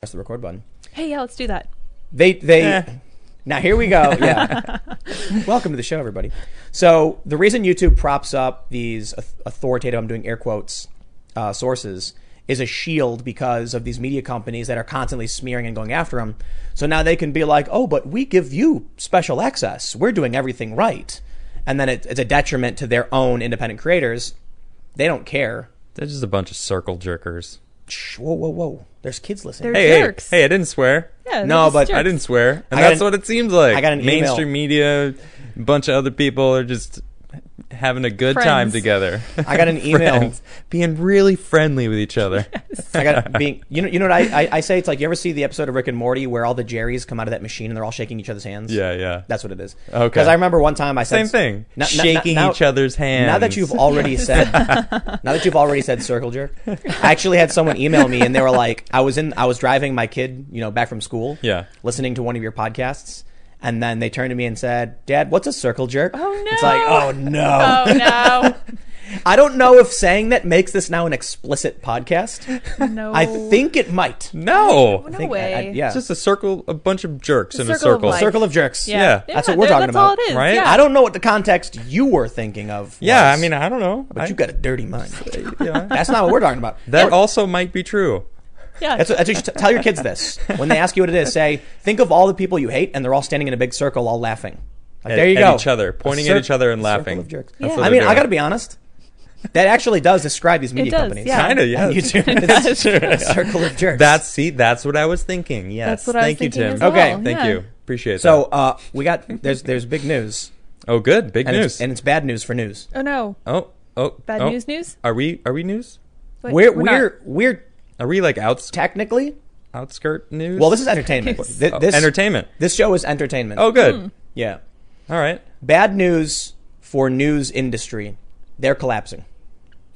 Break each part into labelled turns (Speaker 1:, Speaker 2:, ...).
Speaker 1: press the record button.
Speaker 2: Hey, yeah, let's do that.
Speaker 1: They they
Speaker 3: Eh.
Speaker 1: now here we go. Yeah. Welcome to the show, everybody. So the reason YouTube props up these auth- authoritative, I'm doing air quotes, uh, sources is a shield because of these media companies that are constantly smearing and going after them. So now they can be like, oh, but we give you special access. We're doing everything right. And then it, it's a detriment to their own independent creators. They don't care.
Speaker 3: They're just a bunch of circle jerkers.
Speaker 1: Shh, whoa, whoa, whoa. There's kids listening.
Speaker 2: They're
Speaker 3: Hey,
Speaker 2: jerks.
Speaker 3: hey, hey! I didn't swear.
Speaker 2: Yeah, they're
Speaker 1: No,
Speaker 2: just
Speaker 1: but I
Speaker 2: jerks.
Speaker 3: I didn't swear, and
Speaker 1: I got
Speaker 3: that's
Speaker 1: an-
Speaker 3: what it seems like.
Speaker 1: I got an email.
Speaker 3: mainstream media, a bunch of other people are just having a good time
Speaker 2: Friends.
Speaker 3: together.
Speaker 1: I got an email.
Speaker 3: Friends. being really friendly with each other.
Speaker 1: I got being you know you know what I, I I say it's like you ever see the episode of Rick and Morty where all the Jerry's come out of that machine and they're all shaking each other's hands.
Speaker 3: Yeah, yeah.
Speaker 1: that's what it is.
Speaker 3: Okay.
Speaker 1: because I remember one time I said
Speaker 3: Same thing.
Speaker 1: Now- now-
Speaker 3: Shaking
Speaker 1: now-
Speaker 3: each other's hands.
Speaker 1: Now that you've already said, now that you've already said circle jerk, I actually had someone email me and they were like, I was in, I was driving my kid, you know, back from school,
Speaker 3: Yeah.
Speaker 1: listening to one of your podcasts, and then they turned to me and said, Dad, what's a circle jerk?
Speaker 2: Oh, no.
Speaker 1: It's like, oh no.
Speaker 2: Oh no.
Speaker 1: I don't know if saying that makes this now an explicit podcast.
Speaker 2: No.
Speaker 1: I think it might.
Speaker 3: no,
Speaker 2: No
Speaker 1: I think- I-
Speaker 2: way.
Speaker 1: I- yeah.
Speaker 3: it's just a circle, a bunch of jerks
Speaker 2: It's a
Speaker 3: in a
Speaker 2: circle of
Speaker 3: circle.
Speaker 2: life.
Speaker 1: Circle of jerks.
Speaker 2: Yeah.
Speaker 3: yeah,
Speaker 1: that's what we're talking
Speaker 2: that's all
Speaker 1: about,
Speaker 2: it is.
Speaker 3: right?
Speaker 2: Yeah.
Speaker 1: I don't know what the context you were thinking of.
Speaker 3: yeah,
Speaker 1: was,
Speaker 3: I mean, I don't know.
Speaker 1: but
Speaker 3: I-
Speaker 1: you got a dirty mind.
Speaker 3: yeah.
Speaker 1: That's not what we're talking about.
Speaker 3: that
Speaker 1: We're-
Speaker 3: also might be true.
Speaker 2: Yeah.
Speaker 1: that's, what, that's what you should t- tell your kids this when they ask you what it is. Say, think of all the people you hate, and they're all standing in a big circle, all laughing. Like,
Speaker 3: At-
Speaker 1: there you
Speaker 3: at
Speaker 1: go,
Speaker 3: each other,
Speaker 1: A
Speaker 3: pointing at each other and
Speaker 1: a circle
Speaker 3: laughing.
Speaker 1: of jerks.
Speaker 3: That's
Speaker 2: Yeah.
Speaker 3: what
Speaker 1: I
Speaker 3: they're
Speaker 1: mean, I
Speaker 3: doing.
Speaker 1: got to be honest. That actually does describe these media
Speaker 2: does,
Speaker 1: companies.
Speaker 2: yeah.
Speaker 3: Kinda, yeah.
Speaker 1: And YouTube.
Speaker 2: That's true.
Speaker 1: It's a circle of jerks.
Speaker 3: That's see, that's what I was thinking. Yes,
Speaker 2: That's what I was
Speaker 3: thank you,
Speaker 2: thinking
Speaker 3: Tim.
Speaker 2: as well.
Speaker 1: Okay,
Speaker 3: Thank
Speaker 2: Yeah.
Speaker 3: you. Appreciate
Speaker 1: so.
Speaker 3: that.
Speaker 1: Uh, we got there's there's big news.
Speaker 3: oh, good. Big
Speaker 1: And
Speaker 3: news.
Speaker 1: It's, and it's bad news for news.
Speaker 2: Oh no.
Speaker 3: oh, oh,
Speaker 2: Bad
Speaker 3: oh.
Speaker 2: news news?
Speaker 3: Are we? Are we news?
Speaker 2: Wait,
Speaker 1: We're
Speaker 2: not-
Speaker 1: we're we're
Speaker 3: Are we like outs
Speaker 1: technically
Speaker 3: outskirt news?
Speaker 1: well. This is entertainment.
Speaker 2: News.
Speaker 1: Th-
Speaker 3: Oh,
Speaker 1: this
Speaker 3: entertainment.
Speaker 1: This show is entertainment.
Speaker 3: Oh, good.
Speaker 2: Hmm.
Speaker 1: yeah.
Speaker 3: All right.
Speaker 1: Bad news for news industry. They're collapsing.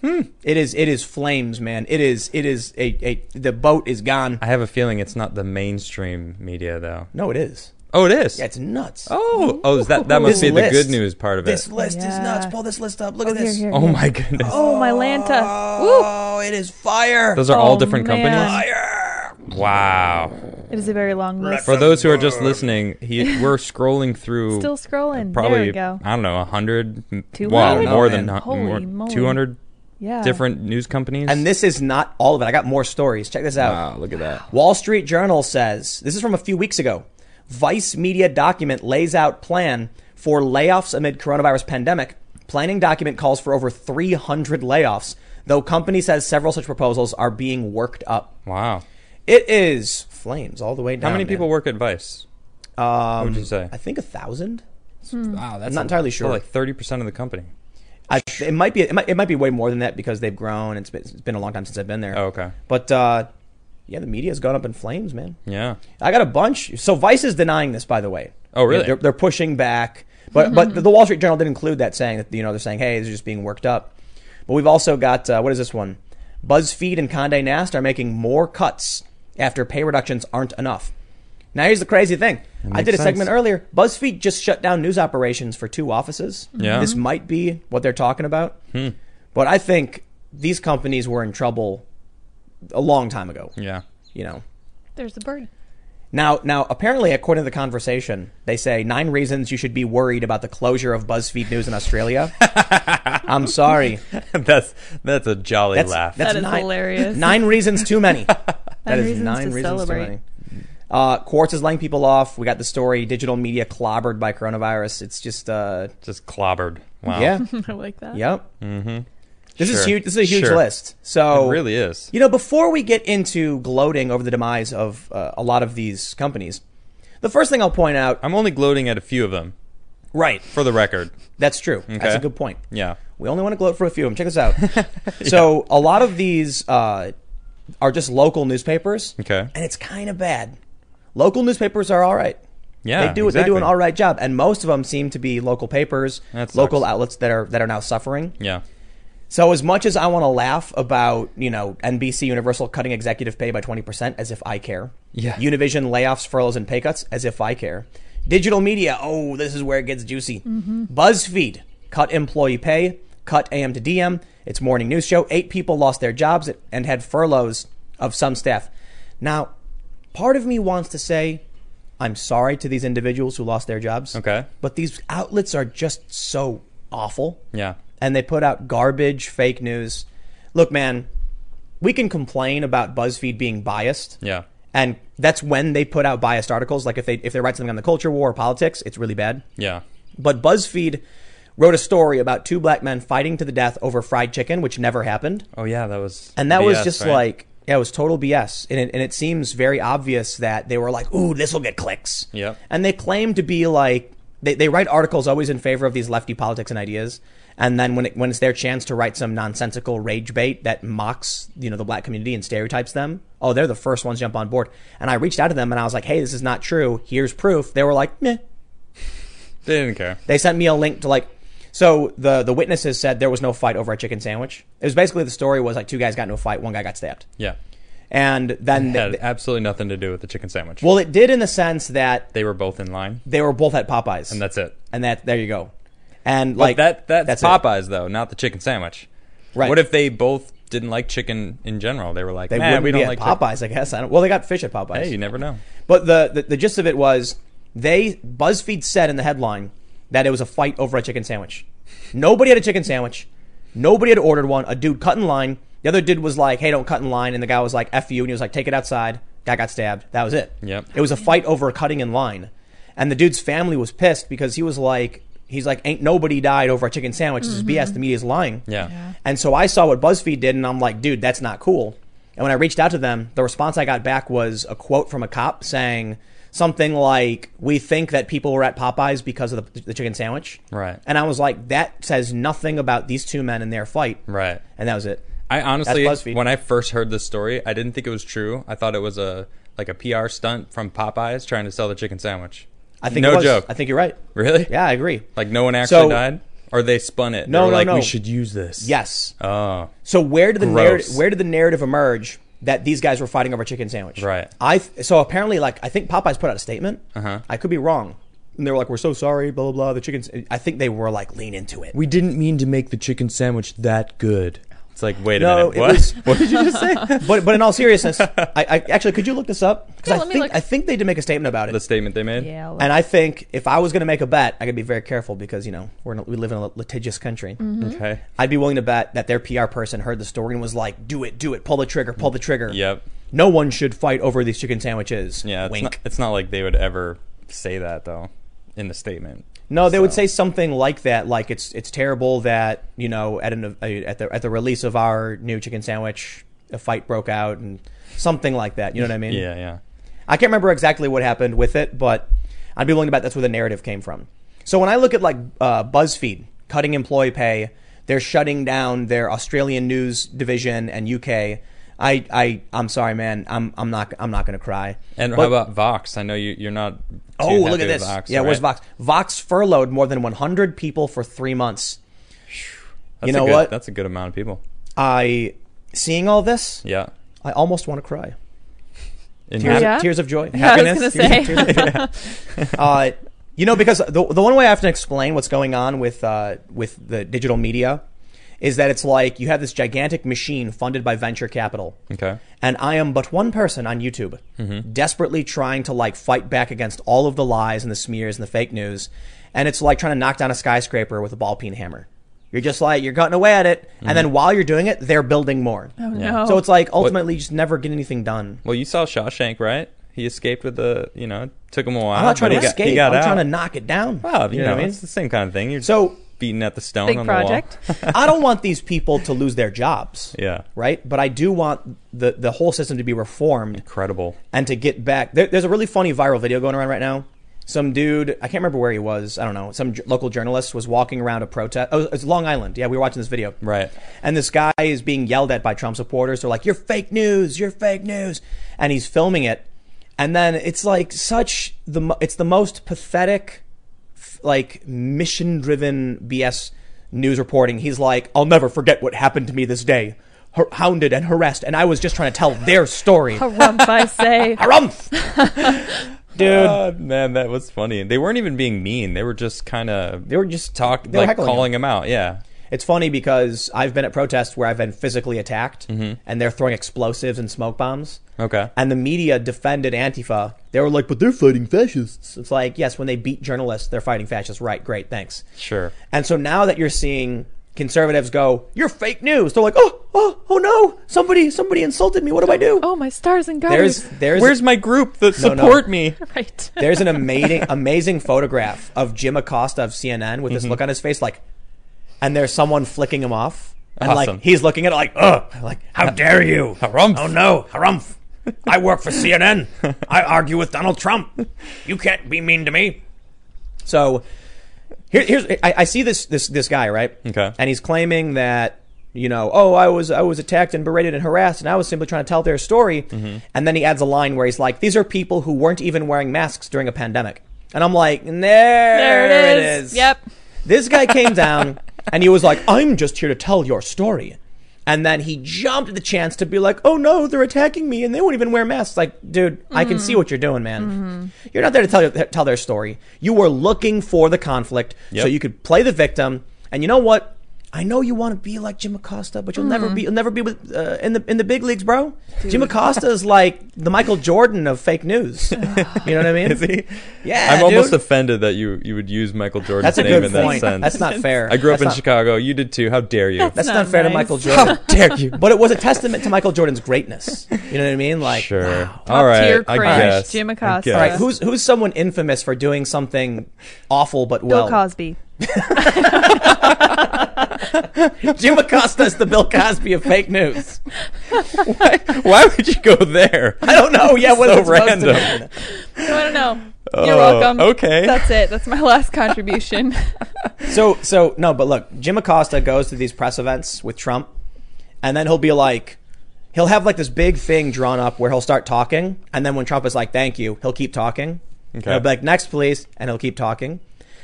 Speaker 1: Hmm. It is. It is flames, man. It is. It is a. a the boat is gone.
Speaker 3: I have a feeling it's not the mainstream media though.
Speaker 1: No, it is.
Speaker 3: Oh, it is.
Speaker 1: Yeah, it's nuts.
Speaker 3: oh, oh, is that that must
Speaker 1: This
Speaker 3: be the
Speaker 1: list.
Speaker 3: good news part of
Speaker 1: This
Speaker 3: it.
Speaker 1: list is nuts.
Speaker 2: Yeah.
Speaker 1: Pull this list up. Look
Speaker 2: Oh,
Speaker 1: at
Speaker 2: here,
Speaker 1: this.
Speaker 2: here,
Speaker 3: Oh
Speaker 2: here.
Speaker 3: my goodness.
Speaker 2: Oh my Lanta. Woo.
Speaker 1: Oh, it is fire.
Speaker 3: Those are all
Speaker 2: Oh,
Speaker 3: different
Speaker 2: man.
Speaker 1: fire.
Speaker 3: companies. Wow.
Speaker 2: It is a very long list.
Speaker 3: For those who are just listening, he, we're scrolling through
Speaker 2: Still scrolling. there
Speaker 3: probably
Speaker 2: we go.
Speaker 3: I don't know, 100
Speaker 2: Two
Speaker 3: well,
Speaker 2: hundred?
Speaker 3: more
Speaker 1: No,
Speaker 3: than
Speaker 1: man.
Speaker 3: hun-
Speaker 2: Holy
Speaker 3: more,
Speaker 2: moly.
Speaker 3: 200
Speaker 2: Yeah.
Speaker 3: different news companies.
Speaker 1: And this is not all of it. I got more stories. Check this out.
Speaker 3: Wow, look at that.
Speaker 1: Wall Street Journal says this is from a few weeks ago. Vice media document lays out plan for layoffs amid coronavirus pandemic. Planning document calls for over 300 layoffs, though company says several such proposals are being worked up.
Speaker 3: Wow.
Speaker 1: It is flames all the way down.
Speaker 3: How many people
Speaker 1: man.
Speaker 3: work at Vice?
Speaker 1: Um,
Speaker 3: would you say?
Speaker 1: I think a thousand.
Speaker 3: Wow, that's
Speaker 1: I'm not entirely
Speaker 3: well,
Speaker 1: sure.
Speaker 3: like 30% of the company.
Speaker 1: I, it might be it might, it might be way more than that because they've grown. It's been, it's been a long time since I've been there.
Speaker 3: Oh, okay.
Speaker 1: But uh, yeah, the media's gone up in flames, man.
Speaker 3: Yeah.
Speaker 1: I got a bunch. So Vice is denying this, by the way.
Speaker 3: Oh, really?
Speaker 1: They're, they're pushing back, but but the Wall Street Journal did include that, saying that you know they're saying, hey, this is just being worked up. But we've also got uh, what is this one? BuzzFeed and Condé Nast are making more cuts after pay reductions aren't enough. Now here's the crazy thing. I did a
Speaker 3: makes
Speaker 1: segment
Speaker 3: sense.
Speaker 1: earlier. BuzzFeed just shut down news operations for two offices.
Speaker 3: Mm-hmm. Yeah. Hmm.
Speaker 1: This might be what they're talking about. But I think these companies were in trouble a long time ago.
Speaker 3: Yeah.
Speaker 1: You know.
Speaker 2: There's the bird.
Speaker 1: Now, now, apparently, according to the conversation, they say nine reasons you should be worried about the closure of BuzzFeed News in Australia. I'm sorry,
Speaker 3: that's that's a jolly
Speaker 1: that's,
Speaker 3: laugh.
Speaker 1: that's
Speaker 2: That is
Speaker 1: nine,
Speaker 2: hilarious.
Speaker 1: Nine reasons too many. that is
Speaker 2: reasons
Speaker 1: nine
Speaker 2: to
Speaker 1: reasons
Speaker 2: celebrate.
Speaker 1: too many. Uh, Quartz is laying people off. We got the story: digital media clobbered by coronavirus. It's just, uh,
Speaker 3: Just clobbered. Wow.
Speaker 1: yeah,
Speaker 2: I like that.
Speaker 1: yep. Mm-hmm. This is
Speaker 3: Oh. Sure.
Speaker 1: huge. This is a huge
Speaker 3: Sure.
Speaker 1: list.
Speaker 3: It
Speaker 1: So
Speaker 3: really is.
Speaker 1: You know, before we get into gloating over the demise of uh, a lot of these companies, the first thing I'll point out.
Speaker 3: I'm only gloating at a few of them,
Speaker 1: Right.
Speaker 3: for the record.
Speaker 1: That's true. That's
Speaker 3: Okay.
Speaker 1: a good point.
Speaker 3: Yeah.
Speaker 1: We only want to gloat for a few of them. Check this out. So a lot of these uh, are just local newspapers,
Speaker 3: Okay.
Speaker 1: and it's kind of bad. Local newspapers are all right.
Speaker 3: Yeah.
Speaker 1: they do it. They
Speaker 3: exactly.
Speaker 1: do an all right job, and most of them seem to be local papers,
Speaker 3: That sucks.
Speaker 1: local outlets that are that are now suffering.
Speaker 3: Yeah.
Speaker 1: So as much as I want to laugh about you know NBC Universal cutting executive pay by twenty percent, as if I care.
Speaker 3: Yeah.
Speaker 1: Univision layoffs, furloughs, and pay cuts, as if I care. Digital media, oh, this is where it gets juicy.
Speaker 3: Mm-hmm.
Speaker 1: BuzzFeed cut employee pay, cut AM to DM. Its morning news show. Eight people lost their jobs and had furloughs of some staff. Now, Part of me wants to say, I'm sorry to these individuals who lost their jobs.
Speaker 3: Okay.
Speaker 1: But these outlets are just so awful
Speaker 3: Yeah.
Speaker 1: and they put out garbage fake news. Look, man, we can complain about BuzzFeed being biased.
Speaker 3: Yeah.
Speaker 1: And that's when they put out biased articles. Like if they if they write something on the culture war or politics, it's really bad.
Speaker 3: Yeah.
Speaker 1: But BuzzFeed wrote a story about two black men fighting to the death over fried chicken, which never happened.
Speaker 3: Oh yeah, that was.
Speaker 1: And that was
Speaker 3: BS,
Speaker 1: just
Speaker 3: right?
Speaker 1: like yeah, it was total BS. And it, and it seems very obvious that they were like, "Ooh, this will get clicks."
Speaker 3: Yep.
Speaker 1: And they claim to be like they, they write articles always in favor of these lefty politics and ideas. And then when it, when it's their chance to write some nonsensical rage bait that mocks you know the black community and stereotypes them, oh, they're the first ones to jump on board. And I reached out to them and I was like, "Hey, this is not true. Here's proof." They were like, "Meh."
Speaker 3: they didn't care.
Speaker 1: They sent me a link to like. So the the witnesses said there was no fight over a chicken sandwich. It was basically the story was like two guys got into a fight, one guy got stabbed.
Speaker 3: Yeah.
Speaker 1: And then,
Speaker 3: Had
Speaker 1: they, uh,
Speaker 3: absolutely nothing to do with the chicken sandwich.
Speaker 1: well, it did in the sense that
Speaker 3: they were both in line,
Speaker 1: they were both at Popeyes,
Speaker 3: and that's it.
Speaker 1: and that there you go, and like
Speaker 3: Like that. That's,
Speaker 1: that's it.
Speaker 3: Popeyes though, not the chicken sandwich.
Speaker 1: Right.
Speaker 3: What if they both didn't like chicken in general? They were like,
Speaker 1: They
Speaker 3: man,
Speaker 1: wouldn't
Speaker 3: we don't
Speaker 1: be
Speaker 3: like
Speaker 1: at Popeyes, I guess. I don't, well, they got fish at Popeyes.
Speaker 3: Chicken. Hey, you never know.
Speaker 1: But the, the the gist of it was they BuzzFeed said in the headline that it was a fight over a chicken sandwich. Nobody had a chicken sandwich. Nobody had ordered one. A dude cut in line. The other dude was like, "Hey, don't cut in line," and the guy was like, "F you," and he was like, "Take it outside." Guy got stabbed. That was it.
Speaker 3: Yep.
Speaker 1: It was a fight over cutting in line, and the dude's family was pissed because he was like, "He's like, ain't nobody died over a chicken sandwich. This is BS. The media's lying."
Speaker 3: Yeah.
Speaker 1: And so I saw what BuzzFeed did, and I'm like, dude, that's not cool. And when I reached out to them, the response I got back was a quote from a cop saying something like, "We think that people were at Popeyes because of the, the chicken sandwich."
Speaker 3: Right.
Speaker 1: And I was like, that says nothing about these two men and their fight.
Speaker 3: Right.
Speaker 1: And that was it.
Speaker 3: I honestly,
Speaker 1: That's BuzzFeed.
Speaker 3: when I first heard this story, I didn't think it was true. I thought it was a like a PR stunt from Popeyes trying to sell the chicken sandwich.
Speaker 1: I think
Speaker 3: no
Speaker 1: it was.
Speaker 3: joke.
Speaker 1: I think you're right.
Speaker 3: really?
Speaker 1: Yeah, I agree.
Speaker 3: Like no one actually
Speaker 1: So-
Speaker 3: died, or they spun it. They
Speaker 1: No,
Speaker 3: were
Speaker 1: no,
Speaker 3: like,
Speaker 1: no.
Speaker 3: We should use this.
Speaker 1: Yes.
Speaker 3: Oh,
Speaker 1: So where did the
Speaker 3: Gross.
Speaker 1: narrative where did the narrative emerge that these guys were fighting over a chicken sandwich?
Speaker 3: Right.
Speaker 1: I th- so apparently like I think Popeyes put out a statement. Uh-huh. I could be wrong. And they were like, "We're so sorry, blah blah blah." The chickens. I think they were like, "Lean into it."
Speaker 3: we didn't mean to make the chicken sandwich that good. It's like, wait a
Speaker 1: No,
Speaker 3: minute,
Speaker 1: it
Speaker 3: what?
Speaker 1: was-
Speaker 3: what did you just say?
Speaker 1: but but in all seriousness, I, I actually could you look this up? Because
Speaker 2: Yeah,
Speaker 1: I
Speaker 2: let me
Speaker 1: think
Speaker 2: look.
Speaker 1: I think they did make a statement about it.
Speaker 3: the statement they made.
Speaker 2: Yeah.
Speaker 1: and I think if I was going to make a bet, I could be very careful because you know we're in a, we live in a litigious country.
Speaker 2: Mm-hmm.
Speaker 3: Okay.
Speaker 1: I'd be willing to bet that their PR person heard the story and was like, "Do it, do it, pull the trigger, pull the trigger."
Speaker 3: Yep.
Speaker 1: No one should fight over these chicken sandwiches.
Speaker 3: Yeah. It's
Speaker 1: Wink.
Speaker 3: not, it's not like they would ever say that though, in the statement.
Speaker 1: No, they would
Speaker 3: So-
Speaker 1: say something like that, like it's it's terrible that you know at an at the at the release of our new chicken sandwich, a fight broke out and something like that. You know what I mean?
Speaker 3: Yeah. Yeah.
Speaker 1: I can't remember exactly what happened with it, but I'd be willing to bet that's where the narrative came from. So when I look at like uh, BuzzFeed cutting employee pay, they're shutting down their Australian news division and UK. I I I'm sorry, man. I'm I'm not I'm not gonna cry.
Speaker 3: And
Speaker 1: But-
Speaker 3: how about Vox? I know you, you're not. too
Speaker 1: Oh,
Speaker 3: happy
Speaker 1: look at
Speaker 3: with
Speaker 1: this.
Speaker 3: Vox,
Speaker 1: yeah, where's
Speaker 3: right?
Speaker 1: Vox? Vox furloughed more than 100 people for three months.
Speaker 3: That's
Speaker 1: you
Speaker 3: a
Speaker 1: know
Speaker 3: good-
Speaker 1: what?
Speaker 3: That's a good amount of people.
Speaker 1: I, seeing all this,
Speaker 3: Yeah.
Speaker 1: I almost want to cry.
Speaker 3: In
Speaker 1: Tears,
Speaker 3: hap-
Speaker 2: Yeah?
Speaker 1: tears of joy.
Speaker 2: Yeah, I was gonna say.
Speaker 1: Tears of joy. uh, you know, because the, the one way I have to explain what's going on with uh, with the digital media is that it's like you have this gigantic machine funded by venture capital.
Speaker 3: Okay.
Speaker 1: and I am but one person on YouTube,
Speaker 3: Mm-hmm.
Speaker 1: desperately trying to like fight back against all of the lies and the smears and the fake news, and it's like trying to knock down a skyscraper with a ball peen hammer. You're just like you're cutting away at it,
Speaker 3: Mm-hmm.
Speaker 1: and then while you're doing it, they're building more.
Speaker 2: oh
Speaker 3: Yeah.
Speaker 2: no.
Speaker 1: So it's like ultimately, you just never get anything done.
Speaker 3: Well, you saw Shawshank, right? He escaped with the, you know, it took him a while.
Speaker 1: I'm not trying
Speaker 3: but
Speaker 1: to
Speaker 3: he got-
Speaker 1: escape.
Speaker 3: He got
Speaker 1: I'm
Speaker 3: out.
Speaker 1: trying to knock it down.
Speaker 3: Well, you,
Speaker 1: You know
Speaker 3: know,
Speaker 1: what I mean?
Speaker 3: it's the same kind of thing. You're
Speaker 1: So-
Speaker 3: beating at the stone
Speaker 2: Big
Speaker 3: on the
Speaker 2: project.
Speaker 3: wall.
Speaker 1: I don't want these people to lose their jobs,
Speaker 3: yeah.
Speaker 1: right? But I do want the the whole system to be reformed
Speaker 3: Incredible.
Speaker 1: and to get back there, there's a really funny viral video going around right now some dude i can't remember where he was i don't know some j- local journalist was walking around a protest oh it's long island yeah we were watching this video
Speaker 3: Right.
Speaker 1: and this guy is being yelled at by trump supporters they're like you're fake news you're fake news and he's filming it and then it's like such the mo- it's the most pathetic f- like mission driven bs news reporting he's like i'll never forget what happened to me this day Har- hounded and harassed and i was just trying to tell their story
Speaker 2: Harumph, I say.
Speaker 1: Harumph! Dude.
Speaker 3: Uh, man, that was funny. They weren't even being mean. They were just kind of
Speaker 1: they were just
Speaker 3: talk
Speaker 1: they were
Speaker 3: like
Speaker 1: heckling
Speaker 3: calling him out. Yeah.
Speaker 1: It's funny because I've been at protests where I've been physically attacked, and they're throwing explosives and smoke bombs.
Speaker 3: Okay.
Speaker 1: And the media defended Antifa. They were like, "But they're fighting fascists." It's like, yes, when they beat journalists, they're fighting fascists. Right? Great, thanks.
Speaker 3: Sure.
Speaker 1: And so now that you're seeing conservatives go, "You're fake news," they're like, "Oh, oh, oh no! Somebody, somebody insulted me. What do I do?"
Speaker 2: Oh, my stars and garters.
Speaker 1: There's, there's,
Speaker 3: Where's my group that
Speaker 1: No, no.
Speaker 3: support me?
Speaker 2: right.
Speaker 1: There's an amazing, amazing photograph of Jim Acosta of CNN with this
Speaker 3: Mm-hmm.
Speaker 1: look on his face, like, and there's someone flicking him off, and
Speaker 3: Awesome.
Speaker 1: like he's looking at it like, ugh, like how dare you?
Speaker 3: Harumph.
Speaker 1: Oh no, harumph! I work for CNN. I argue with Donald Trump. You can't be mean to me. So here, here's I, I see this this this guy right,
Speaker 3: Okay.
Speaker 1: and he's claiming that you know, oh, I was I was attacked and berated and harassed, and I was simply trying to tell their story. And then he adds a line where he's like, "These are people who weren't even wearing masks during a pandemic," and I'm like, "There,
Speaker 2: There it is. Yep.
Speaker 1: This guy came down and he was like, "I'm just here to tell your story." And then he jumped at the chance to be like, "Oh no, they're attacking me, and they won't even wear masks." Like, dude, I can see what you're doing, man. You're not there to tell tell their story. You were looking for the conflict, so
Speaker 3: Yep.
Speaker 1: you could play the victim. And you know what? I know you want to be like Jim Acosta, but you'll never be you'll never be with, uh, in the in the big leagues, bro. Jim Acosta is like the Michael Jordan of fake news. you know what I mean?
Speaker 3: Is he?
Speaker 1: Yeah,
Speaker 3: I'm almost
Speaker 1: dude.
Speaker 3: offended that you you would use Michael Jordan's
Speaker 1: That's a
Speaker 3: name
Speaker 1: good
Speaker 3: in that
Speaker 1: point.
Speaker 3: sense.
Speaker 1: That's not fair.
Speaker 3: I grew up
Speaker 1: That's
Speaker 3: in
Speaker 1: not-
Speaker 3: Chicago. You did too. How dare you?
Speaker 1: That's not,
Speaker 2: Not
Speaker 1: fair to
Speaker 2: nice.
Speaker 1: Michael Jordan.
Speaker 3: dare you?
Speaker 1: but it was a testament to Michael Jordan's greatness. You know what I mean? Like,
Speaker 3: sure. All
Speaker 2: Top
Speaker 3: right.
Speaker 2: tier
Speaker 3: I
Speaker 2: cringe,
Speaker 3: guess.
Speaker 2: Jim
Speaker 3: I
Speaker 2: Acosta.
Speaker 3: guess.
Speaker 1: all right, who's who's someone infamous for doing something awful but
Speaker 2: Bill
Speaker 1: well?
Speaker 2: Cosby.
Speaker 1: Jim Acosta is the Bill Cosby of fake news.
Speaker 3: Why would you go there?
Speaker 1: I don't know. Yeah, what
Speaker 3: So
Speaker 1: it's supposed to
Speaker 3: random.
Speaker 1: mean.
Speaker 2: No, I don't know.
Speaker 3: Oh,
Speaker 2: You're welcome.
Speaker 3: okay.
Speaker 2: That's it. That's my last contribution.
Speaker 1: So so no, but look, Jim Acosta goes to these press events with Trump, and then he'll be like. He'll have like this big thing drawn up where he'll start talking, and then when Trump is like, "Thank you," he'll keep talking.
Speaker 3: Okay.
Speaker 1: And he'll be like, "Next, please," and he'll keep talking.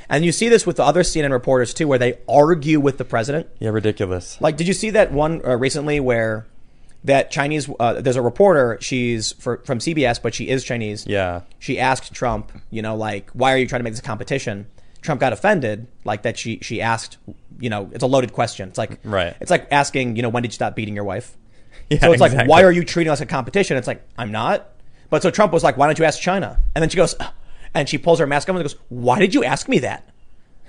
Speaker 1: And you see this with the other CNN reporters too, where they argue with the president.
Speaker 3: Yeah, ridiculous.
Speaker 1: Like, did you see that one uh, recently where that Chinese? Uh, there's a reporter. She's for, from CBS, but she is Chinese.
Speaker 3: Yeah.
Speaker 1: She asked Trump, you know, like, why are you trying to make this a competition? Trump got offended, like that. She she asked, you know, it's a loaded question. It's like,
Speaker 3: Right.
Speaker 1: It's like asking, you know, when did you stop beating your wife?
Speaker 3: Yeah,
Speaker 1: So it's like, why are you treating us like competition? It's like, I'm not. But so Trump was like, why don't you ask China? And then she goes, "Ugh." and she pulls her mask up and goes, why did you ask me that?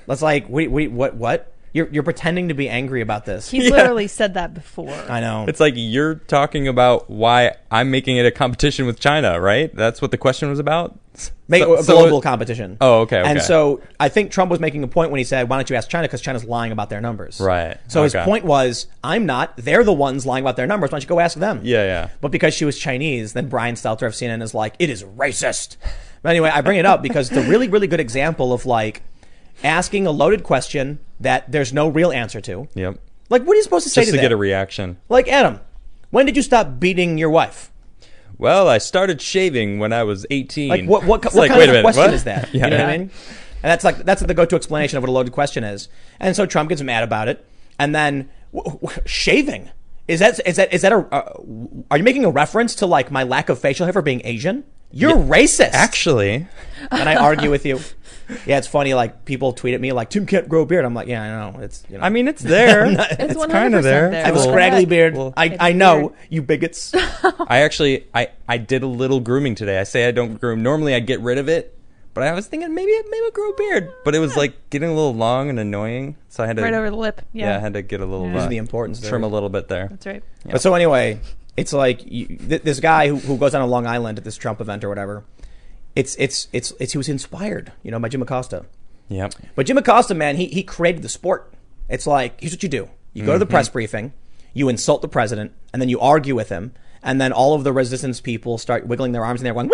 Speaker 1: That's like, wait, wait, what, what? You're, you're pretending to be angry about this.
Speaker 2: He's
Speaker 3: Yeah.
Speaker 2: literally said that before.
Speaker 1: I know.
Speaker 3: It's like you're talking about why I'm making it a competition with China, right? That's what the question was about.
Speaker 1: Make
Speaker 3: So-
Speaker 1: a
Speaker 3: so-
Speaker 1: global competition.
Speaker 3: Oh, okay,
Speaker 1: And
Speaker 3: okay.
Speaker 1: so I think Trump was making a point when he said, "Why don't you ask China? Because China's lying about their numbers."
Speaker 3: Right,
Speaker 1: So his
Speaker 3: okay.
Speaker 1: point was, "I'm not. They're the ones lying about their numbers. Why don't you go ask them?"
Speaker 3: Yeah, yeah.
Speaker 1: But because she was Chinese, then Brian Stelter of CNN is like, "It is racist." But anyway, I bring it up because it's a really, really good example of like asking a loaded question that there's no real answer to.
Speaker 3: Yep.
Speaker 1: Like, what are you supposed to say
Speaker 3: Just
Speaker 1: to,
Speaker 3: to get
Speaker 1: that?
Speaker 3: a reaction.
Speaker 1: like, Adam, when did you stop beating your wife?
Speaker 3: Well, I started shaving when I was 18.
Speaker 1: Like what what,
Speaker 3: It's
Speaker 1: what kind
Speaker 3: wait
Speaker 1: of
Speaker 3: a minute,
Speaker 1: question
Speaker 3: what?
Speaker 1: is that?
Speaker 3: yeah.
Speaker 1: You know what I mean? And that's like that's the go-to explanation of what a loaded question is. And so Trump gets mad about it, and then w- w- shaving is that is that is that a uh, are you making a reference to like my lack of facial hair for being Asian? You're racist,
Speaker 3: Actually,
Speaker 1: and I argue with you. Yeah, it's funny. Like people tweet at me like Tim can't grow a beard. I'm like, yeah, I know. It's you know,
Speaker 3: I mean, it's there.
Speaker 2: It's
Speaker 3: it's
Speaker 2: 100%
Speaker 3: kind of there.
Speaker 2: there.
Speaker 1: I have a
Speaker 2: well,
Speaker 1: scraggly
Speaker 2: that-
Speaker 1: beard.
Speaker 3: well-
Speaker 1: I,
Speaker 2: It's
Speaker 1: I know
Speaker 2: weird.
Speaker 1: you bigots.
Speaker 3: I actually, I, I did a little grooming today. I say I don't groom. Normally, I get rid of it, but I was thinking maybe maybe I'll grow a beard. But it was like getting a little long and annoying, so I had to
Speaker 2: Right over the lip.
Speaker 3: yeah.
Speaker 2: Yeah.
Speaker 3: I had to get a little
Speaker 2: Yeah.
Speaker 3: uh,
Speaker 1: the importance there.
Speaker 3: trim a little bit there.
Speaker 2: That's right.
Speaker 1: But so anyway, it's like you, th- this guy who, who goes down to Long Island at this Trump event or whatever. It's it's it's it's he was inspired, you know, by Jim Acosta.
Speaker 3: Yep.
Speaker 1: But Jim Acosta, man, he he created the sport. It's like here's what you do: you go to the press briefing, you insult the president, and then you argue with him, and then all of the resistance people start wiggling their arms and they're going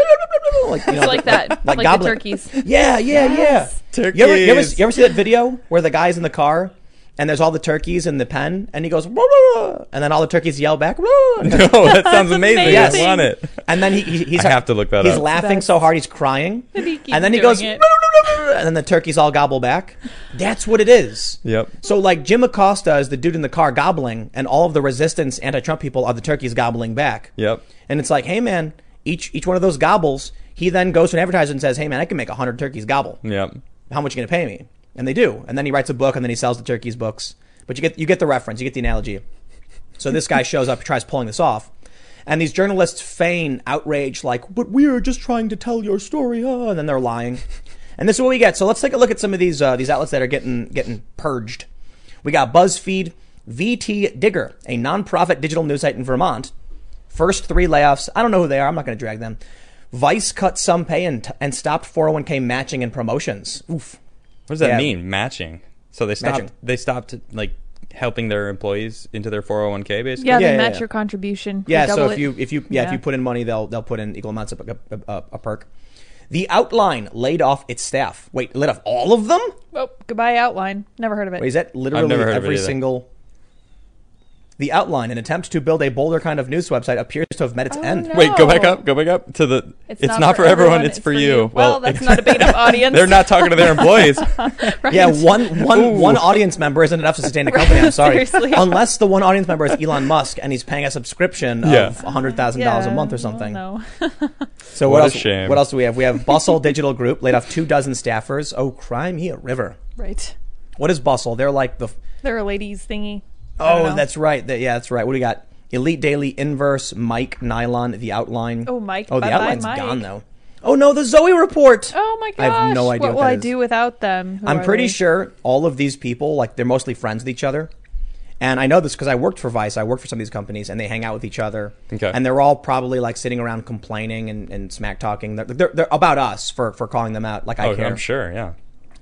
Speaker 1: like you know,
Speaker 2: It's like that. Like, the
Speaker 1: goblin.
Speaker 2: turkeys.
Speaker 1: Yeah, yeah, yeah. You ever, you, ever,
Speaker 3: Turkeys.
Speaker 1: you ever see that video where the guy's in the car and there's all the turkeys in the pen and he goes, "Wah, wah, wah," and then all the turkeys yell back, "Wah," and,
Speaker 3: No, Oh, that sounds amazing.
Speaker 1: Yes.
Speaker 3: I want it.
Speaker 1: and then he, he, he's
Speaker 3: I have to look that
Speaker 1: he's
Speaker 3: up.
Speaker 1: laughing so hard he's crying,
Speaker 2: he keeps
Speaker 1: and then he
Speaker 2: doing
Speaker 1: goes,
Speaker 2: it.
Speaker 1: and then the turkeys all gobble back. That's what it is.
Speaker 3: Yep.
Speaker 1: So like Jim Acosta is the dude in the car gobbling, and all of the resistance anti-Trump people are the turkeys gobbling back.
Speaker 3: Yep.
Speaker 1: And it's like, hey man, each each one of those gobbles, he then goes to an advertiser and says, hey man, I can make hundred turkeys gobble
Speaker 3: Yep.
Speaker 1: how much you going to pay me? And they do. And then he writes a book and then he sells the turkeys books. But you get you get the reference, you get the analogy. So this guy shows up, tries pulling this off, and these journalists feign outrage, like, "But we are just trying to tell your story," uh, and then they're lying. And this is what we get. So let's take a look at some of these uh, these outlets that are getting getting purged. We got BuzzFeed, VT Digger, a nonprofit digital news site in Vermont. First three layoffs. I don't know who they are. I'm not going to drag them. Vice cut some pay and, and stopped 401k matching and promotions. Oof.
Speaker 3: What does that
Speaker 1: Yeah.
Speaker 3: mean? Matching. So they stopped.
Speaker 1: Matching.
Speaker 3: They stopped like helping their employees into their 401k basically.
Speaker 1: Yeah,
Speaker 2: Yeah, they
Speaker 1: yeah,
Speaker 2: match
Speaker 1: yeah.
Speaker 2: your contribution. They
Speaker 1: Yeah. So
Speaker 2: double
Speaker 1: if
Speaker 2: it.
Speaker 1: you if you yeah, if
Speaker 2: Yeah.
Speaker 1: you put in money, they'll they'll put in equal amounts of a, a, a, a perk. The Outline laid off its staff. Wait, laid off all of them?
Speaker 2: oh, goodbye outline. Never heard of it.
Speaker 1: Wait, is that literally
Speaker 3: never heard of it
Speaker 1: every
Speaker 3: either.
Speaker 1: single? The Outline, an attempt to build a bolder kind of news website, appears to have met its
Speaker 2: Oh,
Speaker 1: end.
Speaker 2: no.
Speaker 3: Wait, go back up. Go back up to the. It's, not, for, everyone. It's, for you.
Speaker 2: Well, that's not a big enough audience.
Speaker 3: they're not talking to their employees.
Speaker 2: Right.
Speaker 1: Yeah, one one one audience member isn't enough to sustain a company. I'm sorry,
Speaker 2: Seriously.
Speaker 1: unless the one audience member is Elon Musk and he's paying a subscription
Speaker 3: Yeah.
Speaker 1: of hundred thousand dollars a
Speaker 2: Yeah,
Speaker 1: month or
Speaker 2: well,
Speaker 1: something.
Speaker 2: no.
Speaker 1: So what,
Speaker 3: What a
Speaker 1: else?
Speaker 3: shame.
Speaker 1: What else do we have? We have Bustle Digital Group laid off two dozen staffers. Oh, crime here, river.
Speaker 2: Right.
Speaker 1: What is Bustle? They're like the.
Speaker 2: They're a ladies thingy. I don't
Speaker 1: Oh,
Speaker 2: know.
Speaker 1: that's right. That- yeah, that's right. What do we got? Elite Daily, Inverse, Mike, Nylon, The Outline.
Speaker 2: Oh, Mike.
Speaker 1: Oh, the
Speaker 2: Bye-bye,
Speaker 1: Outline's
Speaker 2: Mike.
Speaker 1: gone though. Oh no, the Zoe Report.
Speaker 2: Oh my
Speaker 1: I
Speaker 2: gosh.
Speaker 1: have no idea
Speaker 2: What,
Speaker 1: what
Speaker 2: will
Speaker 1: that
Speaker 2: I
Speaker 1: is.
Speaker 2: do without them? Who
Speaker 1: I'm
Speaker 2: are
Speaker 1: pretty
Speaker 2: they?
Speaker 1: sure all of these people, like they're mostly friends with each other. And I know this because I worked for Vice. I worked for some of these companies, and they hang out with each other.
Speaker 3: Okay.
Speaker 1: And they're all probably like sitting around complaining and, and smack talking. They're, they're, they're about us for, for calling them out. Like I
Speaker 3: Oh,
Speaker 1: care.
Speaker 3: I'm sure. Yeah.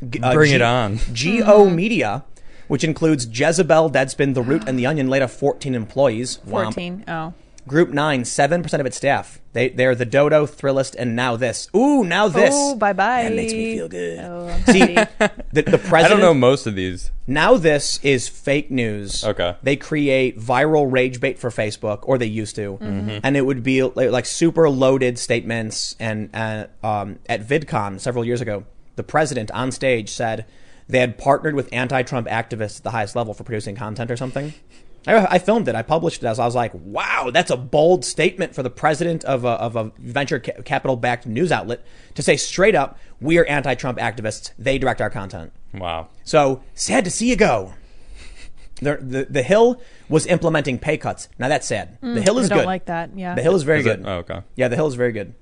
Speaker 1: G- uh,
Speaker 3: Bring
Speaker 1: G-
Speaker 3: it on.
Speaker 1: Geo Media, which includes Jezebel, Deadspin, The Root, and The Onion, laid off 14 employees. Womp.
Speaker 2: 14. Oh.
Speaker 1: Group Nine, seven percent of its staff. They they're the Dodo, Thrillist, and now this. Ooh, now this.
Speaker 2: Oh, bye bye.
Speaker 1: That makes me feel good.
Speaker 2: Oh, I'm
Speaker 1: See,
Speaker 2: happy.
Speaker 1: the, the president.
Speaker 3: I don't know most of these.
Speaker 1: Now this is fake news.
Speaker 3: Okay.
Speaker 1: They create viral rage bait for Facebook, or they used to, and it would be like, like super loaded statements. And uh, um, at VidCon several years ago, the president on stage said they had partnered with anti-Trump activists at the highest level for producing content or something. I, I filmed it. I published it as I was like, "Wow, that's a bold statement for the president of a, of a venture ca- capital-backed news outlet to say straight up, we are anti-Trump activists. They direct our content."
Speaker 3: Wow.
Speaker 1: So sad to see you go. The, the, the Hill was implementing pay cuts. Now that's sad. the Hill
Speaker 2: Mm, I
Speaker 1: is
Speaker 2: don't
Speaker 1: good.
Speaker 2: like that. Yeah.
Speaker 1: The Hill is very
Speaker 3: Is it-
Speaker 1: good.
Speaker 3: oh, okay.
Speaker 1: Yeah, the Hill is very good.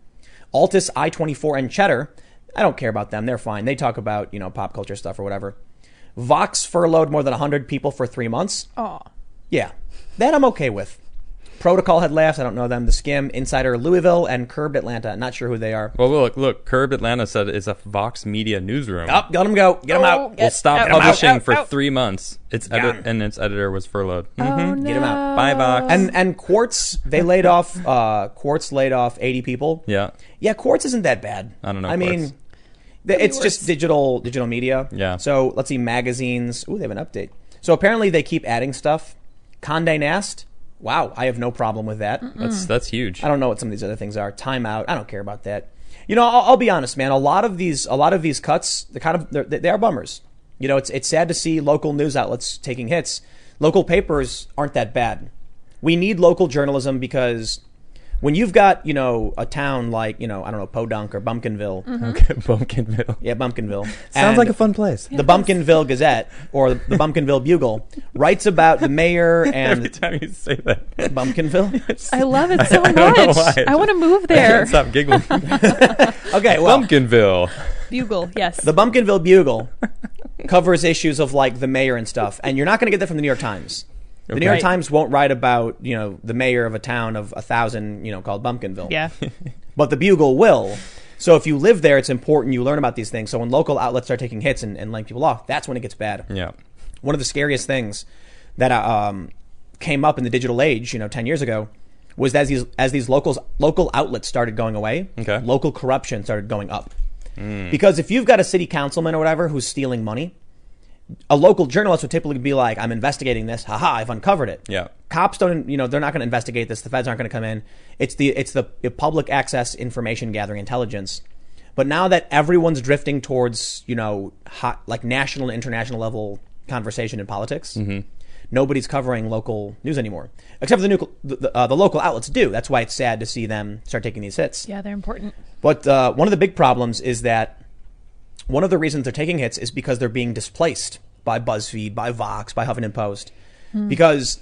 Speaker 1: Altus, I twenty four, and Cheddar. I don't care about them. They're fine. They talk about you know pop culture stuff or whatever. Vox furloughed more than hundred people for three months.
Speaker 2: Aw.
Speaker 1: Yeah, that I'm okay with. Protocol had laughs. I don't know them. The Skim, Insider, Louisville, and Curbed Atlanta. Not sure who they are.
Speaker 3: Well, look, look. Curb Atlanta said it's a Vox Media newsroom.
Speaker 1: Up, let them go. Get them
Speaker 2: Oh,
Speaker 1: out.
Speaker 2: get-
Speaker 3: We'll stop
Speaker 2: out, out,
Speaker 3: publishing
Speaker 2: out,
Speaker 3: for
Speaker 2: out.
Speaker 3: three months. Its
Speaker 1: Got
Speaker 3: edit
Speaker 1: him.
Speaker 3: and its editor was furloughed.
Speaker 2: Oh, no.
Speaker 1: Get 'em out.
Speaker 3: Bye, Vox.
Speaker 1: And and Quartz, they laid off. Uh, Quartz laid off eighty people.
Speaker 3: Yeah.
Speaker 1: Yeah, Quartz isn't that bad.
Speaker 3: I don't know
Speaker 1: I mean,
Speaker 3: Quartz.
Speaker 1: th- it's
Speaker 2: be
Speaker 1: just
Speaker 2: worse.
Speaker 1: digital digital media.
Speaker 3: Yeah.
Speaker 1: So let's see, magazines. Ooh, they have an update. So apparently they keep adding stuff. Condé Nast. Wow, I have no problem with that.
Speaker 3: That's that's huge.
Speaker 1: Mm. I don't know what some of these other things are. Timeout. I don't care about that. You know, I'll, I'll be honest, man. A lot of these, a lot of these cuts, they kind of they're, they are bummers. You know, it's it's sad to see local news outlets taking hits. Local papers aren't that bad. We need local journalism because when you've got you know a town like you know I don't know Podunk or Bumpkinville,
Speaker 3: Bumpkinville.
Speaker 1: yeah Bumpkinville,
Speaker 3: Mm-hmm. Sounds
Speaker 1: And
Speaker 3: like a fun place.
Speaker 1: The Bumpkinville Gazette or the Bumpkinville Bugle writes about the mayor
Speaker 3: Every
Speaker 1: and
Speaker 3: time you say that,
Speaker 1: Bumpkinville.
Speaker 2: I love it so
Speaker 3: I
Speaker 2: much.
Speaker 3: don't know why.
Speaker 2: I want to move
Speaker 3: I
Speaker 2: there.
Speaker 3: can't stop giggling.
Speaker 1: Okay, well,
Speaker 3: Bumpkinville.
Speaker 2: Bugle. Yes.
Speaker 1: The Bumpkinville Bugle covers issues of like the mayor and stuff, and you're not going to get that from the New York Times. The New York
Speaker 2: Right.
Speaker 1: Times won't write about you know the mayor of a town of a thousand you know called Bumpkinville.
Speaker 2: yeah.
Speaker 1: but the Bugle will. So if you live there, it's important you learn about these things. So when local outlets start taking hits and, and laying people off, that's when it gets bad.
Speaker 3: Yeah.
Speaker 1: One of the scariest things that uh, um, came up in the digital age, you know, ten years ago, was as these as these locals local outlets started going away,
Speaker 3: Okay. Mm.
Speaker 1: local corruption started going up. Because if you've got a city councilman or whatever who's stealing money, a local journalist would typically be like, "I'm investigating this. Haha, I've uncovered it."
Speaker 3: Yeah.
Speaker 1: Cops don't, you know, they're not going to investigate this. The feds aren't going to come in. It's the it's the public access information gathering intelligence. But now that everyone's drifting towards, you know, hot like national and international level conversation in politics, nobody's covering local news anymore, except for the, nucle the, the, uh, the local outlets do. That's why it's sad to see them start taking these hits.
Speaker 2: Yeah, they're important.
Speaker 1: But uh, one of the big problems is that one of the reasons they're taking hits is because they're being displaced. by BuzzFeed, by Vox, by Huffington Post, because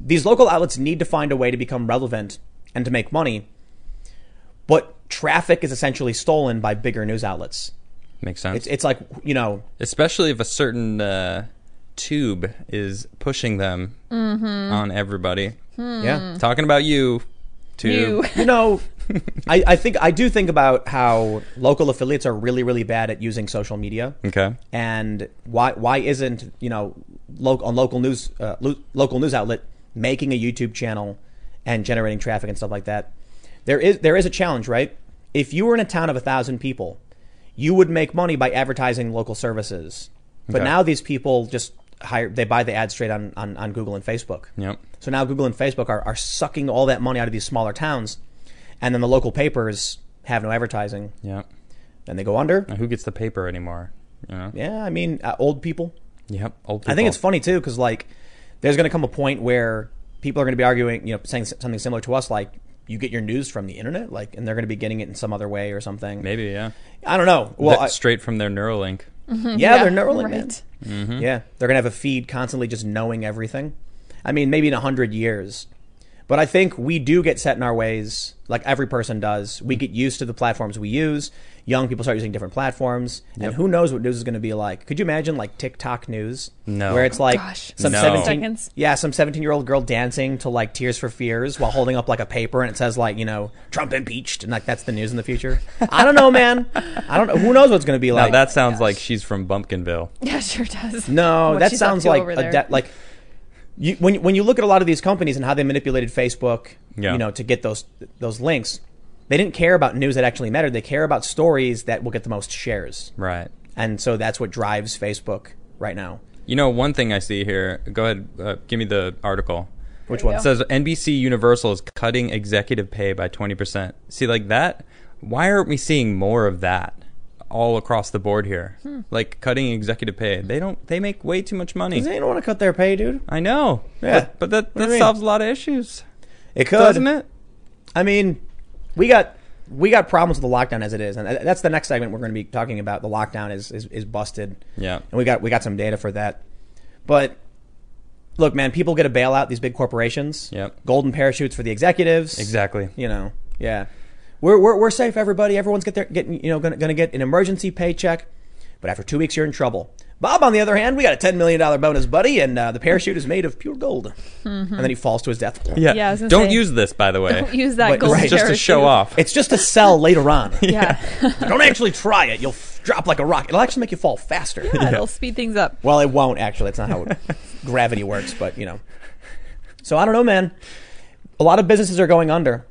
Speaker 1: these local outlets need to find a way to become relevant and to make money. But traffic is essentially stolen by bigger news outlets.
Speaker 3: Makes sense.
Speaker 1: It's, it's like, you know,
Speaker 3: Especially if a certain uh, tube is pushing them
Speaker 1: Mm-hmm.
Speaker 3: on everybody.
Speaker 1: Hmm. yeah.
Speaker 3: Talking about you, tube.
Speaker 2: You.
Speaker 1: You know, I, I think I do think about how local affiliates are really, really bad at using social media.
Speaker 3: Okay.
Speaker 1: and why why isn't you know local on local news uh, lo- local news outlet making a YouTube channel and generating traffic and stuff like that? There is there is a challenge, right? If you were in a town of a thousand people, you would make money by advertising local services. But
Speaker 3: Okay.
Speaker 1: now these people just hire they buy the ad straight on, on, on Google and Facebook.
Speaker 3: Yep.
Speaker 1: So now Google and Facebook are, are sucking all that money out of these smaller towns and then the local papers have no advertising.
Speaker 3: Yep.
Speaker 1: Then they go under.
Speaker 3: Now, who gets the paper anymore? You know?
Speaker 1: Yeah, I mean uh, old people.
Speaker 3: Yep. Old people.
Speaker 1: I think it's funny too because like there's going to come a point where people are going to be arguing, you know, saying s- something similar to us, like you get your news from the internet, like, and they're going to be getting it in some other way or something.
Speaker 3: Maybe, yeah.
Speaker 1: I don't know. Well,
Speaker 3: Well,
Speaker 1: I,
Speaker 3: straight from their Neuralink.
Speaker 1: yeah, they're Neuralink,
Speaker 2: Mm-hmm. right.
Speaker 1: man.
Speaker 3: Mm-hmm.
Speaker 1: Yeah, they're going to have a feed constantly just knowing everything. I mean, maybe in a hundred years, but I think we do get set in our ways, like every person does. We get used to the platforms we use. Young people start using different platforms, and who knows what news is going to be like? Could you imagine like TikTok news?
Speaker 3: No.
Speaker 1: where it's like
Speaker 2: Gosh.
Speaker 1: some
Speaker 3: No.
Speaker 1: seventeen,
Speaker 2: Seconds.
Speaker 1: yeah, some seventeen-year-old girl dancing to like Tears for Fears while holding up like a paper, and it says like you know Trump impeached, and like that's the news in the future. I don't know, man. I don't know. Who knows what's going to be like?
Speaker 3: now, that sounds like she's from Bumpkinville.
Speaker 2: Yeah, sure does.
Speaker 1: No,
Speaker 2: What
Speaker 1: that
Speaker 2: she's up
Speaker 1: sounds
Speaker 2: to
Speaker 1: like
Speaker 2: over
Speaker 1: a
Speaker 2: there.
Speaker 1: de- like you, when when you look at a lot of these companies and how they manipulated Facebook,
Speaker 3: Yeah.
Speaker 1: you know, to get those those links. They didn't care about news that actually mattered. They care about stories that will get the most shares,
Speaker 3: Right.
Speaker 1: and so that's what drives Facebook right now.
Speaker 3: You know, one thing I see here. Go ahead. Uh, give me the article.
Speaker 1: Which
Speaker 2: There you
Speaker 1: one?
Speaker 3: It says NBC Universal is cutting executive pay by 20%. See, like that, why aren't we seeing more of that all across the board here?
Speaker 2: Hmm.
Speaker 3: Like cutting executive pay. They don't, they make way too much money.
Speaker 1: They don't want to cut their pay, dude.
Speaker 3: I know.
Speaker 1: Yeah.
Speaker 3: But, but that,
Speaker 1: do you
Speaker 3: that
Speaker 1: mean?
Speaker 3: solves a lot of issues,
Speaker 1: It could,
Speaker 3: doesn't it?
Speaker 1: I mean, we got we got problems with the lockdown as it is, and uh, that's the next segment we're going to be talking about. The lockdown is is, is busted.
Speaker 3: Yeah.
Speaker 1: and we got we got some data for that. But look, man, people get a bailout. These big corporations.
Speaker 3: Yep.
Speaker 1: Golden parachutes for the executives.
Speaker 3: Exactly.
Speaker 1: You know. Yeah. We're we're, we're safe, everybody. Everyone's get their getting you know going to get an emergency paycheck, but after two weeks, you're in trouble. Bob, on the other hand, we got a ten million dollar bonus, buddy, and uh, the parachute is made of pure gold. And then he falls to his death.
Speaker 3: Yeah.
Speaker 2: Yeah, I was gonna
Speaker 3: don't
Speaker 2: say-
Speaker 3: use this, by the way.
Speaker 2: Don't use that
Speaker 1: Right,
Speaker 2: gold
Speaker 1: right.
Speaker 3: Just to
Speaker 2: parachute.
Speaker 3: show off.
Speaker 1: It's just a sell later on.
Speaker 2: Yeah.
Speaker 1: Don't actually try it. You'll f- drop like a rock. It'll actually make you fall faster.
Speaker 2: It'll speed things up.
Speaker 1: Well, it won't actually. It's not how it- gravity works, but you know. So I don't know, man. A lot of businesses are going under,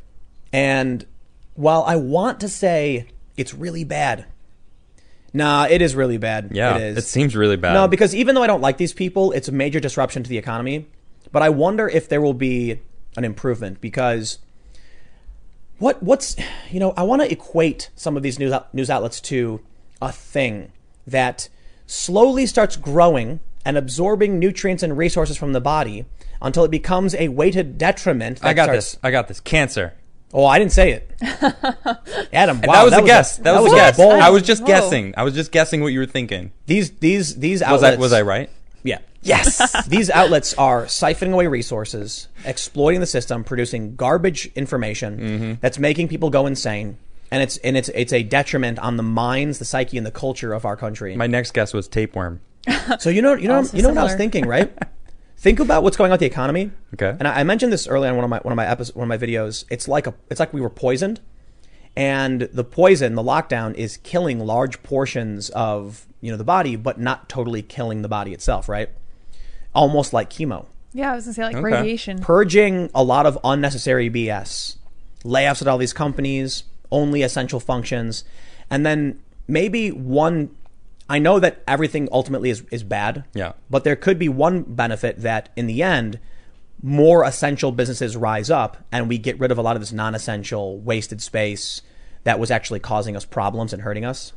Speaker 1: and while I want to say it's really bad, nah, it is really bad.
Speaker 3: yeah.
Speaker 1: it is.
Speaker 3: It seems really bad.
Speaker 1: No, because even though I don't like these people, it's a major disruption to the economy. But I wonder if there will be an improvement because what what's you know I want to equate some of these news out- news outlets to a thing that slowly starts growing and absorbing nutrients and resources from the body until it becomes a weighted detriment.
Speaker 3: I
Speaker 1: that
Speaker 3: got
Speaker 1: starts-
Speaker 3: this. I got this. Cancer.
Speaker 1: Oh, I didn't say it, Adam. Wow,
Speaker 3: that was a guess. that was a guess.
Speaker 1: bold-
Speaker 3: I was just
Speaker 2: Whoa.
Speaker 3: guessing. I was just guessing what you were thinking.
Speaker 1: these these these
Speaker 3: Was
Speaker 1: outlets.
Speaker 3: I was I right?
Speaker 1: Yeah. Yes. These outlets are siphoning away resources, exploiting the system, producing garbage information that's making people go insane, and it's and it's it's a detriment on the minds, the psyche, and the culture of our country.
Speaker 3: My next guess was tapeworm.
Speaker 1: so you know you know
Speaker 2: Also
Speaker 1: you know what I was
Speaker 2: similar.
Speaker 1: thinking, right? Think about what's going on with the economy.
Speaker 3: Okay.
Speaker 1: And I, I mentioned this earlier on one of my one of my episodes, one of my videos. It's like a it's like we were poisoned, and the poison, the lockdown, is killing large portions of you know the body, but not totally killing the body itself, right? Almost like chemo
Speaker 2: Yeah, I was gonna say like
Speaker 3: Okay.
Speaker 2: radiation.
Speaker 1: purging a lot of unnecessary BS, layoffs at all these companies, only essential functions, and then maybe one. I know that everything ultimately is, is bad.
Speaker 3: Yeah.
Speaker 1: But there could be one benefit that in the end, more essential businesses rise up and we get rid of a lot of this non essential wasted space that was actually causing us problems and hurting us.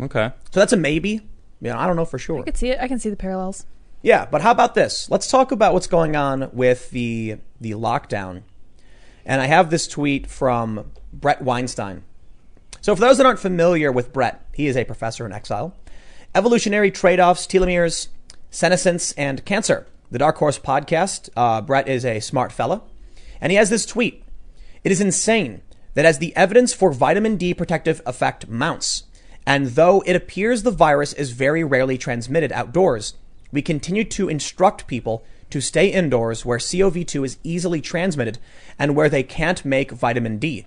Speaker 3: Okay.
Speaker 1: So that's a maybe. You know, I don't know for sure.
Speaker 2: I can see it. I can see the parallels.
Speaker 1: Yeah, but how about this? Let's talk about what's going on with the the lockdown. And I have this tweet from Brett Weinstein. So for those that aren't familiar with Brett, he is a professor in exile. Evolutionary trade-offs, telomeres, senescence and cancer. The Dark Horse podcast. Uh, Brett is a smart fella, and he has this tweet. It is insane that as the evidence for vitamin D protective effect mounts, and though it appears the virus is very rarely transmitted outdoors, we continue to instruct people to stay indoors where COV2 is easily transmitted and where they can't make vitamin D.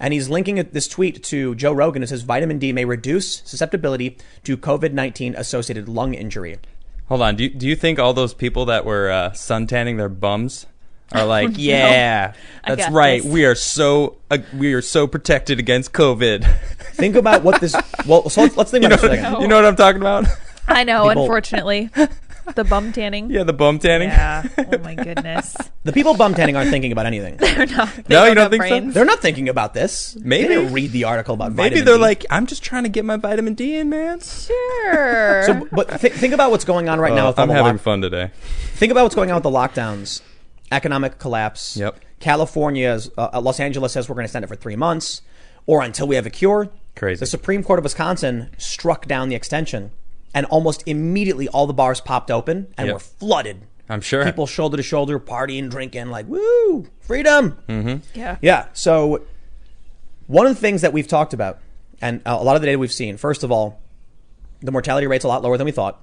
Speaker 1: And he's linking it- this tweet to Joe Rogan. It says vitamin D may reduce susceptibility to COVID 19 associated lung injury.
Speaker 3: Hold on. Do you, do you think all those people that were uh, suntanning their bums are like, yeah,
Speaker 4: I
Speaker 3: that's
Speaker 4: got
Speaker 3: right.
Speaker 4: this."
Speaker 3: We are so uh, we are so protected against COVID.
Speaker 1: Think about what this. Well, so let's, let's think
Speaker 3: you, know,
Speaker 1: about this for a second.
Speaker 3: you know what I'm talking about?
Speaker 2: I know,
Speaker 1: People-
Speaker 2: unfortunately. the bum tanning.
Speaker 3: yeah, the bum tanning.
Speaker 2: Yeah. Oh my goodness.
Speaker 1: The people bum tanning aren't thinking about anything.
Speaker 2: They're not. They
Speaker 3: No, you
Speaker 2: have
Speaker 3: don't think so?
Speaker 2: brains.
Speaker 1: They're not thinking about this.
Speaker 3: Maybe.
Speaker 1: They didn't read the article about
Speaker 3: Maybe
Speaker 1: vitamin
Speaker 3: they're
Speaker 1: D.
Speaker 3: like, I'm just trying to get my vitamin D in, man.
Speaker 2: Sure.
Speaker 1: So, but th- think about what's going on right now.
Speaker 3: Uh,
Speaker 1: With all
Speaker 3: I'm
Speaker 1: the
Speaker 3: having
Speaker 1: lock-
Speaker 3: fun today.
Speaker 1: Think about what's going on with the lockdowns, economic collapse.
Speaker 3: Yep.
Speaker 1: California's uh, Los Angeles says we're going to extend it for three months, or until we have a cure.
Speaker 3: Crazy.
Speaker 1: The Supreme Court of Wisconsin struck down the extension, and almost immediately all the bars popped open and
Speaker 3: Yep.
Speaker 1: were flooded.
Speaker 3: I'm sure.
Speaker 1: People shoulder to shoulder, partying, drinking, like woo, freedom.
Speaker 2: yeah.
Speaker 1: Yeah. So one of the things that we've talked about, and uh, a lot of the data we've seen, first of all, the mortality rate's a lot lower than we thought.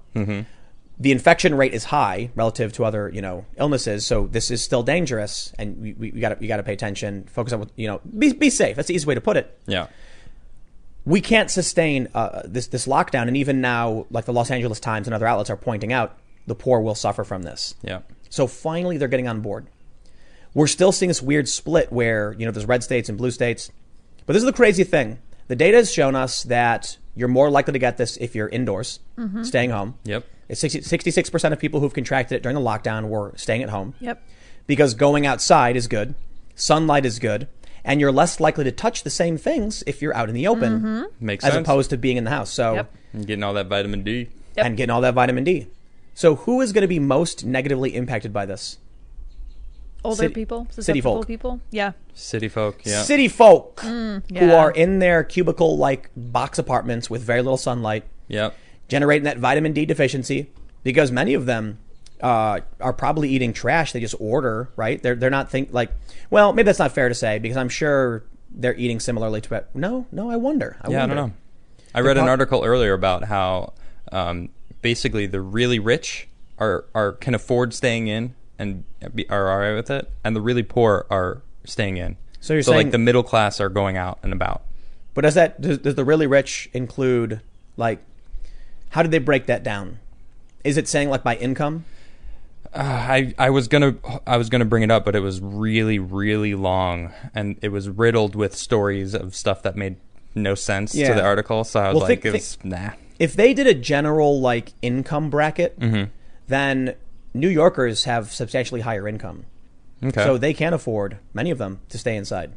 Speaker 1: The infection rate is high relative to other, you know, illnesses. So this is still dangerous, and we, we, we got to we got to pay attention. Focus on, what- you know, be be safe. That's the easy way to put it
Speaker 3: yeah.
Speaker 1: we can't sustain uh, this this lockdown, and even now, like the Los Angeles Times and other outlets are pointing out, the poor will suffer from this.
Speaker 3: Yeah.
Speaker 1: So finally, they're getting on board. We're still seeing this weird split where you know there's red states and blue states, but this is the crazy thing. The data has shown us that you're more likely to get this if you're indoors,
Speaker 2: Mm-hmm.
Speaker 1: staying home.
Speaker 3: Yep.
Speaker 1: It's 60, 66% of people who've contracted it during the lockdown were staying at home
Speaker 2: Yep.
Speaker 1: because going outside is good, sunlight is good, and you're less likely to touch the same things if you're out in the open
Speaker 3: Makes
Speaker 1: as
Speaker 3: sense.
Speaker 1: opposed to being in the house. So
Speaker 2: Mm-hmm. Yep.
Speaker 3: I'm getting all that vitamin D.
Speaker 2: Yep.
Speaker 1: and getting all that vitamin D. So who is going to be most negatively impacted by this?
Speaker 2: Older
Speaker 1: City-
Speaker 2: people,
Speaker 1: city folk.
Speaker 2: susceptible people. Yeah.
Speaker 3: City folk. Yeah.
Speaker 1: City folk
Speaker 2: yeah.
Speaker 1: who are in their cubicle like box apartments with very little sunlight,
Speaker 3: Yep.
Speaker 1: generating that vitamin D deficiency because many of them uh, are probably eating trash they just order, right? They're they're not think like, well, maybe that's not fair to say because I'm sure they're eating similarly to no, no, I wonder. I
Speaker 3: Yeah, I
Speaker 1: wonder.
Speaker 3: don't know. I read an
Speaker 1: pro-
Speaker 3: article earlier about how um, basically the really rich are, are can afford staying in and be, are all right with it, and the really poor are staying in.
Speaker 1: So you're saying-
Speaker 3: like the middle class are going out and about.
Speaker 1: But does that does, does the really rich include like how did they break that down? Is it saying like by income?
Speaker 3: I, I was gonna I was gonna bring it up, but it was really really long, and it was riddled with stories of stuff that made no sense
Speaker 1: Yeah.
Speaker 3: to the article. So I was
Speaker 1: Well,
Speaker 3: like,
Speaker 1: think-
Speaker 3: it was, nah.
Speaker 1: If they did a general like income bracket,
Speaker 3: Mm-hmm.
Speaker 1: then New Yorkers have substantially higher income.
Speaker 3: Okay.
Speaker 1: So they can afford many of them to stay inside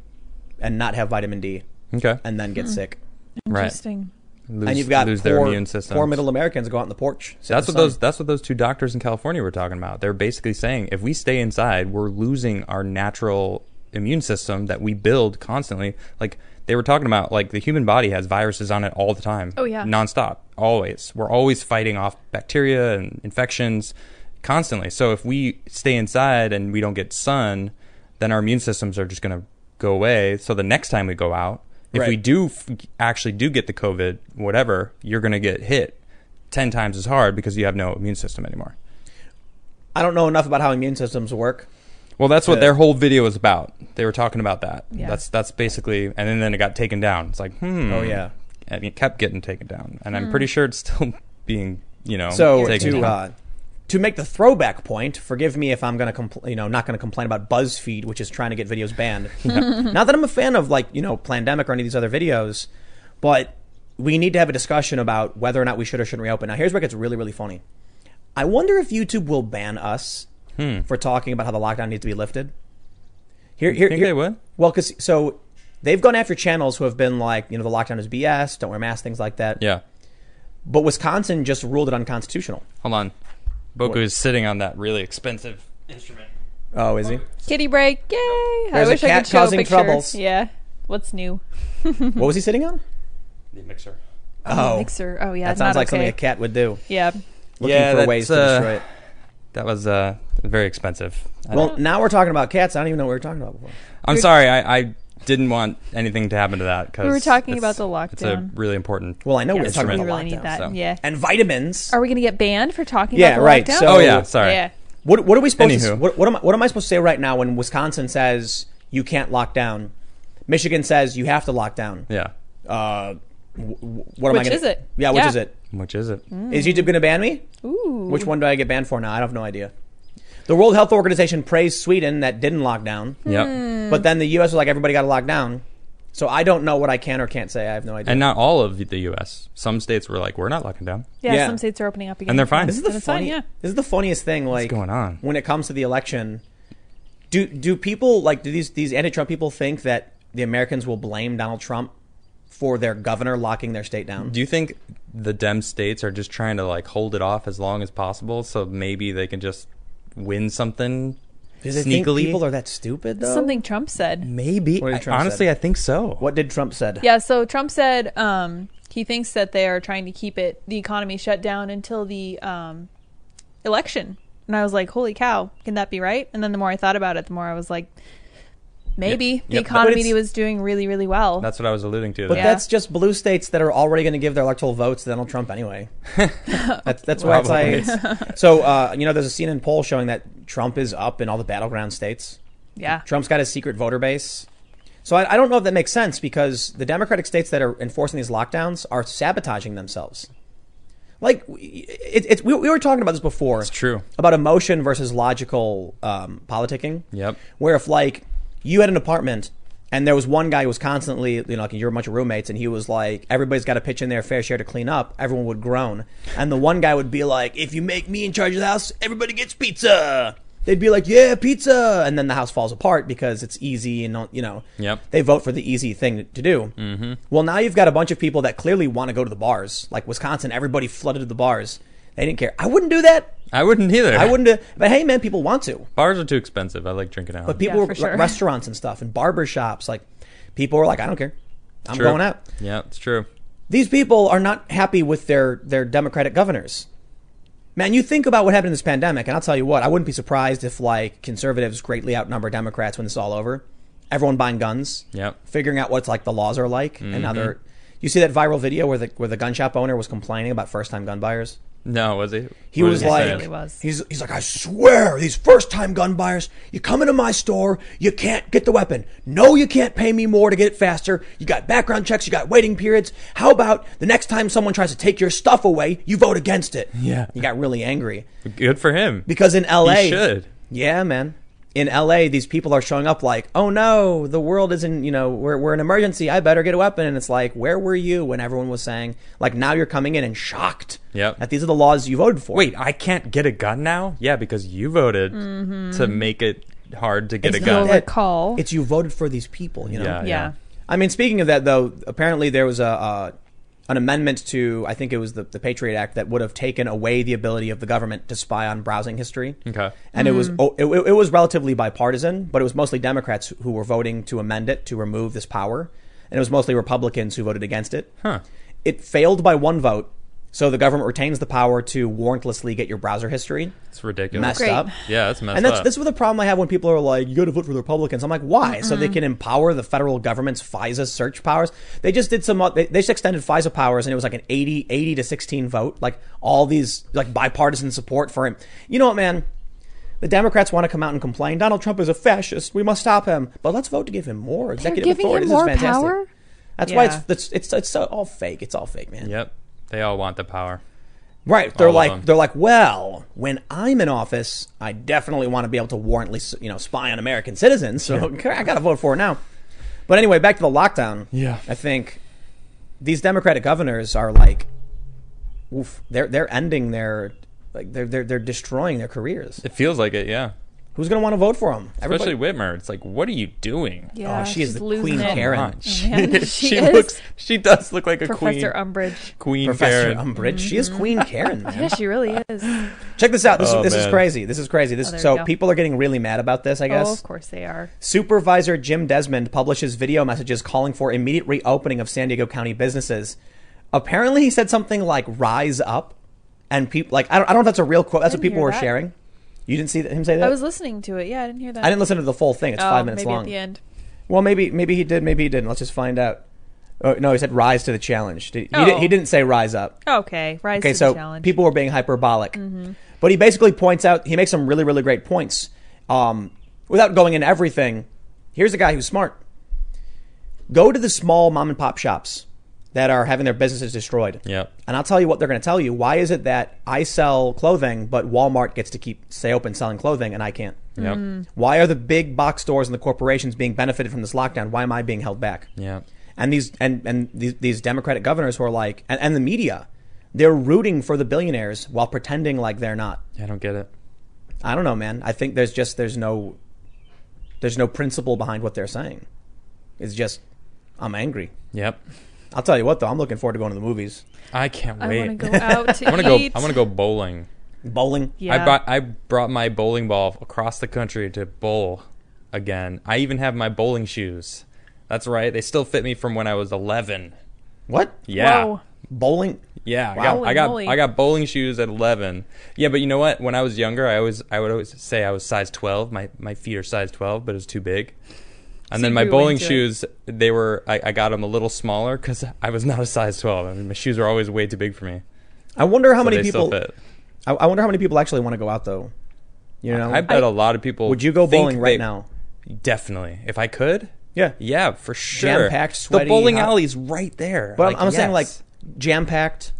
Speaker 1: and not have vitamin D
Speaker 3: okay.
Speaker 1: and then get sick.
Speaker 3: Right.
Speaker 2: Interesting.
Speaker 3: Lose,
Speaker 1: And you've got
Speaker 3: lose
Speaker 1: poor,
Speaker 3: their immune system.
Speaker 1: poor middle Americans go out on the porch. sit in
Speaker 3: That's
Speaker 1: the
Speaker 3: what those
Speaker 1: sun.
Speaker 3: that's what those two doctors in California were talking about. They're basically saying if we stay inside, we're losing our natural immune system that we build constantly. Like they were talking about like the human body has viruses on it all the time.
Speaker 2: Oh, yeah.
Speaker 3: Nonstop. Always. We're always fighting off bacteria and infections constantly. So if we stay inside and we don't get sun, then our immune systems are just going to go away. So the next time we go out, if
Speaker 1: Right.
Speaker 3: we do f- actually do get the COVID, whatever, you're going to get hit 10 times as hard because you have no immune system anymore.
Speaker 1: I don't know enough about how immune systems work.
Speaker 3: Well, that's what
Speaker 1: Yeah.
Speaker 3: their whole video was about. They were talking about that.
Speaker 2: Yeah.
Speaker 3: That's that's basically, and then, then it got taken down. It's like, hmm.
Speaker 1: Oh, yeah.
Speaker 3: And it kept getting taken down. And
Speaker 2: Hmm.
Speaker 3: I'm pretty sure it's still being, you know,
Speaker 1: So
Speaker 3: taken
Speaker 1: to
Speaker 3: down.
Speaker 1: uh, to make the throwback point, forgive me if I'm gonna compl- you know not gonna complain about BuzzFeed, which is trying to get videos banned. not that I'm a fan of like you know Plandemic or any of these other videos, but we need to have a discussion about whether or not we should or shouldn't reopen. Now here's where it gets really really funny. I wonder if YouTube will ban us
Speaker 3: Hmm.
Speaker 1: for talking about how the lockdown needs to be lifted. Here, here,
Speaker 3: think
Speaker 1: here-
Speaker 3: they would?
Speaker 1: Well, because so they've gone after channels who have been like, you know, the lockdown is BS, don't wear masks, things like that.
Speaker 3: yeah.
Speaker 1: But Wisconsin just ruled it unconstitutional.
Speaker 3: Hold on. Boku is sitting on that really expensive instrument.
Speaker 1: Oh, is he?
Speaker 2: Kitty break. Yay.
Speaker 1: There's a
Speaker 2: I wish I
Speaker 1: cat
Speaker 2: could show
Speaker 1: causing
Speaker 2: a picture.
Speaker 1: troubles.
Speaker 2: Yeah. What's new?
Speaker 1: What was he sitting on?
Speaker 3: The mixer.
Speaker 1: Oh,
Speaker 2: Mixer. Oh yeah.
Speaker 1: that sounds
Speaker 2: not
Speaker 1: like
Speaker 2: okay.
Speaker 1: something a cat would do.
Speaker 2: Yeah.
Speaker 1: looking
Speaker 3: Yeah,
Speaker 1: for ways to
Speaker 3: that's, uh,
Speaker 1: destroy it.
Speaker 3: That was uh, very expensive. I-
Speaker 1: Well, now we're talking about cats. I don't even know what we were talking about before.
Speaker 3: I'm sorry, I, I didn't want anything to happen to that. 'cause
Speaker 2: We were talking
Speaker 3: it's-
Speaker 2: about the
Speaker 3: It's a
Speaker 2: lockdown.
Speaker 3: really important.
Speaker 1: Well, I know we were
Speaker 2: Yes,
Speaker 1: talking
Speaker 2: we
Speaker 1: about
Speaker 2: really
Speaker 1: the
Speaker 2: need
Speaker 1: lockdown,
Speaker 2: that.
Speaker 3: so.
Speaker 2: Yeah.
Speaker 1: and vitamins.
Speaker 2: Are we going to get banned for talking
Speaker 1: Yeah,
Speaker 2: about the
Speaker 1: right,
Speaker 2: lockdown?
Speaker 1: so-
Speaker 3: oh yeah, sorry.
Speaker 2: Yeah.
Speaker 1: What what are we supposed to
Speaker 3: Anywho.
Speaker 1: what, what am I, what am I supposed to say right now when Wisconsin says you can't lock down, Michigan says you have to lock down?
Speaker 3: Yeah.
Speaker 1: Uh, w- w- what am I
Speaker 2: Which
Speaker 1: gonna,
Speaker 2: is it?
Speaker 1: Yeah, which
Speaker 2: Yeah.
Speaker 1: is it?
Speaker 3: Which is it?
Speaker 2: Mm.
Speaker 1: Is YouTube going to ban me?
Speaker 2: Ooh.
Speaker 1: Which one do I get banned for now? I have no idea. The World Health Organization praised Sweden that didn't lock down,
Speaker 2: Hmm.
Speaker 3: Yep.
Speaker 2: Mm.
Speaker 1: but then the U.S. was like everybody got to lock down. So I don't know what I can or can't say. I have no idea.
Speaker 3: And not all of the U.S. Some states were like, we're not locking down.
Speaker 2: Yeah,
Speaker 1: Yeah.
Speaker 2: Some states are opening up again.
Speaker 3: And they're fine.
Speaker 1: this is the
Speaker 2: it's fine,
Speaker 1: funny,
Speaker 2: yeah.
Speaker 1: This is the funniest thing. Like
Speaker 3: going on?
Speaker 1: when it comes to the election, do do people like do these these anti-Trump people think that the Americans will blame Donald Trump for their governor locking their state down?
Speaker 3: Do you think the Dem states are just trying to like hold it off as long as possible so maybe they can just win something
Speaker 1: Do they think
Speaker 3: sneakily?
Speaker 1: people are that stupid though?
Speaker 2: Something Trump said.
Speaker 3: maybe.
Speaker 1: What did
Speaker 3: I-
Speaker 1: Trump
Speaker 3: honestly,
Speaker 1: said?
Speaker 3: I think so.
Speaker 1: What did Trump said?
Speaker 2: Yeah. So Trump said um, he thinks that they are trying to keep it the economy shut down until the um, election. And I was like, holy cow, can that be right? And then the more I thought about it, the more I was like, maybe
Speaker 3: Yep.
Speaker 2: the
Speaker 3: Yep.
Speaker 1: But it's-
Speaker 2: economy was doing really, really well.
Speaker 3: That's what I was alluding to.
Speaker 1: But
Speaker 3: there.
Speaker 2: Yeah.
Speaker 1: that's just blue states that are already going to give their electoral votes to Donald Trump anyway. that's that's why it's like. it's- so uh, you know, there's a CNN poll showing that Trump is up in all the battleground states.
Speaker 2: yeah.
Speaker 1: Trump's got his secret voter base. So I, I don't know if that makes sense because the Democratic states that are enforcing these lockdowns are sabotaging themselves. Like it, it's we, we were talking about this before. It's
Speaker 3: true.
Speaker 1: about emotion versus logical um, politicking.
Speaker 3: Yep.
Speaker 1: Where if like you had an apartment and there was one guy who was constantly, you know, like you're a bunch of roommates, and he was like, everybody's got to pitch in their fair share to clean up. Everyone would groan, and the one guy would be like, if you make me in charge of the house, everybody gets pizza. They'd be like, yeah, pizza, and then the house falls apart because it's easy and you know.
Speaker 3: Yep.
Speaker 1: They vote for the easy thing to do. Mm-hmm. Well, now you've got a bunch of people that clearly want to go to the bars, like Wisconsin. Everybody flooded to the bars. They didn't care. I wouldn't do that.
Speaker 3: I wouldn't either.
Speaker 1: I wouldn't. Do, but hey, man, people want to.
Speaker 3: Bars are too expensive. I like drinking out.
Speaker 1: But people
Speaker 2: Yeah,
Speaker 1: were
Speaker 2: for
Speaker 1: like
Speaker 2: sure.
Speaker 1: restaurants and stuff and barber shops. Like people were like, I don't care. I'm
Speaker 3: True.
Speaker 1: going out.
Speaker 3: Yeah, it's true.
Speaker 1: These people are not happy with their their Democratic governors. Man, you think about what happened in this pandemic, and I'll tell you what, I wouldn't be surprised if like conservatives greatly outnumber Democrats when this is all over. Everyone buying guns.
Speaker 3: Yep. Mm-hmm.
Speaker 1: Figuring out what's like the laws are like, and now they're. You see that viral video where the where the gun shop owner was complaining about first time gun buyers.
Speaker 3: No, was he?
Speaker 1: He
Speaker 3: What
Speaker 1: was
Speaker 3: did
Speaker 1: like,
Speaker 3: say?
Speaker 2: Really was.
Speaker 1: he's he's like, I swear, these first time gun buyers, you come into my store, you can't get the weapon. No, you can't pay me more to get it faster. You got background checks, you got waiting periods. How about the next time someone tries to take your stuff away, you vote against it?
Speaker 3: Yeah.
Speaker 1: he got really angry
Speaker 3: good for him.
Speaker 1: because in L.A.
Speaker 3: He should.
Speaker 1: Yeah, man. In LA, these people are showing up like, oh no, the world is in, you know, we're, we're in emergency. I better get a weapon. And it's like, where were you when everyone was saying, like, now you're coming in and shocked
Speaker 3: Yep.
Speaker 1: that these are the laws you voted for?
Speaker 3: Wait, I can't get a gun now? Yeah, because you voted to make it hard to get
Speaker 1: It's
Speaker 3: a
Speaker 1: not
Speaker 3: gun.
Speaker 2: You'll
Speaker 1: that-
Speaker 2: recall.
Speaker 1: It's you voted for these people, you know?
Speaker 3: Yeah.
Speaker 2: yeah.
Speaker 1: I mean, speaking of that, though, apparently there was a uh, an amendment to I think it was the, the Patriot Act that would have taken away the ability of the government to spy on browsing history.
Speaker 3: Okay.
Speaker 1: and it was oh, it, it was relatively bipartisan, but it was mostly Democrats who were voting to amend it to remove this power, and it was mostly Republicans who voted against it.
Speaker 3: Huh.
Speaker 1: It failed by one vote, so the government retains the power to warrantlessly get your browser history
Speaker 3: It's ridiculous.
Speaker 1: messed
Speaker 2: Great.
Speaker 1: up.
Speaker 3: Yeah, that's messed
Speaker 1: And that's
Speaker 3: up.
Speaker 1: this is the problem I have when people are like, "You got to vote for the Republicans." I'm like, why? So they can empower the federal government's FISA search powers. They just did some. uh, They, they just extended FISA powers, and it was like an 80, 80 to sixteen vote. Like all these like bipartisan support for him. You know what, man? The Democrats want to come out and complain. Donald Trump is a fascist. We must stop him. But let's vote to give him more
Speaker 2: They're
Speaker 1: executive
Speaker 2: giving
Speaker 1: authority. This
Speaker 2: him
Speaker 1: is
Speaker 2: more
Speaker 1: fantastic.
Speaker 2: power?
Speaker 1: That's why
Speaker 2: Yeah.
Speaker 1: it's, it's it's it's so- all fake. It's all fake, man.
Speaker 3: yep. They all want the power.
Speaker 1: Right. They're
Speaker 3: All of
Speaker 1: like
Speaker 3: them.
Speaker 1: they're like, well, when I'm in office, I definitely want to be able to warrantless, you know, spy on American citizens. So I got to vote for it now. But anyway, back to the lockdown.
Speaker 3: Yeah.
Speaker 1: I think these Democratic governors are like, oof, they're they're ending their like they're they're, they're destroying their careers.
Speaker 3: It feels like it, yeah.
Speaker 1: Who's going to want to vote for them?
Speaker 3: Especially Whitmer. It's like, what are you doing?
Speaker 2: Yeah.
Speaker 1: oh, she is
Speaker 2: she's
Speaker 1: the
Speaker 2: losing
Speaker 1: Queen
Speaker 2: it.
Speaker 1: Karen.
Speaker 3: Come on.
Speaker 1: She-
Speaker 2: Man, she is
Speaker 3: looks she does look like a
Speaker 2: Professor Um-
Speaker 3: queen.
Speaker 2: Umbridge.
Speaker 3: Queen
Speaker 1: Professor
Speaker 3: Karen.
Speaker 1: Umbridge, she is Queen Karen, man.
Speaker 2: Yeah, she really is.
Speaker 1: Check this out. This,
Speaker 3: Oh,
Speaker 1: this is
Speaker 3: man.
Speaker 1: crazy. This is crazy. This
Speaker 2: Oh, there we
Speaker 1: so
Speaker 2: go.
Speaker 1: people are getting really mad about this. I guess.
Speaker 2: Oh, of course they are.
Speaker 1: Supervisor Jim Desmond publishes video messages calling for immediate reopening of San Diego County businesses. Apparently, he said something like "rise up," And people like I don't, I don't know if that's a real quote. That's what
Speaker 2: didn't
Speaker 1: people
Speaker 2: hear
Speaker 1: were
Speaker 2: that.
Speaker 1: sharing. You didn't see that, him say that.
Speaker 2: I was listening to it. Yeah, I didn't hear that.
Speaker 1: I didn't listen to the full thing. It's
Speaker 2: Oh,
Speaker 1: five minutes
Speaker 2: maybe
Speaker 1: long.
Speaker 2: at the end.
Speaker 1: Well, maybe maybe he did. Maybe he didn't. Let's just find out. Oh, no, he said rise to the challenge. Did- he, did,
Speaker 2: Oh.
Speaker 1: he didn't say rise up.
Speaker 2: Okay, rise
Speaker 1: Okay,
Speaker 2: to
Speaker 1: so
Speaker 2: the challenge.
Speaker 1: people were being hyperbolic, but he basically points out he makes some really really great points. Um, without going into everything, here's a guy who's smart. Go to the small mom and pop shops that are having their businesses destroyed.
Speaker 3: Yep.
Speaker 1: And I'll tell you what they're going to tell you. Why is it that I sell clothing, but Walmart gets to keep stay open selling clothing, and I can't?
Speaker 3: Yep.
Speaker 2: Hmm.
Speaker 1: Why are the big box stores and the corporations being benefited from this lockdown? Why am I being held back?
Speaker 3: Yep.
Speaker 1: And these and and these, these Democratic governors who are like, and, and the media, they're rooting for the billionaires while pretending like they're not.
Speaker 3: I don't get it.
Speaker 1: I don't know, man. I think there's just there's no there's no principle behind what they're saying. It's just I'm angry.
Speaker 3: Yep.
Speaker 1: I'll tell you what though, I'm looking forward to going to the movies.
Speaker 3: I can't
Speaker 2: I
Speaker 3: wait.
Speaker 2: want to go out to
Speaker 3: I want to go.
Speaker 2: eat.
Speaker 3: I want to go bowling.
Speaker 1: Bowling.
Speaker 2: Yeah.
Speaker 3: I brought I brought my bowling ball across the country to bowl again. I even have my bowling shoes. That's right. They still fit me from when I was 11.
Speaker 1: What?
Speaker 3: Yeah.
Speaker 2: Whoa.
Speaker 1: Bowling.
Speaker 3: Yeah,
Speaker 1: Wow.
Speaker 3: I got I
Speaker 2: Holy moly.
Speaker 3: got, I got bowling shoes at 11. Yeah, but you know what? When I was younger, I always I would always say I was size 12. My my feet are size 12, but it was too big. And
Speaker 2: So
Speaker 3: then
Speaker 2: you
Speaker 3: my
Speaker 2: grew
Speaker 3: bowling
Speaker 2: into it.
Speaker 3: shoes, they were I, I got them a little smaller because I was not a size 12. I mean, my shoes were always way too big for me.
Speaker 1: I wonder how
Speaker 3: But
Speaker 1: many
Speaker 3: they still
Speaker 1: people
Speaker 3: fit.
Speaker 1: I, I wonder how many people actually want to go out though. You know?
Speaker 3: I bet a lot of people
Speaker 1: would you go
Speaker 3: think
Speaker 1: bowling right
Speaker 3: they-
Speaker 1: now?
Speaker 3: Definitely. If I could,
Speaker 1: Yeah.
Speaker 3: Yeah, for sure.
Speaker 1: Jam-packed, sweaty,
Speaker 3: The bowling
Speaker 1: hot-
Speaker 3: alley's right there.
Speaker 1: But
Speaker 3: Like,
Speaker 1: I'm, I'm saying like
Speaker 3: yes.
Speaker 1: jam packed,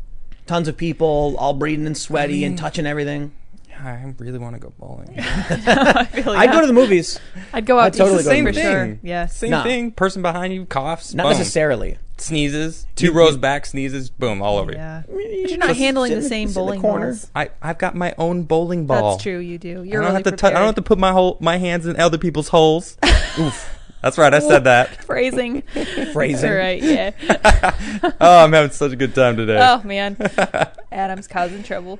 Speaker 1: tons of people, all breathing and sweaty
Speaker 2: Mm.
Speaker 1: and touching everything.
Speaker 3: I really want to go bowling.
Speaker 2: I feel
Speaker 1: I'd
Speaker 2: yeah.
Speaker 1: go to the movies,
Speaker 2: I'd go out
Speaker 1: I'd
Speaker 2: to
Speaker 1: totally
Speaker 2: eat
Speaker 1: go to the
Speaker 2: for
Speaker 1: movies.
Speaker 2: sure.
Speaker 3: Same.
Speaker 2: Yes.
Speaker 3: Same
Speaker 1: Nah.
Speaker 3: thing. Person behind you coughs,
Speaker 1: not
Speaker 3: boom.
Speaker 1: necessarily.
Speaker 3: sneezes, two rows back, sneezes, boom, all over you.
Speaker 2: Yeah. But you're not
Speaker 1: Just
Speaker 2: handling
Speaker 1: sit
Speaker 2: the
Speaker 1: in
Speaker 2: same
Speaker 1: sit in
Speaker 2: bowling
Speaker 1: corner.
Speaker 2: balls.
Speaker 3: I I've got my own bowling ball.
Speaker 2: That's true. You do.
Speaker 3: I
Speaker 2: You're
Speaker 3: don't
Speaker 2: really
Speaker 3: have to. I I don't have to put my whole my hands in other people's holes. Oof. That's right. I said that.
Speaker 2: phrasing.
Speaker 1: Phrasing.
Speaker 2: All right. Yeah.
Speaker 3: Oh, I'm having such a good time today.
Speaker 2: oh
Speaker 3: Oh,
Speaker 2: man, Adam's causing trouble.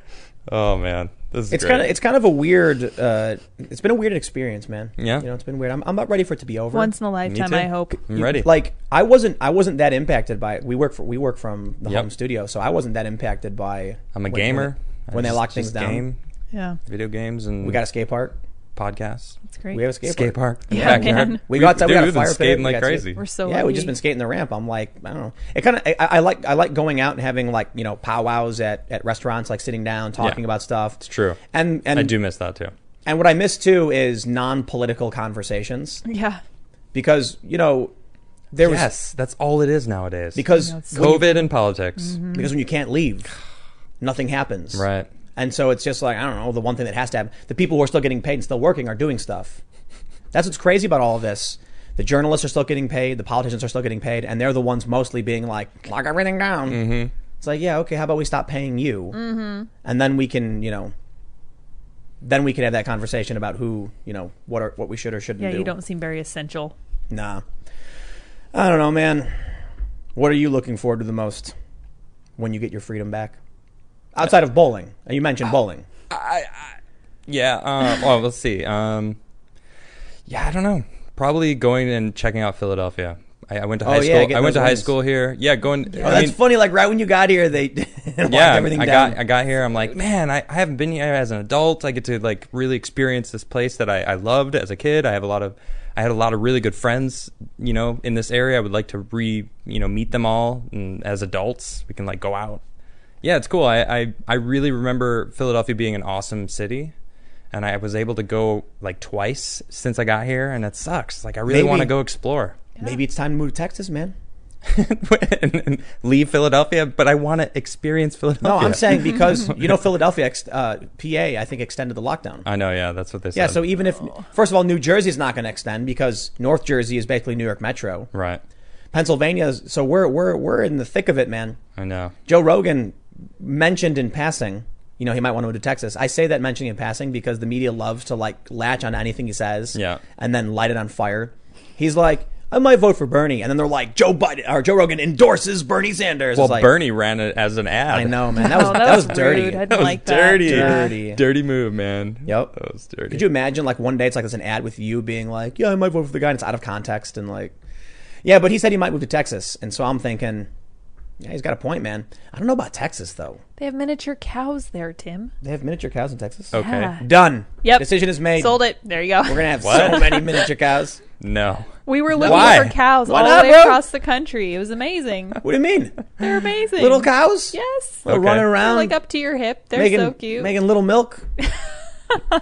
Speaker 3: man, this is
Speaker 1: It's
Speaker 3: great.
Speaker 1: kind of it's kind of a weird. Uh, it's been a weird experience, man.
Speaker 3: Yeah.
Speaker 1: you know, it's been weird. I'm, I'm not ready for it to be over.
Speaker 2: Once in a lifetime,
Speaker 3: too.
Speaker 2: I hope.
Speaker 3: I'm ready.
Speaker 1: like I wasn't I wasn't that impacted by it. We work for we work from the
Speaker 3: Yep.
Speaker 1: home studio, so I wasn't that impacted by.
Speaker 3: I'm a
Speaker 1: when-
Speaker 3: gamer.
Speaker 1: When, they
Speaker 3: I just-
Speaker 1: lock things
Speaker 3: just
Speaker 1: down,
Speaker 3: game,
Speaker 2: Yeah,
Speaker 3: video games, and
Speaker 1: we got a skate park.
Speaker 3: podcasts.
Speaker 2: it's great.
Speaker 1: We have a skate,
Speaker 3: skate
Speaker 1: park.
Speaker 3: park. in the
Speaker 2: Yeah,
Speaker 3: backyard.
Speaker 2: man.
Speaker 1: We go outside, we
Speaker 3: dude,
Speaker 1: got a
Speaker 3: we've been
Speaker 1: fire pit,
Speaker 3: skating
Speaker 1: we
Speaker 3: like
Speaker 1: got skate-
Speaker 3: crazy.
Speaker 2: We're so
Speaker 1: yeah,
Speaker 2: lucky.
Speaker 1: we've just been skating the ramp. I'm like, I don't know. It kind of I, I like I like going out and having like you know powwows at, at restaurants, like sitting down talking
Speaker 3: Yeah.
Speaker 1: about stuff. It's
Speaker 3: true.
Speaker 1: And and
Speaker 3: I do miss that too.
Speaker 1: And what I miss too is non political conversations
Speaker 2: Yeah,
Speaker 1: because you know there was
Speaker 3: Yes, that's all it is nowadays.
Speaker 1: because Mm-hmm.
Speaker 2: I know, it's
Speaker 1: when you-
Speaker 3: COVID and politics,
Speaker 1: because when you can't leave, nothing happens.
Speaker 3: right?
Speaker 1: And so it's just like I don't know the one thing that has to happen. The people who are still getting paid and still working are doing stuff. That's what's crazy about all of this. The journalists are still getting paid. The politicians are still getting paid, and they're the ones mostly being like, "Lock everything down." Mm-hmm. It's like, yeah, okay. How about we stop paying you, mm-hmm. and then we can, you know, then we can have that conversation about who, you know, what are what we should or shouldn't
Speaker 2: yeah.
Speaker 1: do.
Speaker 2: You don't seem very essential.
Speaker 1: Nah. I don't know, man. What are you looking forward to the most when you get your freedom back? Outside of bowling. You mentioned
Speaker 2: Uh,
Speaker 1: bowling.
Speaker 3: Yeah. Uh, well, let's see. Um, yeah, I don't know. Probably going and checking out Philadelphia. I, I went to high
Speaker 1: Oh, yeah,
Speaker 3: school.
Speaker 1: get
Speaker 3: I went
Speaker 1: those
Speaker 3: to high
Speaker 1: wings.
Speaker 3: school here. Yeah, going.
Speaker 1: Oh,
Speaker 3: I
Speaker 1: that's
Speaker 3: mean,
Speaker 1: funny. Like right when you got here, they locked
Speaker 3: yeah,
Speaker 1: everything
Speaker 3: I
Speaker 1: down.
Speaker 3: got I got here. I'm like, man, I, I haven't been here as an adult. I get to like really experience this place that I, I loved as a kid. I have a lot of I had a lot of really good friends, you know, in this area. I would like to re you know meet them all, and as adults, we can like go out. Yeah, it's cool. I I, I really remember Philadelphia being an awesome city. And I was able to go like twice since I got here, and that sucks. Like I really
Speaker 1: Maybe-
Speaker 3: want to go explore
Speaker 1: Maybe it's time to move to Texas, man.
Speaker 3: and, and leave Philadelphia, but I want to experience Philadelphia.
Speaker 1: No, I'm saying because, you know, Philadelphia, ex- uh, PA, I think extended the lockdown.
Speaker 3: I know. Yeah, that's what they said.
Speaker 1: yeah, so even if, first of all, New Jersey's not going to extend because North Jersey is basically New York Metro.
Speaker 3: Right.
Speaker 1: Pennsylvania's, so we're, we're, we're in the thick of it, man.
Speaker 3: I know.
Speaker 1: Joe Rogan mentioned in passing, you know, he might want to move to Texas. I say that mentioning in passing because the media loves to like latch on anything he says
Speaker 3: Yeah.
Speaker 1: and then light it on fire. He's like, I might vote for Bernie. And then they're like, Joe Biden or Joe Rogan endorses Bernie Sanders.
Speaker 3: Well,
Speaker 1: It's like,
Speaker 3: Bernie ran it as an ad.
Speaker 1: I know, man. That was,
Speaker 2: Oh,
Speaker 1: that was dirty.
Speaker 2: rude. I didn't
Speaker 3: That was
Speaker 2: like that.
Speaker 3: dirty.
Speaker 2: Yeah.
Speaker 1: Dirty.
Speaker 3: Dirty move, man.
Speaker 1: Yep.
Speaker 3: That was dirty.
Speaker 1: Could you imagine like one day it's like there's an ad with you being like, yeah, I might vote for the guy and it's out of context and like, yeah, but he said he might move to Texas. And so I'm thinking, Yeah, he's got a point, man. I don't know about Texas though.
Speaker 2: They have miniature cows there, Tim.
Speaker 1: They have miniature cows in Texas.
Speaker 3: Okay.
Speaker 2: Yeah.
Speaker 1: Done.
Speaker 2: Yep.
Speaker 1: Decision is made.
Speaker 2: Sold it. There you go.
Speaker 1: We're gonna have
Speaker 3: What?
Speaker 1: so many miniature cows.
Speaker 3: No.
Speaker 2: we were looking
Speaker 3: Why?
Speaker 2: for cows
Speaker 1: Why
Speaker 2: all
Speaker 1: not,
Speaker 2: the way
Speaker 1: bro?
Speaker 2: across the country. It was amazing.
Speaker 1: What do you mean?
Speaker 2: They're amazing.
Speaker 1: Little um, cows?
Speaker 2: Yes.
Speaker 1: They're
Speaker 3: Okay.
Speaker 1: running
Speaker 2: They're
Speaker 1: around
Speaker 2: like up to your hip. They're
Speaker 1: making,
Speaker 2: so cute.
Speaker 1: making little milk.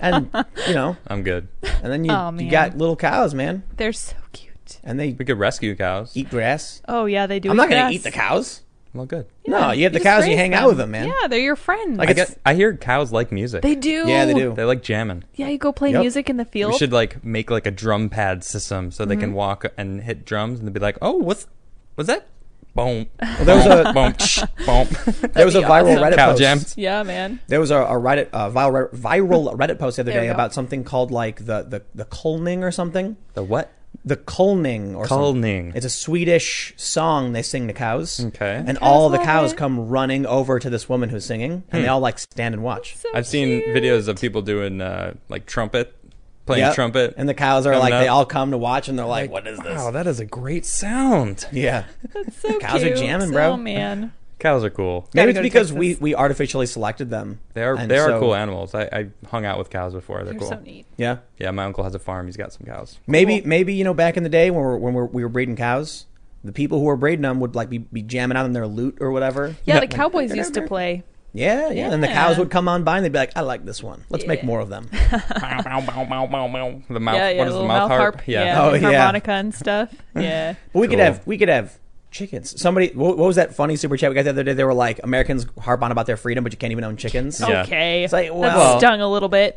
Speaker 1: and you know,
Speaker 3: I'm good.
Speaker 1: and then you,
Speaker 2: Oh,
Speaker 1: you
Speaker 2: man.
Speaker 1: got little cows, man,
Speaker 2: They're so cute.
Speaker 1: and they
Speaker 3: We could rescue cows.
Speaker 1: eat grass.
Speaker 2: Oh yeah, they do.
Speaker 1: I'm not gonna
Speaker 2: grass.
Speaker 1: eat the cows.
Speaker 3: Well, good.
Speaker 1: no, you have the
Speaker 2: just
Speaker 1: cows. and You
Speaker 2: raise
Speaker 1: hang out with them, man.
Speaker 2: Yeah, they're your friends.
Speaker 1: Like
Speaker 3: I,
Speaker 1: it's-
Speaker 3: get, I hear cows like music.
Speaker 2: they do.
Speaker 1: Yeah, they do.
Speaker 3: They like jamming.
Speaker 2: Yeah, you go play
Speaker 1: Yep.
Speaker 2: music in the
Speaker 3: We
Speaker 2: field.
Speaker 3: should like make like a drum pad system so they
Speaker 1: Mm-hmm.
Speaker 3: can walk and hit drums and they'll be like, "Oh, what's was that?" Boom.
Speaker 1: there was a-
Speaker 3: boom. tsh, boom.
Speaker 1: There was a viral Reddit
Speaker 3: Cow
Speaker 1: post.
Speaker 3: jams.
Speaker 2: yeah, man.
Speaker 1: There was a, a Reddit uh, viral viral Reddit post the other
Speaker 2: There
Speaker 1: day
Speaker 2: we go.
Speaker 1: about something called like the the the Kulning or something.
Speaker 3: The what?
Speaker 1: The Kulning or something.
Speaker 3: Culling.
Speaker 1: It's a Swedish song they sing to cows.
Speaker 3: Okay.
Speaker 1: And all the
Speaker 2: love
Speaker 1: cows
Speaker 2: it.
Speaker 1: come running over to this woman who's singing, and they
Speaker 3: Hmm.
Speaker 1: all like stand and watch.
Speaker 2: So
Speaker 3: I've seen
Speaker 2: cute.
Speaker 3: videos of people doing uh, like trumpet, playing
Speaker 1: Yep.
Speaker 3: trumpet.
Speaker 1: And the cows are
Speaker 3: Coming
Speaker 1: like, they
Speaker 3: up.
Speaker 1: all come to watch, and they're like, what is this?
Speaker 3: Wow, that is a great sound.
Speaker 1: Yeah.
Speaker 2: That's so
Speaker 1: cows are
Speaker 2: cute.
Speaker 1: jamming,
Speaker 2: So,
Speaker 1: bro.
Speaker 2: man.
Speaker 3: Cows are cool.
Speaker 2: Gotta
Speaker 1: Maybe it's
Speaker 2: go to
Speaker 1: because we,
Speaker 2: Texas.
Speaker 1: we artificially selected them.
Speaker 3: They are
Speaker 1: And
Speaker 3: they are
Speaker 1: so-
Speaker 3: cool animals. I, I hung out with cows before. They're,
Speaker 2: They're
Speaker 3: cool.
Speaker 2: so neat.
Speaker 1: Yeah.
Speaker 3: Yeah, my uncle has a farm. He's got some cows.
Speaker 1: Maybe, maybe you know, back in the day when, we're, when we're, we were breeding cows, the people who were breeding them would like be, be jamming out on their lute or whatever.
Speaker 2: Yeah, the Cowboys used to play.
Speaker 1: Yeah, yeah. And the
Speaker 2: Yeah.
Speaker 1: cows would come on by and they'd be like, I like this one. Let's make
Speaker 2: Yeah.
Speaker 1: more of them.
Speaker 3: Bow, bow, bow, bow, bow, bow. the mouth.
Speaker 2: yeah, yeah,
Speaker 3: what is
Speaker 2: little
Speaker 3: the mouth, harp?
Speaker 2: Yeah,
Speaker 3: Yeah.
Speaker 1: Oh, yeah.
Speaker 2: harmonica and stuff. Yeah.
Speaker 1: But we could
Speaker 3: Cool.
Speaker 1: have we could have chickens. Somebody, what, what was that funny super chat we got the other day? They were like, Americans harp on about their freedom, but you can't even own chickens.
Speaker 3: Yeah.
Speaker 2: Okay.
Speaker 1: It's like,
Speaker 2: that
Speaker 1: well-
Speaker 2: stung a little bit.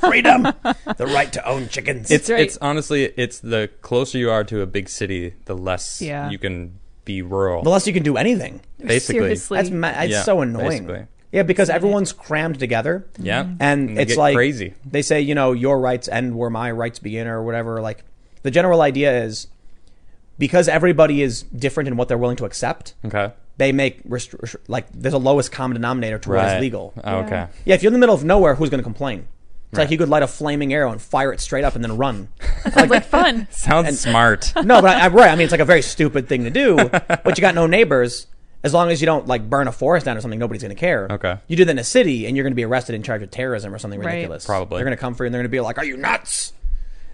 Speaker 1: freedom, the right to own chickens.
Speaker 3: It's
Speaker 2: right.
Speaker 3: it's honestly it's the closer you are to a big city, the less
Speaker 2: Yeah.
Speaker 3: you can be rural.
Speaker 1: the less you can do anything.
Speaker 3: basically,
Speaker 2: Seriously.
Speaker 1: That's ma- it's
Speaker 3: Yeah,
Speaker 1: so annoying.
Speaker 3: basically.
Speaker 1: Yeah, because everyone's crammed together.
Speaker 3: Yeah.
Speaker 2: Mm-hmm.
Speaker 1: and,
Speaker 3: they
Speaker 1: it's
Speaker 3: get
Speaker 1: like
Speaker 3: crazy.
Speaker 1: They say, you know, your rights end where my rights begin, or whatever. Like the general idea is because everybody is different in what they're willing to accept.
Speaker 3: Okay.
Speaker 1: They make rest- rest- like there's a lowest common denominator to what is legal.
Speaker 3: Oh, okay.
Speaker 1: Yeah, if you're in the middle of nowhere, who's going to complain? It's like you could light a flaming arrow and fire it straight up and then run.
Speaker 2: Sounds like fun.
Speaker 3: Sounds smart.
Speaker 1: no, but I, I'm right. I mean, it's like a very stupid thing to do, but you got no neighbors. As long as you don't like burn a forest down or something, nobody's going to care.
Speaker 3: Okay.
Speaker 1: You do that in a city, and you're going to be arrested and charged with terrorism or something
Speaker 2: Right.
Speaker 1: ridiculous.
Speaker 3: Probably.
Speaker 1: They're going to come for you, and they're going to be like, "Are you nuts?"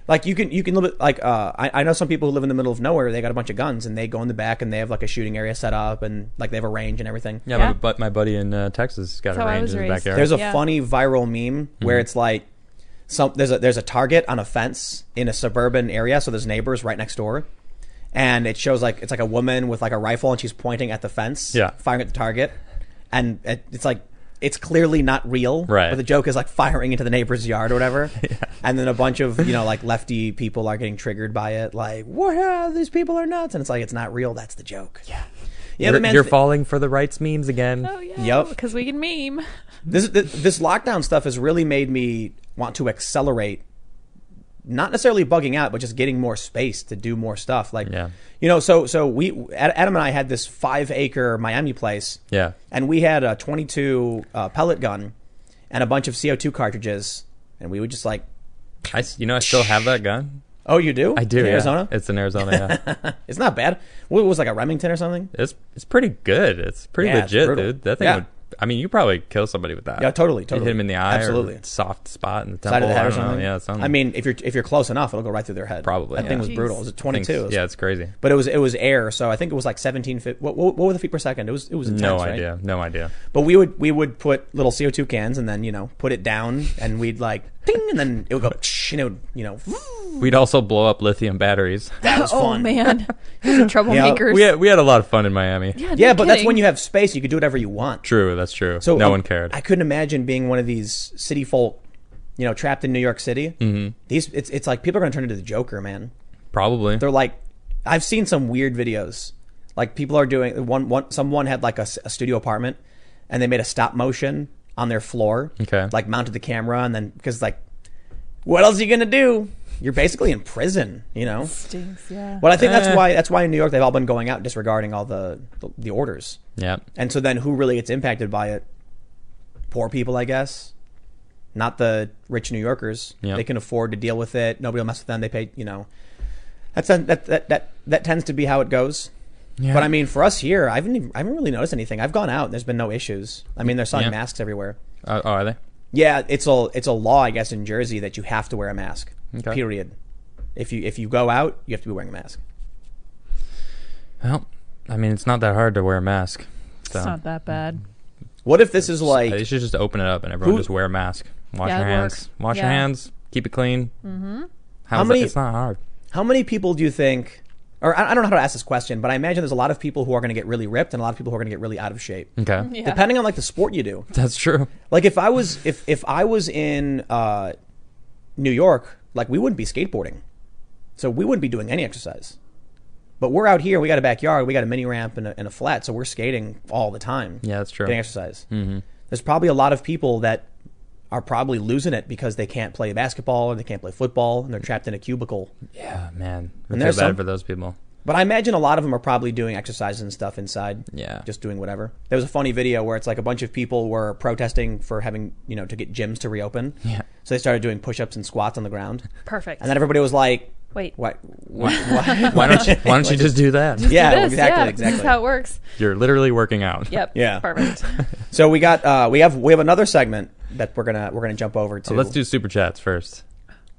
Speaker 1: Like you can you can live it like uh, I, I know some people who live in the middle of nowhere. They got a bunch of guns, and they go in the back, and they have like a shooting area set up, and like they have a range and everything.
Speaker 3: Yeah,
Speaker 2: Yeah.
Speaker 3: My, but my buddy in uh, Texas has got
Speaker 2: That's
Speaker 3: a
Speaker 2: how I
Speaker 3: range
Speaker 2: was
Speaker 3: in the
Speaker 2: raised.
Speaker 3: backyard.
Speaker 1: There's a
Speaker 2: Yeah.
Speaker 1: funny viral meme
Speaker 3: Hmm.
Speaker 1: where it's like some there's a there's a target on a fence in a suburban area, so there's neighbors right next door. And it shows like it's like a woman with like a rifle and she's pointing at the fence,
Speaker 3: Yeah.
Speaker 1: firing at the target. And it, it's like it's clearly not real,
Speaker 3: Right.
Speaker 1: But the joke is like firing into the neighbor's yard or whatever. And then a bunch of you know like lefty people are getting triggered by it, like what? Ah, these people are nuts, and it's like it's not real. That's the joke. Yeah, yeah.
Speaker 3: you're,
Speaker 1: the man's-
Speaker 3: you're falling for the rights memes again.
Speaker 2: Oh yeah.
Speaker 1: Yep.
Speaker 2: Because we can meme.
Speaker 1: this th- this lockdown stuff has really made me want to accelerate not necessarily bugging out but just getting more space to do more stuff like
Speaker 3: Yeah.
Speaker 1: you know so so we Ad- adam and i had this five acre miami place
Speaker 3: Yeah.
Speaker 1: and we had a 22 uh, pellet gun and a bunch of co2 cartridges and we would just like
Speaker 3: I s you know I still have that gun.
Speaker 1: oh you do
Speaker 3: I do.
Speaker 1: in
Speaker 3: yeah.
Speaker 1: arizona
Speaker 3: It's in Arizona. Yeah.
Speaker 1: it's not bad what was it, like a remington or something
Speaker 3: it's it's pretty good. It's pretty
Speaker 1: Yeah, it's
Speaker 3: legit,
Speaker 1: brutal.
Speaker 3: dude. That thing
Speaker 1: Yeah.
Speaker 3: would. I mean, you probably kill somebody with that.
Speaker 1: Yeah, totally,
Speaker 3: You
Speaker 1: totally.
Speaker 3: hit him in the eye,
Speaker 1: Absolutely.
Speaker 3: or soft spot in the temple.
Speaker 1: side of the head
Speaker 3: I
Speaker 1: or
Speaker 3: don't know.
Speaker 1: something
Speaker 3: Yeah, something.
Speaker 1: i mean if you're if you're close enough it'll go right through their head
Speaker 3: Probably,
Speaker 1: that
Speaker 3: yeah.
Speaker 1: thing was
Speaker 2: Jeez.
Speaker 1: brutal it was a
Speaker 3: Things-
Speaker 1: 22 It was
Speaker 3: Yeah, it's crazy.
Speaker 1: but it was it was air, so I think it was like seventeen feet. What, what, what were the feet per second? It was it was intense,
Speaker 3: No
Speaker 1: right?
Speaker 3: idea. No idea.
Speaker 1: But we would we would put little CO two cans and then you know put it down and we'd like ping and then it would go and it would you know
Speaker 3: We'd also blow up lithium batteries.
Speaker 1: that was
Speaker 2: oh
Speaker 1: fun.
Speaker 2: man. These are troublemakers.
Speaker 3: we had, we had a lot of fun in Miami.
Speaker 2: Yeah,
Speaker 1: Yeah, but that's when you have space. You could do whatever you want.
Speaker 3: True, that's true. So no
Speaker 1: um,
Speaker 3: one cared.
Speaker 1: I couldn't imagine being one of these city folk, you know, trapped in New York City. Mm-hmm. These it's it's like people are gonna turn into the Joker, man.
Speaker 3: Probably.
Speaker 1: they're like i've seen some weird videos like people are doing one one someone had like a, s- a studio apartment and they made a stop motion on their floor
Speaker 3: Okay.
Speaker 1: like mounted the camera and then because like what else are you gonna do you're basically in prison you know
Speaker 2: Stinks, yeah.
Speaker 1: but i think that's
Speaker 3: Eh.
Speaker 1: why that's why in new york they've all been going out disregarding all the the, the orders
Speaker 3: yeah.
Speaker 1: and so then who really gets impacted by it poor people i guess not the rich new yorkers
Speaker 3: Yeah.
Speaker 1: they can afford to deal with it nobody will mess with them they pay you know that's that that that, that tends to be how it goes
Speaker 3: Yeah.
Speaker 1: But I mean, for us here, I haven't even, I haven't really noticed anything. I've gone out and there's been no issues. I mean, they're selling
Speaker 3: Yeah.
Speaker 1: masks everywhere.
Speaker 3: Uh, oh, are they?
Speaker 1: Yeah, it's a it's a law, I guess, in Jersey that you have to wear a mask.
Speaker 3: Okay.
Speaker 1: Period. If you if you go out, you have to be wearing a mask.
Speaker 3: Well, I mean, it's not that hard to wear a mask. So
Speaker 2: It's not that bad.
Speaker 1: What if this is like
Speaker 3: they should just open it up and everyone
Speaker 1: Who-
Speaker 3: just wear a mask. Wash
Speaker 2: Yeah,
Speaker 3: your
Speaker 2: it
Speaker 3: hands.
Speaker 2: works.
Speaker 3: Wash your
Speaker 2: Yeah.
Speaker 3: hands. Keep it clean. Mm-hmm. How,
Speaker 1: How
Speaker 3: is
Speaker 1: many-
Speaker 3: that? It's not hard.
Speaker 1: How many people do you think, or I I don't know how to ask this question, but I imagine there's a lot of people who are going to get really ripped and a lot of people who are going to get really out of shape,
Speaker 3: Okay,
Speaker 2: Yeah.
Speaker 1: depending on like the sport you do.
Speaker 3: that's true.
Speaker 1: Like if I was if if I was in uh, New York, like we wouldn't be skateboarding, so we wouldn't be doing any exercise. But we're out here. We got a backyard. We got a mini ramp and a, and a flat, so we're skating all the time.
Speaker 3: Yeah, that's true.
Speaker 1: Getting exercise. Mm-hmm. There's probably a lot of people that are probably losing it because they can't play basketball or they can't play football and they're trapped in a cubicle.
Speaker 3: Yeah, man. I feel
Speaker 1: there's
Speaker 3: bad
Speaker 1: some-
Speaker 3: for those people.
Speaker 1: But I imagine a lot of them are probably doing exercises and stuff inside.
Speaker 3: Yeah.
Speaker 1: Just doing whatever. There was a funny video where it's like a bunch of people were protesting for having, you know, to get gyms to reopen.
Speaker 3: Yeah.
Speaker 1: So they started doing push ups and squats on the ground.
Speaker 2: Perfect.
Speaker 1: And then everybody was like,
Speaker 2: Wait.
Speaker 1: what? Why, why,
Speaker 3: Why don't you, Why don't you just do that?
Speaker 1: yeah,
Speaker 2: It is,
Speaker 1: exactly,
Speaker 2: yeah. This is
Speaker 1: exactly.
Speaker 2: how it works.
Speaker 3: You're literally working out.
Speaker 2: Yep.
Speaker 1: Yeah.
Speaker 2: Perfect.
Speaker 1: so we got, uh, we have, we have another segment that we're gonna, we're gonna jump over to.
Speaker 3: Let's do super chats first.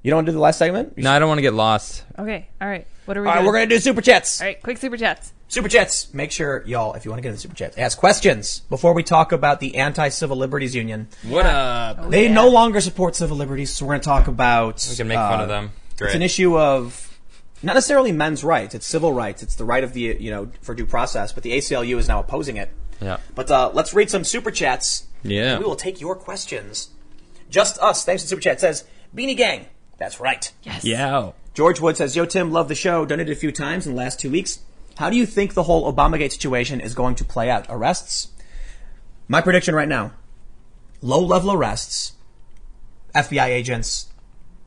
Speaker 1: You don't want to do the last segment?
Speaker 3: No, I don't want to get lost.
Speaker 2: okay. All right. What are we
Speaker 1: All right,
Speaker 2: doing?
Speaker 1: we're gonna do super chats.
Speaker 2: All right. Quick super chats.
Speaker 1: Super Chats. Make sure, y'all, if you want to get in the Super Chats, ask questions before we talk about the Anti Civil Liberties Union.
Speaker 3: What up? We
Speaker 1: They
Speaker 2: yeah.
Speaker 1: no longer support civil liberties, so we're going to talk about. We
Speaker 3: can make fun of them. Great.
Speaker 1: It's an issue of not necessarily men's rights, it's civil rights, it's the right of the, you know, for due process, but the ACLU is now opposing it.
Speaker 3: Yeah.
Speaker 1: But uh, let's read some Super Chats.
Speaker 3: Yeah.
Speaker 1: and We will take your questions. Just us, thanks to Super Chat, says Beanie Gang. That's right.
Speaker 2: Yes.
Speaker 3: Yeah.
Speaker 1: George Wood says, Yo, Tim, love the show. Done it a few times in the last two weeks. How do you think the whole Obamagate situation is going to play out? Arrests? My prediction right now low level arrests, FBI agents,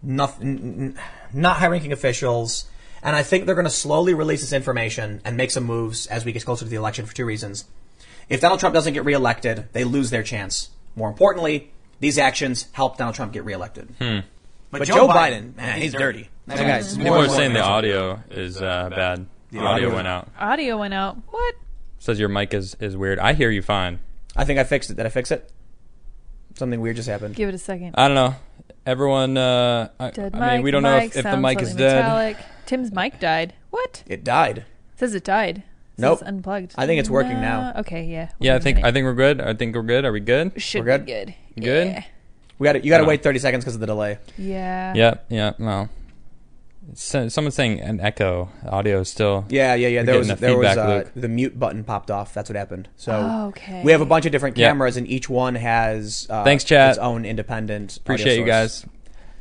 Speaker 1: nothing, n- n- not high ranking officials. And I think they're going to slowly release this information and make some moves as we get closer to the election for two reasons. If Donald Trump doesn't get reelected, they lose their chance. More importantly, these actions help Donald Trump get reelected. But, Joe, Biden, man, he's, dirty. That guy's
Speaker 3: Hmm. People are saying the audio is uh, bad. The audio
Speaker 1: audio-
Speaker 3: went out.
Speaker 2: Audio went out. What?
Speaker 3: Says your mic is, is weird. I hear you fine.
Speaker 1: I think I fixed it. Did I fix it? Something weird just happened.
Speaker 2: Give it a
Speaker 1: Uh,
Speaker 2: second.
Speaker 3: I don't know. Everyone, uh, I,
Speaker 2: Dead
Speaker 3: I
Speaker 2: mic.
Speaker 3: mean, we don't know if, if the
Speaker 2: sounds
Speaker 3: mic is
Speaker 2: slightly
Speaker 3: dead.
Speaker 2: metallic. Tim's mic died. What?
Speaker 1: It died.
Speaker 2: says it died. It
Speaker 1: Nope.
Speaker 2: Says unplugged.
Speaker 1: I think it's working
Speaker 2: Nah.
Speaker 1: now.
Speaker 2: Okay. Yeah.
Speaker 3: Yeah, I think I think we're good. I think we're good. Are we good?
Speaker 2: should
Speaker 1: we're
Speaker 2: be
Speaker 1: good?
Speaker 2: good.
Speaker 3: Good?
Speaker 2: Yeah.
Speaker 1: We got You got to
Speaker 3: Yeah.
Speaker 1: wait 30 seconds because of the delay.
Speaker 2: Yeah.
Speaker 3: Yeah, yeah. No, so, someone's saying an echo. Audio is still.
Speaker 1: Yeah, yeah, yeah.
Speaker 3: We're
Speaker 1: there was
Speaker 3: getting a
Speaker 1: there was
Speaker 3: feedback
Speaker 1: uh,
Speaker 3: loop.
Speaker 1: the mute button popped off. That's what happened. So
Speaker 2: Oh, okay.
Speaker 1: we have a bunch of different
Speaker 3: Yeah.
Speaker 1: cameras, and each one has uh,
Speaker 3: Thanks, chat.
Speaker 1: Its own independent. audio
Speaker 3: Appreciate you
Speaker 1: source.
Speaker 3: guys.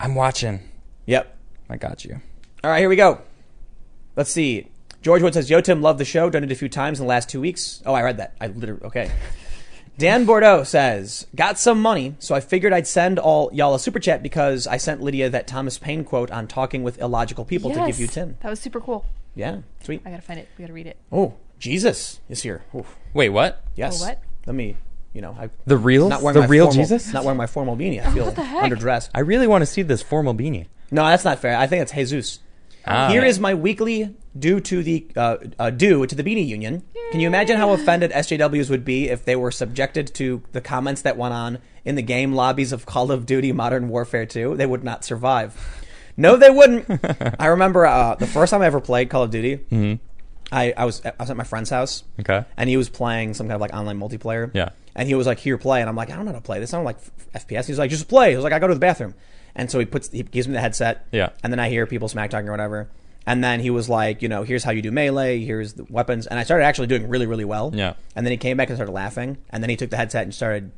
Speaker 3: I'm watching.
Speaker 1: Yep.
Speaker 3: I got you.
Speaker 1: All right, here we go. Let's see. George Wood says, Yo, Tim, love the show. Done it a few times in the last two weeks. Oh, I read that. I literally, okay. Dan Bordeaux says, Got some money, so I figured I'd send all y'all a super chat because I sent Lydia that Thomas Paine quote on talking with illogical people to give you
Speaker 2: Yes.
Speaker 1: 10.
Speaker 2: That was super cool.
Speaker 1: Yeah, sweet.
Speaker 2: I gotta find it. We gotta read it.
Speaker 1: Oh, Jesus is here. Oof.
Speaker 3: Wait, what?
Speaker 1: Yes.
Speaker 2: Oh, what?
Speaker 1: Let me, you know, I.
Speaker 3: The real,
Speaker 1: Not wearing
Speaker 3: the
Speaker 1: my
Speaker 3: real
Speaker 1: formal-
Speaker 3: Jesus.
Speaker 1: Not wearing my formal beanie. I feel
Speaker 2: Oh, the heck?
Speaker 1: underdressed.
Speaker 3: I really want to see this formal beanie.
Speaker 1: No, that's not fair. I think that's Jesus.
Speaker 3: Ah.
Speaker 1: Here is my weekly due to the uh, uh, due to the Beanie Union. Can you imagine how offended SJWs would be if they were subjected to the comments that went on in the game lobbies of Call of Duty Modern Warfare 2? They would not survive. No, they wouldn't. I remember uh, the first time I ever played Call of Duty.
Speaker 3: Mm-hmm.
Speaker 1: I, I was I was at my friend's house.
Speaker 3: Okay.
Speaker 1: And he was playing some kind of like online multiplayer.
Speaker 3: Yeah.
Speaker 1: And he was like, "Here, play." And I'm like, "I don't know how to play this. I don't like f- FPS." He's like, "Just play." He was like, "I go to the bathroom." And so he puts he gives me the headset.
Speaker 3: Yeah.
Speaker 1: And then I hear people smack talking or whatever. And then he was like, "You know, here's how you do melee. Here's the weapons." And I started actually doing really really well.
Speaker 3: Yeah.
Speaker 1: And then he came back and started laughing. And then he took the headset and started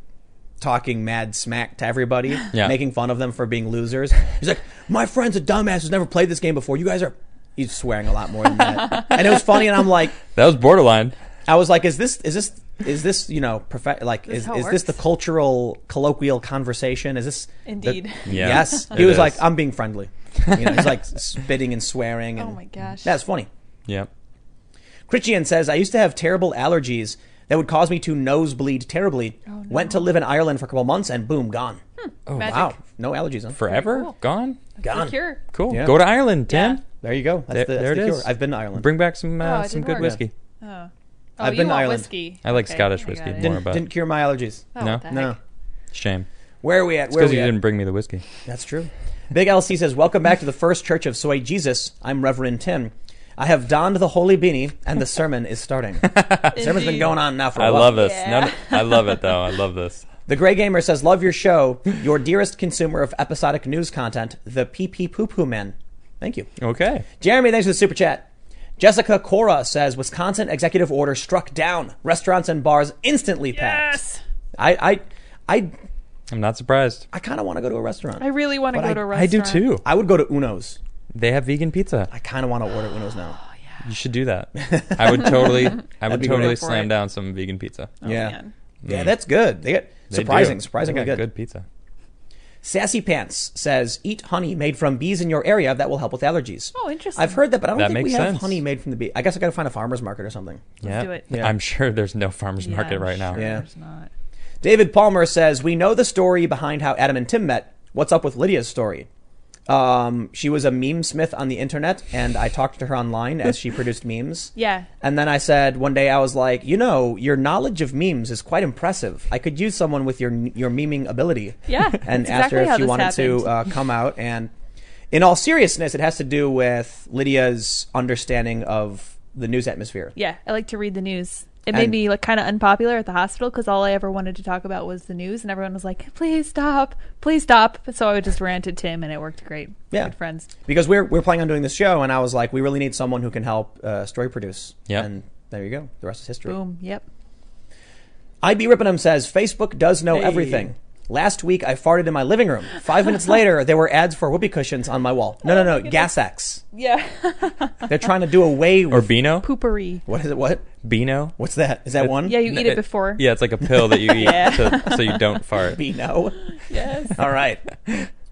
Speaker 1: talking mad smack to everybody,
Speaker 3: Yeah.
Speaker 1: making fun of them for being losers. He's like, "My friend's a dumbass who's never played this game before. You guys are." He's swearing a lot more than that, and it was funny. And I'm like,
Speaker 3: That was borderline.
Speaker 1: I was like, is this is this is this you know perfect? Like,
Speaker 2: This
Speaker 1: is
Speaker 2: how it
Speaker 1: is this the
Speaker 2: works?
Speaker 1: cultural colloquial conversation? Is this the-
Speaker 2: Indeed.
Speaker 3: Yeah,
Speaker 1: yes,
Speaker 3: it
Speaker 1: he was
Speaker 3: is.
Speaker 1: like, I'm being friendly. You know, he's like spitting and swearing. And
Speaker 2: Oh my gosh.
Speaker 1: that's funny.
Speaker 3: Yep.
Speaker 1: Christian says, I used to have terrible allergies that would cause me to nosebleed terribly.
Speaker 2: Oh,
Speaker 1: Went to live in Ireland for a couple months, and boom, gone.
Speaker 3: Oh
Speaker 2: Hmm. Magic.
Speaker 1: Wow, no allergies. Huh?
Speaker 3: Forever
Speaker 2: cool.
Speaker 3: gone.
Speaker 1: gone.
Speaker 2: The cure.
Speaker 3: Cool.
Speaker 1: Yeah.
Speaker 3: Go to Ireland, Tim.
Speaker 2: Yeah.
Speaker 1: There you go. That's
Speaker 3: There-
Speaker 1: the, that's
Speaker 3: there
Speaker 1: the
Speaker 3: it
Speaker 1: cure.
Speaker 3: is.
Speaker 1: I've been to Ireland.
Speaker 3: Bring back some
Speaker 2: Oh,
Speaker 3: uh,
Speaker 2: it
Speaker 3: some
Speaker 2: did
Speaker 3: good
Speaker 2: work.
Speaker 3: whiskey.
Speaker 2: Oh, oh
Speaker 1: I've
Speaker 2: you
Speaker 1: been to
Speaker 2: want
Speaker 1: Ireland.
Speaker 2: whiskey?
Speaker 3: I like
Speaker 2: Okay,
Speaker 3: Scottish
Speaker 2: I
Speaker 3: whiskey
Speaker 2: got it.
Speaker 3: more,
Speaker 1: Didn't,
Speaker 3: but
Speaker 1: didn't cure my allergies.
Speaker 2: Oh,
Speaker 3: No?
Speaker 2: what the
Speaker 1: No.
Speaker 2: heck.
Speaker 3: shame.
Speaker 1: Where are we at?
Speaker 3: It's
Speaker 1: Where are
Speaker 3: because
Speaker 1: we
Speaker 3: you
Speaker 1: at?
Speaker 3: didn't bring me the whiskey.
Speaker 1: That's true. Big LC says, Welcome back to the first church of Soy Jesus. I'm Reverend Tim. I have donned the holy beanie, and the sermon is starting. sermon's been
Speaker 2: Indeed.
Speaker 1: going on now for a
Speaker 3: I
Speaker 1: while.
Speaker 3: love this.
Speaker 2: Yeah.
Speaker 3: None of- I love it though. I love this.
Speaker 1: The Grey Gamer says, Love your show. Your dearest consumer of episodic news content, the Pee Pee Poo Poo Men. Thank you.
Speaker 3: Okay.
Speaker 1: Jeremy, thanks for the super chat. Jessica Cora says, Wisconsin executive order struck down. Restaurants and bars instantly packed.
Speaker 2: Yes,
Speaker 1: I, I, I,
Speaker 3: I'm not surprised.
Speaker 1: I kind of want to go to a restaurant.
Speaker 2: I really want to
Speaker 1: But
Speaker 2: go
Speaker 1: I-
Speaker 2: to a
Speaker 3: I do
Speaker 2: restaurant.
Speaker 3: too.
Speaker 1: I would go to Uno's.
Speaker 3: They have vegan pizza.
Speaker 1: I kind of want to order Uno's now.
Speaker 3: You should do that. I would totally. I would
Speaker 1: be great.
Speaker 3: totally
Speaker 2: Go for
Speaker 3: slam
Speaker 2: it.
Speaker 3: down some vegan pizza.
Speaker 1: yeah.
Speaker 2: Oh, man.
Speaker 1: Yeah, that's good. They get
Speaker 3: Mm. They do.
Speaker 1: surprising,
Speaker 3: They
Speaker 1: surprisingly good.
Speaker 3: got Good pizza.
Speaker 1: Sassy Pants says, "Eat honey made from bees in your area. That will help with allergies."
Speaker 2: Oh, interesting.
Speaker 1: I've heard that, but I don't
Speaker 3: That
Speaker 1: think we
Speaker 3: makes
Speaker 1: have
Speaker 3: sense.
Speaker 1: honey made from the bee. I guess I got to find a farmer's market or something.
Speaker 3: yeah.
Speaker 2: do it.
Speaker 1: Yeah.
Speaker 3: I'm sure there's no farmers market right now.
Speaker 1: Yeah.
Speaker 2: It's not.
Speaker 1: David Palmer says, "We know the story behind how Adam and Tim met. What's up with Lydia's story?" Um, she was a meme smith on the internet, and I talked to her online as she produced memes.
Speaker 2: Yeah.
Speaker 1: And then I said one day I was like, you know, your knowledge of memes is quite impressive. I could use someone with your your memeing ability.
Speaker 2: Yeah,
Speaker 1: And
Speaker 2: that's
Speaker 1: asked her
Speaker 2: exactly how
Speaker 1: if she
Speaker 2: this
Speaker 1: wanted to
Speaker 2: happened.
Speaker 1: uh, come out. And in all seriousness, it has to do with Lydia's understanding of the news atmosphere.
Speaker 2: Yeah, I like to read the news. It made
Speaker 1: And-
Speaker 2: me like kind of unpopular at the hospital because all I ever wanted to talk about was the news, and everyone was like, "Please stop, please stop." So I would just rant at Tim, and it worked great.
Speaker 1: Yeah.
Speaker 2: good friends.
Speaker 1: Because we're we're planning on doing this show, and I was like, we really need someone who can help uh, story produce.
Speaker 3: Yeah.
Speaker 1: And there you go. The rest is history.
Speaker 2: Boom. Yep.
Speaker 1: IB Rippenham says Facebook does know everything. Last week I farted in my living room. Five minutes later, there were ads for whoopee cushions on my wall. No, no, no, Gasax.
Speaker 2: Yeah.
Speaker 1: They're trying to do away
Speaker 3: Or
Speaker 1: with
Speaker 3: Beano?
Speaker 2: Poopery.
Speaker 1: what is it? What?
Speaker 3: Beano?
Speaker 1: What's that? Is that one?
Speaker 2: Yeah, you eat it
Speaker 3: It-
Speaker 2: before.
Speaker 3: Yeah, it's like a pill that you eat
Speaker 2: Yeah.
Speaker 3: to, so you don't fart.
Speaker 1: Be no.
Speaker 2: Yes.
Speaker 1: All right.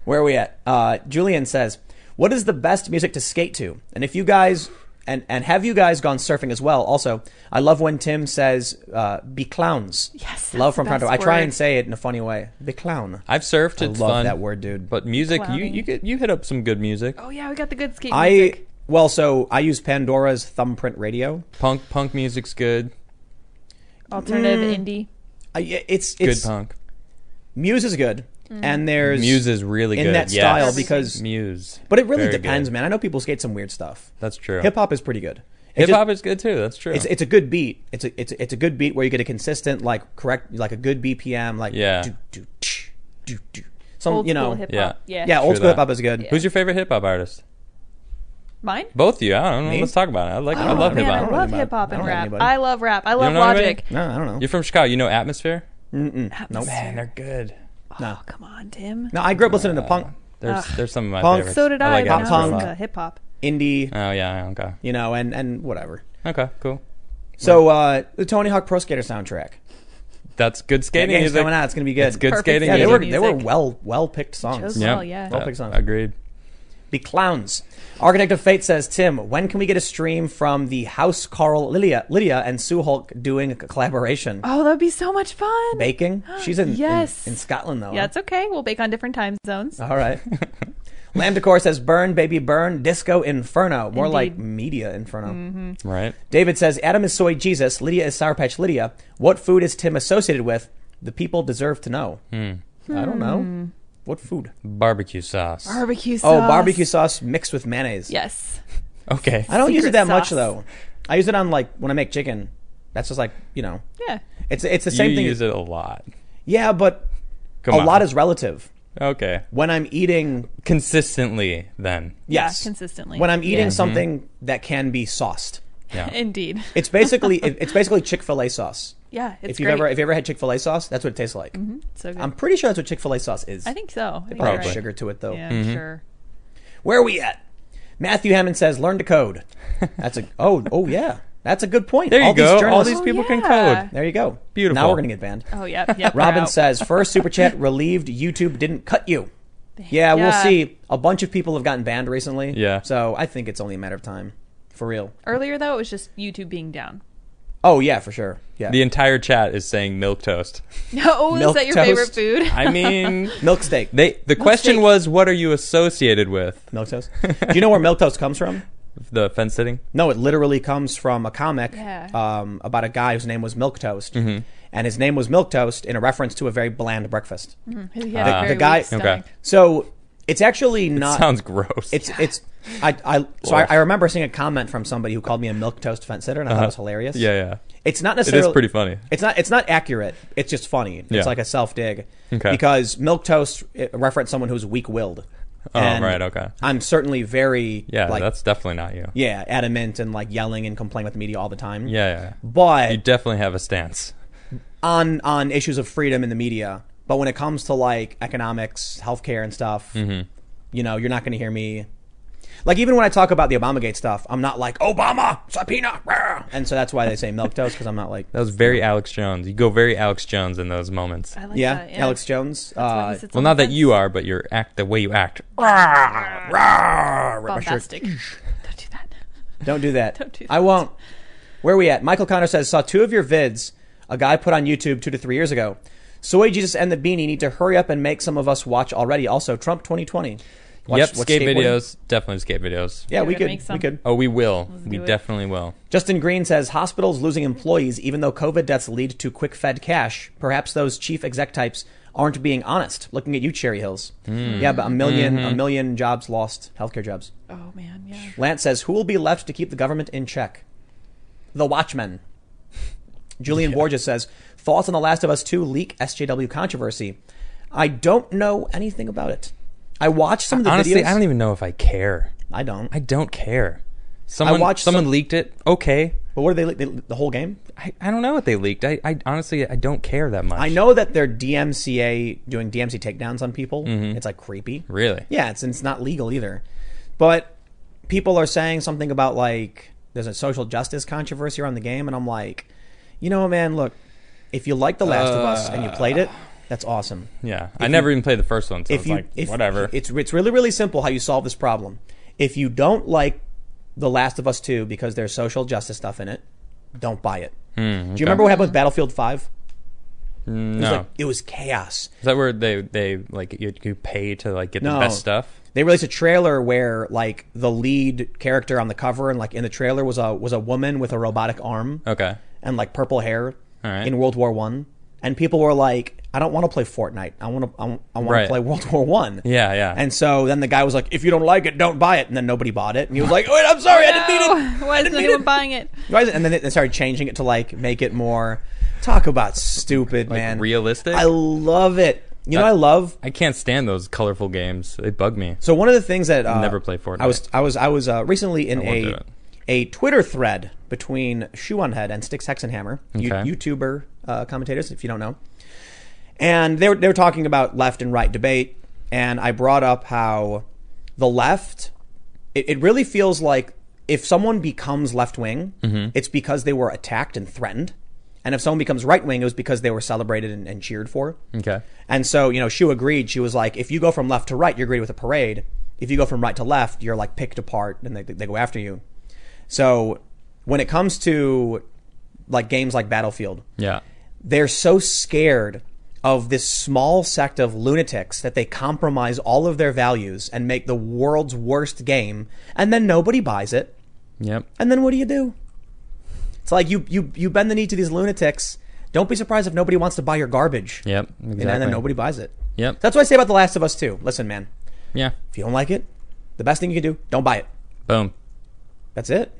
Speaker 1: Where are we at? Uh, Julian says, "What is the best music to skate to?" And if you guys and and have you guys gone surfing as well? Also, I love when Tim says, uh, "Be clowns."
Speaker 2: Yes, that's
Speaker 1: Love from
Speaker 2: the
Speaker 1: Toronto.
Speaker 2: best
Speaker 1: I try
Speaker 2: word.
Speaker 1: and say it in a funny way. Be clown.
Speaker 3: I've surfed.
Speaker 1: I
Speaker 3: It's
Speaker 1: love
Speaker 3: fun.
Speaker 1: that word, dude.
Speaker 3: But music, you
Speaker 2: Clowning.
Speaker 3: you get you hit up some good music.
Speaker 2: Oh yeah, we got the good skate
Speaker 1: I
Speaker 2: music.
Speaker 1: well, so I use Pandora's Thumbprint Radio.
Speaker 3: Punk punk music's good.
Speaker 2: Alternative
Speaker 1: Mm.
Speaker 2: indie.
Speaker 1: I, it's
Speaker 3: Good
Speaker 1: it's
Speaker 3: punk.
Speaker 1: Muse is good,
Speaker 2: Mm.
Speaker 1: and there's
Speaker 3: Muse is really
Speaker 1: in
Speaker 3: good.
Speaker 1: that
Speaker 3: yes.
Speaker 1: style because-
Speaker 3: Muse.
Speaker 1: But it really
Speaker 3: Very
Speaker 1: depends,
Speaker 3: good.
Speaker 1: man. I know people skate some weird stuff.
Speaker 3: That's true.
Speaker 1: Hip hop is pretty good. It
Speaker 3: Hip
Speaker 1: just-
Speaker 3: hop is good too. That's true.
Speaker 1: It's, it's a good beat. It's a it's a, it's a good beat where you get a consistent like correct like a good BPM like
Speaker 3: Yeah.
Speaker 1: do, do, tsh, do, do. some
Speaker 2: Old
Speaker 1: Oh, you know
Speaker 2: school hip
Speaker 3: yeah.
Speaker 2: hop. Yeah.
Speaker 1: yeah
Speaker 3: True
Speaker 1: old school hip
Speaker 3: that.
Speaker 1: hop is good.
Speaker 3: Who's your favorite hip hop artist?
Speaker 2: Mine.
Speaker 3: Both of you. I don't know.
Speaker 1: Me?
Speaker 3: Let's talk about it. I like. I,
Speaker 1: don't
Speaker 3: love
Speaker 1: know,
Speaker 3: hip
Speaker 2: Man, I
Speaker 1: don't
Speaker 3: hop.
Speaker 1: know
Speaker 2: love
Speaker 1: anybody.
Speaker 2: hip hop
Speaker 1: I
Speaker 2: and
Speaker 1: don't know
Speaker 2: rap.
Speaker 1: anybody.
Speaker 2: I love rap. I love
Speaker 3: know anybody?
Speaker 2: Logic.
Speaker 1: No, I don't know.
Speaker 3: You're from Chicago. You know Atmosphere.
Speaker 2: Atmosphere.
Speaker 3: Man, they're good.
Speaker 1: No.
Speaker 2: Oh come on, Tim.
Speaker 1: No, I grew up listening to punk,
Speaker 3: There's
Speaker 2: Ugh.
Speaker 3: there's some of my
Speaker 1: Punk.
Speaker 3: favorites.
Speaker 2: So did I.
Speaker 3: I. Like
Speaker 2: but
Speaker 3: Atmosphere
Speaker 2: now
Speaker 3: a
Speaker 1: punk.
Speaker 2: it's,
Speaker 1: Punk.
Speaker 2: uh, hip hop.
Speaker 1: indie,
Speaker 3: lot. Oh yeah. Okay.
Speaker 1: you know, and and whatever.
Speaker 3: Okay. Cool.
Speaker 1: So uh, the Tony Hawk Pro Skater soundtrack.
Speaker 3: That's good
Speaker 1: That
Speaker 3: skating
Speaker 1: game's
Speaker 3: music.
Speaker 1: coming out. It's gonna be good.
Speaker 3: It's good
Speaker 2: Perfect
Speaker 3: skating
Speaker 1: Yeah, they were
Speaker 3: music.
Speaker 1: they were
Speaker 2: Music.
Speaker 1: well well picked songs.
Speaker 2: Chose well, Oh, yeah.
Speaker 1: Well picked songs.
Speaker 3: Agreed.
Speaker 1: Be clowns. Architect of Fate says, Tim, when can we get a stream from the House Carl Lydia, Lydia and Sue Hulk doing a collaboration?
Speaker 2: Oh, that would be so much fun.
Speaker 1: Baking? She's in, in-
Speaker 2: Yes.
Speaker 1: in, Scotland, though.
Speaker 2: Yeah,
Speaker 1: huh?
Speaker 2: it's okay. We'll bake on different time zones.
Speaker 1: All right. Lambda Core says, burn, baby, burn, disco inferno. More
Speaker 2: Indeed. Mm-hmm.
Speaker 1: like media inferno.
Speaker 3: Right.
Speaker 1: David says, Adam is soy Jesus, Lydia is Sour Patch Lydia. What food is Tim associated with? The people deserve to know. I don't
Speaker 2: Hmm.
Speaker 1: know. What food?
Speaker 3: Barbecue sauce.
Speaker 2: Barbecue sauce.
Speaker 1: Oh, barbecue sauce mixed with mayonnaise.
Speaker 2: Yes.
Speaker 3: okay.
Speaker 1: I don't use it
Speaker 2: Secret
Speaker 1: that much
Speaker 2: sauce.
Speaker 1: though. I use it on like when I make chicken. That's just like you know,
Speaker 2: Yeah.
Speaker 1: it's it's the same
Speaker 3: you
Speaker 1: thing.
Speaker 3: use it a lot.
Speaker 1: Yeah, but
Speaker 3: Come
Speaker 1: a
Speaker 3: on.
Speaker 1: lot is relative.
Speaker 3: okay.
Speaker 1: When I'm eating,
Speaker 3: Consistently, then.
Speaker 1: yes,
Speaker 2: Yeah, consistently.
Speaker 1: When I'm eating
Speaker 3: Mm-hmm.
Speaker 2: Yeah.
Speaker 1: something that can be sauced,
Speaker 3: Yeah.
Speaker 2: Indeed.
Speaker 1: it's basically it- it's basically Chick Fil A sauce.
Speaker 2: Yeah, it's
Speaker 1: if you've
Speaker 2: great.
Speaker 1: ever if you ever had Chick Fil A sauce, that's what it tastes like.
Speaker 2: so good.
Speaker 1: I'm pretty sure that's what Chick Fil A sauce is.
Speaker 2: I think so. I think
Speaker 1: probably
Speaker 2: you're right.
Speaker 1: sugar to it though.
Speaker 2: Yeah,
Speaker 3: Mm-hmm.
Speaker 2: sure.
Speaker 1: Where are we at? Matthew Hammond says, "Learn to code." That's a oh oh yeah, that's a good point.
Speaker 3: There you
Speaker 1: All these
Speaker 3: go. All
Speaker 1: journalists-
Speaker 3: these people can
Speaker 2: Oh, yeah.
Speaker 3: code.
Speaker 1: There you go.
Speaker 3: Beautiful.
Speaker 1: Now we're gonna get banned.
Speaker 2: Oh yeah. Yep, we're
Speaker 1: Robin
Speaker 2: out.
Speaker 1: says, first super chat, relieved YouTube didn't cut you. Yeah, we'll
Speaker 2: Yeah.
Speaker 1: see. A bunch of people have gotten banned recently.
Speaker 3: Yeah.
Speaker 1: So I think it's only a matter of time. For real.
Speaker 2: earlier though it was just YouTube being down.
Speaker 1: Oh, yeah, for sure. Yeah.
Speaker 3: The entire chat is saying milk toast.
Speaker 2: No,
Speaker 1: Milk
Speaker 2: Oh, is that your
Speaker 1: toast.
Speaker 2: favorite food?
Speaker 3: I mean,
Speaker 1: milk steak.
Speaker 3: they. The question
Speaker 2: steak.
Speaker 3: was, what are you associated with?
Speaker 1: milk toast. Do you know where milk toast comes from?
Speaker 3: The fence sitting.
Speaker 1: No, it literally comes from a comic
Speaker 2: Yeah.
Speaker 1: um, about a guy whose name was Milk Toast,
Speaker 3: Mm-hmm.
Speaker 1: and his name was Milk Toast in a reference to a very bland breakfast.
Speaker 3: uh, The-
Speaker 1: the guy- Okay.
Speaker 2: Okay.
Speaker 1: So it's actually not.
Speaker 3: Sounds gross.
Speaker 1: it's it's. I, I so I, I remember seeing a comment from somebody who called me a milk toast fence sitter, and I thought it was hilarious.
Speaker 3: Uh-huh. yeah, yeah.
Speaker 1: it's not
Speaker 3: It is
Speaker 1: necessarily
Speaker 3: pretty funny.
Speaker 1: It's not. It's not accurate. It's just funny. It's
Speaker 3: Yeah.
Speaker 1: like a self dig.
Speaker 3: Okay.
Speaker 1: Because milk toast it referenced someone who's weak willed.
Speaker 3: Oh, right, okay.
Speaker 1: I'm certainly very
Speaker 3: Yeah,
Speaker 1: like,
Speaker 3: that's definitely not you.
Speaker 1: yeah adamant and like yelling and complaining with the media all the time.
Speaker 3: Yeah, yeah. yeah.
Speaker 1: But
Speaker 3: You definitely have a stance.
Speaker 1: on on issues of freedom in the media, but when it comes to like economics, healthcare, and stuff,
Speaker 3: Mm-hmm.
Speaker 1: you know, you're not going to hear me. Like even when I talk about the Obamagate stuff, I'm not like Obama subpoena, rah!" and so that's why they say milk toast because I'm not like
Speaker 3: That was very Alex Jones. You go very Alex Jones in those moments.
Speaker 2: I like
Speaker 1: yeah,
Speaker 2: that,
Speaker 1: Alex Jones.
Speaker 2: That's why he
Speaker 1: Uh,
Speaker 2: sits
Speaker 3: Well,
Speaker 2: on
Speaker 3: not
Speaker 2: the
Speaker 3: that you are, but your act, the way you act.
Speaker 1: rah, rah, rip my
Speaker 2: fence.
Speaker 1: shirt.
Speaker 2: bombastic. Don't do that.
Speaker 1: Don't do that.
Speaker 2: Don't do
Speaker 1: I won't. Where are we at? Michael Connor says, saw two of your vids a guy put on YouTube two to three years ago. Soy Jesus and the Beanie need to hurry up and make some of us watch already. Also, Trump 2020. Watch-
Speaker 3: yep,
Speaker 1: watch
Speaker 3: skate
Speaker 1: skateboarding.
Speaker 3: videos. Definitely skate videos.
Speaker 1: Yeah,
Speaker 2: We
Speaker 1: we
Speaker 2: could
Speaker 1: could.
Speaker 2: make
Speaker 1: We
Speaker 2: some.
Speaker 1: could.
Speaker 3: Oh, we will. we
Speaker 2: do it.
Speaker 3: definitely will.
Speaker 1: Justin Green says hospitals losing employees even though COVID deaths lead to quick fed cash. Perhaps those chief exec types aren't being honest. Looking at you, Cherry Hills.
Speaker 3: Hmm.
Speaker 1: Yeah, but a 1000000
Speaker 3: Mm-hmm.
Speaker 1: a million jobs lost, healthcare jobs.
Speaker 2: Oh man, yeah.
Speaker 1: Lance says, "Who will be left to keep the government in check?" The Watchmen. Julian Borges says, "Thoughts on the Last of Us 2 leak SJW controversy?" I don't know anything about it. I watched some of the
Speaker 3: Honestly,
Speaker 1: videos.
Speaker 3: I don't even know if I care.
Speaker 1: I don't.
Speaker 3: I don't care. Someone
Speaker 1: watched
Speaker 3: someone
Speaker 1: some-
Speaker 3: leaked it. Okay.
Speaker 1: But what are they, they? The whole game?
Speaker 3: I, I don't know what they leaked. I, I honestly I don't care that much.
Speaker 1: I know that they're DMCA doing DMC takedowns on people.
Speaker 3: Mm-hmm.
Speaker 1: It's like creepy.
Speaker 3: Really?
Speaker 1: Yeah, it's and it's not legal either. But people are saying something about like there's a social justice controversy around the game, and I'm like, you know, man, look, if you like The Last of Us and you played it, that's awesome.
Speaker 3: Yeah. I never even played the first one, so
Speaker 1: If
Speaker 3: it's
Speaker 1: you,
Speaker 3: like
Speaker 1: if
Speaker 3: whatever.
Speaker 1: it's it's really really simple how you solve this problem. If you don't like The Last of Us 2 because there's social justice stuff in it, don't buy it.
Speaker 3: Hmm,
Speaker 1: Do you remember what happened with Battlefield 5?
Speaker 3: no.
Speaker 1: It was like it was chaos.
Speaker 3: Is that where they they like you, you pay to like get
Speaker 1: No.
Speaker 3: the best stuff?
Speaker 1: they released a trailer where like the lead character on the cover and like in the trailer was a was a woman with a robotic arm
Speaker 3: Okay.
Speaker 1: and like purple hair
Speaker 3: All right.
Speaker 1: in World War One, and people were like, "I don't want to play Fortnite. I want to I want
Speaker 3: Right.
Speaker 1: to play World War One."
Speaker 3: Yeah, yeah.
Speaker 1: And so then the guy was like, "If you don't like it, don't buy it." And then nobody bought it, and he was like, "Wait, I'm sorry, I didn't mean it."
Speaker 2: Oh, Why isn't anyone buying it?
Speaker 1: Why is it- And then they started changing it to like make it more talk about stupid man
Speaker 3: realistic? Uh,
Speaker 1: I love it. You know, I love
Speaker 3: I can't stand those colorful games. They bug me.
Speaker 1: So one of the things that uh,
Speaker 3: Never play Fortnite.
Speaker 1: I was I was I was uh, recently in
Speaker 3: won't do
Speaker 1: a
Speaker 3: it.
Speaker 1: a Twitter thread between Shoe on Head and Sticks Hexenhammer, you,
Speaker 3: Okay.
Speaker 1: YouTuber uh, commentators, if you don't know, and they were they were talking about left and right debate, and I brought up how the left it, it really feels like if someone becomes left wing,
Speaker 3: Mm-hmm.
Speaker 1: it's because they were attacked and threatened. And if someone becomes right wing, it was because they were celebrated and, and cheered for.
Speaker 3: Okay.
Speaker 1: And so, you know, Shu agreed. She was like, if you go from left to right, you're greeted with a parade. If you go from right to left, you're like picked apart and they, they go after you. So when it comes to like games like Battlefield,
Speaker 3: Yeah.
Speaker 1: they're so scared of this small sect of lunatics that they compromise all of their values and make the world's worst game. And then nobody buys it.
Speaker 3: Yep.
Speaker 1: And then what do you do? It's like you, you, you bend the knee to these lunatics. Don't be surprised if nobody wants to buy your garbage.
Speaker 3: Yep. Exactly.
Speaker 1: And then nobody buys it.
Speaker 3: Yep.
Speaker 1: That's what I say about The Last of Us 2. Listen, man,
Speaker 3: yeah.
Speaker 1: if you don't like it, the best thing you can do, don't buy it.
Speaker 3: Boom.
Speaker 1: That's it.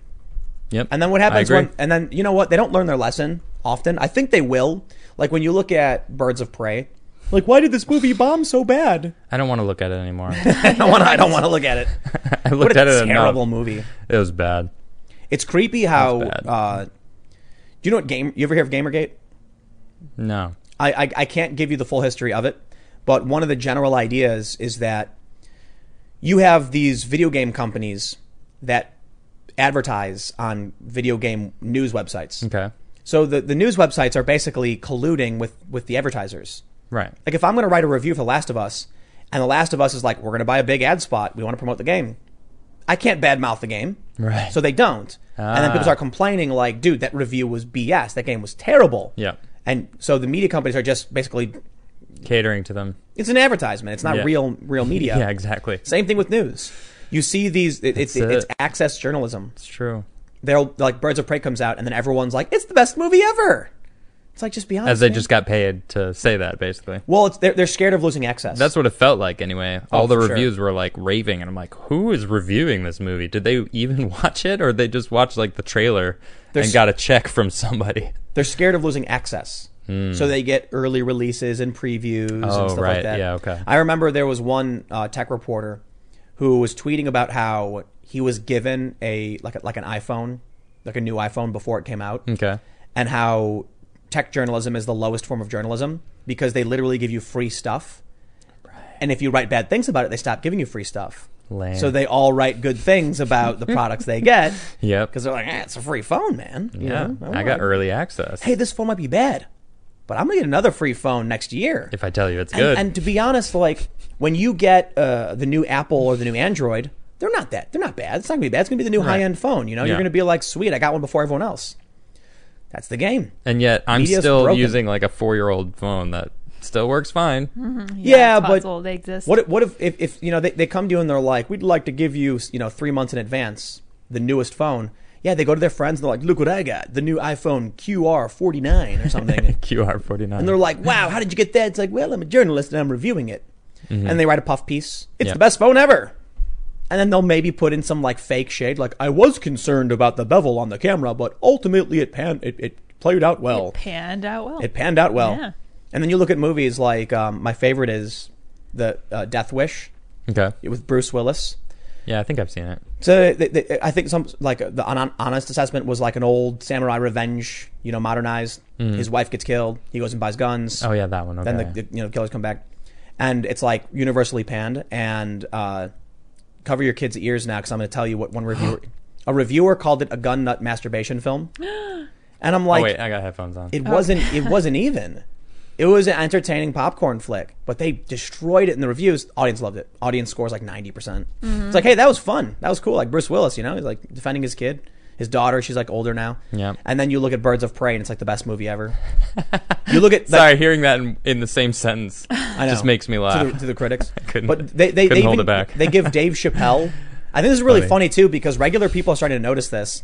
Speaker 3: Yep.
Speaker 1: And then what
Speaker 3: I
Speaker 1: happens
Speaker 3: agree.
Speaker 1: when and then you know what? They don't learn their lesson often. I think they will. Like when you look at Birds of Prey, like why did this movie bomb so bad?
Speaker 3: I don't want to look at it anymore.
Speaker 1: I don't want I don't want to look at it.
Speaker 3: I
Speaker 1: What a
Speaker 3: looked at it
Speaker 1: terrible
Speaker 3: enough.
Speaker 1: movie.
Speaker 3: It was bad.
Speaker 1: It's creepy how
Speaker 3: That's bad.
Speaker 1: uh do you know what game you ever hear of Gamergate?
Speaker 3: No.
Speaker 1: I, I, I can't give you the full history of it, but one of the general ideas is that you have these video game companies that advertise on video game news websites.
Speaker 3: Okay.
Speaker 1: So the, the news websites are basically colluding with, with the advertisers.
Speaker 3: Right.
Speaker 1: Like if I'm going to write a review for The Last of Us, and The Last of Us is like, we're going to buy a big ad spot, we want to promote the game. I can't badmouth the game.
Speaker 3: Right.
Speaker 1: So they don't. And then
Speaker 3: Ah.
Speaker 1: people start complaining, like, dude, that review was BS. That game was terrible.
Speaker 3: Yep.
Speaker 1: And so the media companies are just basically
Speaker 3: Catering to them.
Speaker 1: it's an advertisement. It's not
Speaker 3: Yeah.
Speaker 1: real real media.
Speaker 3: Yeah. Exactly.
Speaker 1: Same thing with news. You see these. It, it's
Speaker 3: That's
Speaker 1: it's
Speaker 3: it.
Speaker 1: access journalism.
Speaker 3: It's true.
Speaker 1: They'll like Birds of Prey comes out, and then everyone's like, "It's the best movie ever." It's like just be honest.
Speaker 3: As they
Speaker 1: man.
Speaker 3: just got paid to say that, basically.
Speaker 1: well, it's, they're they're scared of losing access.
Speaker 3: That's what it felt like, anyway. All the
Speaker 1: Oh, for sure.
Speaker 3: reviews were like raving, and I'm like, who is reviewing this movie? Did they even watch it, or they just watched like the trailer
Speaker 1: There's-
Speaker 3: and got a check from somebody?
Speaker 1: they're scared of losing access. So they get early releases and previews
Speaker 3: Hmm. Oh,
Speaker 1: and stuff
Speaker 3: right.
Speaker 1: like that.
Speaker 3: Yeah, okay.
Speaker 1: I remember there was one uh, tech reporter who was tweeting about how he was given a like a, like an iPhone, like a new iPhone before it came out,
Speaker 3: Okay.
Speaker 1: and how tech journalism is the lowest form of journalism because they literally give you free stuff. And if you write bad things about it, they stop giving you free stuff.
Speaker 3: Lame.
Speaker 1: So they all write good things about the products they get
Speaker 3: Yep.
Speaker 1: because they're like, eh, it's a free phone, man. You
Speaker 3: Yeah.
Speaker 1: know?
Speaker 3: I
Speaker 1: want
Speaker 3: got early access.
Speaker 1: hey, this phone might be bad, but I'm gonna get another free phone next year.
Speaker 3: if I tell you it's
Speaker 1: and,
Speaker 3: good.
Speaker 1: and to be honest, like when you get uh, the new Apple or the new Android, they're not that. They're not bad. It's not gonna be bad. It's gonna be the new
Speaker 3: Right.
Speaker 1: high-end phone. You know, you're
Speaker 3: Yeah.
Speaker 1: gonna be like, sweet, I got one before everyone else. That's the game.
Speaker 3: And yet I'm
Speaker 1: Media's
Speaker 3: still
Speaker 1: broken.
Speaker 3: using like a four year old phone that still works fine.
Speaker 1: Yeah,
Speaker 2: it's
Speaker 1: but
Speaker 2: possible they exist.
Speaker 1: What if, what if, if if you know they, they come to you and they're like, we'd like to give you you know three months in advance the newest phone. Yeah, they go to their friends and they're like, look what I got, the new iPhone QR 49 or something.
Speaker 3: QR forty
Speaker 1: And they're
Speaker 3: nine.
Speaker 1: like, wow, how did you get that? It's like, well, I'm a journalist and I'm reviewing it. And they write a puff piece. It's
Speaker 3: Yeah.
Speaker 1: the best phone ever. And then they'll maybe put in some like fake shade, like I was concerned about the bevel on the camera, but ultimately it pan it, it played out well. It,
Speaker 2: panned out well.
Speaker 1: panned out well.
Speaker 2: Yeah.
Speaker 1: And then you look at movies like um, my favorite is the uh, Death Wish
Speaker 3: Okay.
Speaker 1: with Bruce Willis.
Speaker 3: Yeah, I think I've seen it.
Speaker 1: So th th I think some like the hon- honest assessment was like an old samurai revenge, you know, modernized. His wife gets killed. He goes and buys guns
Speaker 3: Oh yeah, that one. Okay.
Speaker 1: then the, the you know killers come back and it's like universally panned and uh, cover your kids ears now because i'm going to tell you what one reviewer a reviewer called it a gun nut masturbation film and i'm
Speaker 3: oh
Speaker 1: like
Speaker 3: wait, I got headphones on.
Speaker 1: it wasn't it wasn't even it was an entertaining popcorn flick but they destroyed it in the reviews audience loved it audience scores like 90% percent
Speaker 3: Mm-hmm.
Speaker 1: it's like hey that was fun that was cool like bruce willis you know he's like defending his kid his daughter she's like older now
Speaker 3: Yeah.
Speaker 1: and then you look at birds of prey and it's like the best movie ever you look at like,
Speaker 3: Sorry, hearing that in, in the same sentence
Speaker 1: I know.
Speaker 3: just makes me
Speaker 1: to
Speaker 3: laugh.
Speaker 1: the, to the critics.
Speaker 3: couldn't-
Speaker 1: but they they, they
Speaker 3: couldn't hold
Speaker 1: even-
Speaker 3: it back.
Speaker 1: they give Dave Chappelle. I think this is really funny.
Speaker 3: Funny.
Speaker 1: too because regular people are starting to notice this.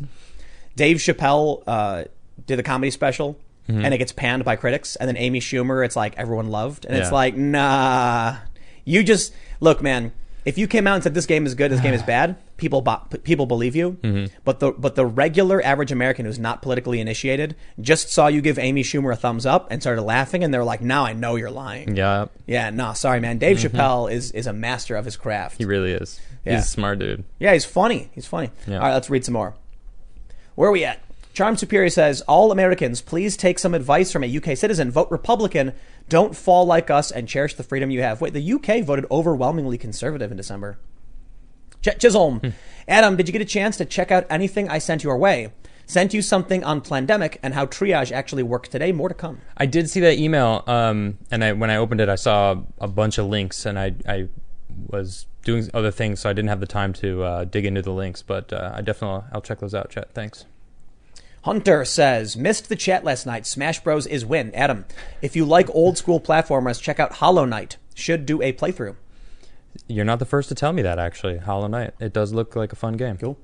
Speaker 1: Dave Chappelle uh, did a comedy special.
Speaker 3: Mm-hmm.
Speaker 1: And it gets panned by critics, and then Amy Schumer, it's like everyone loved, and it's
Speaker 3: Yeah.
Speaker 1: like, nah, you just look, man. If you came out and said this game is good, this game is bad, people bo- people believe you.
Speaker 3: Mm-hmm.
Speaker 1: But the but the regular average American who's not politically initiated just saw you give Amy Schumer a thumbs up and started laughing, and they're like, now I know you're lying.
Speaker 3: yeah,
Speaker 1: Yeah, nah, sorry, man. Dave Chappelle is is a master of his craft.
Speaker 3: Mm-hmm. he really is.
Speaker 1: Yeah.
Speaker 3: He's a smart dude.
Speaker 1: yeah, he's funny. He's funny.
Speaker 3: Yeah.
Speaker 1: All right, let's read some more. Where are we at? Charm Superior says, All Americans, please take some advice from a UK citizen. Vote Republican. Don't fall like us and cherish the freedom you have. Wait, the UK voted overwhelmingly conservative in December. Ch- Chisholm,
Speaker 3: Hmm.
Speaker 1: Adam, did you get a chance to check out anything I sent your way? Sent you something on Plandemic and how triage actually works today. More to come.
Speaker 3: I did see that email, um, and I, when I opened it, I saw a bunch of links, and I, I was doing other things, so I didn't have the time to uh, dig into the links. But uh, I definitely, I'll check those out, Chet. Thanks.
Speaker 1: Hunter says, missed the chat last night. Smash Bros is win. Adam, if you like old school platformers, check out Hollow Knight. Should do a playthrough.
Speaker 3: You're not the first to tell me that, actually. Hollow Knight. It does look like a fun game.
Speaker 1: Cool.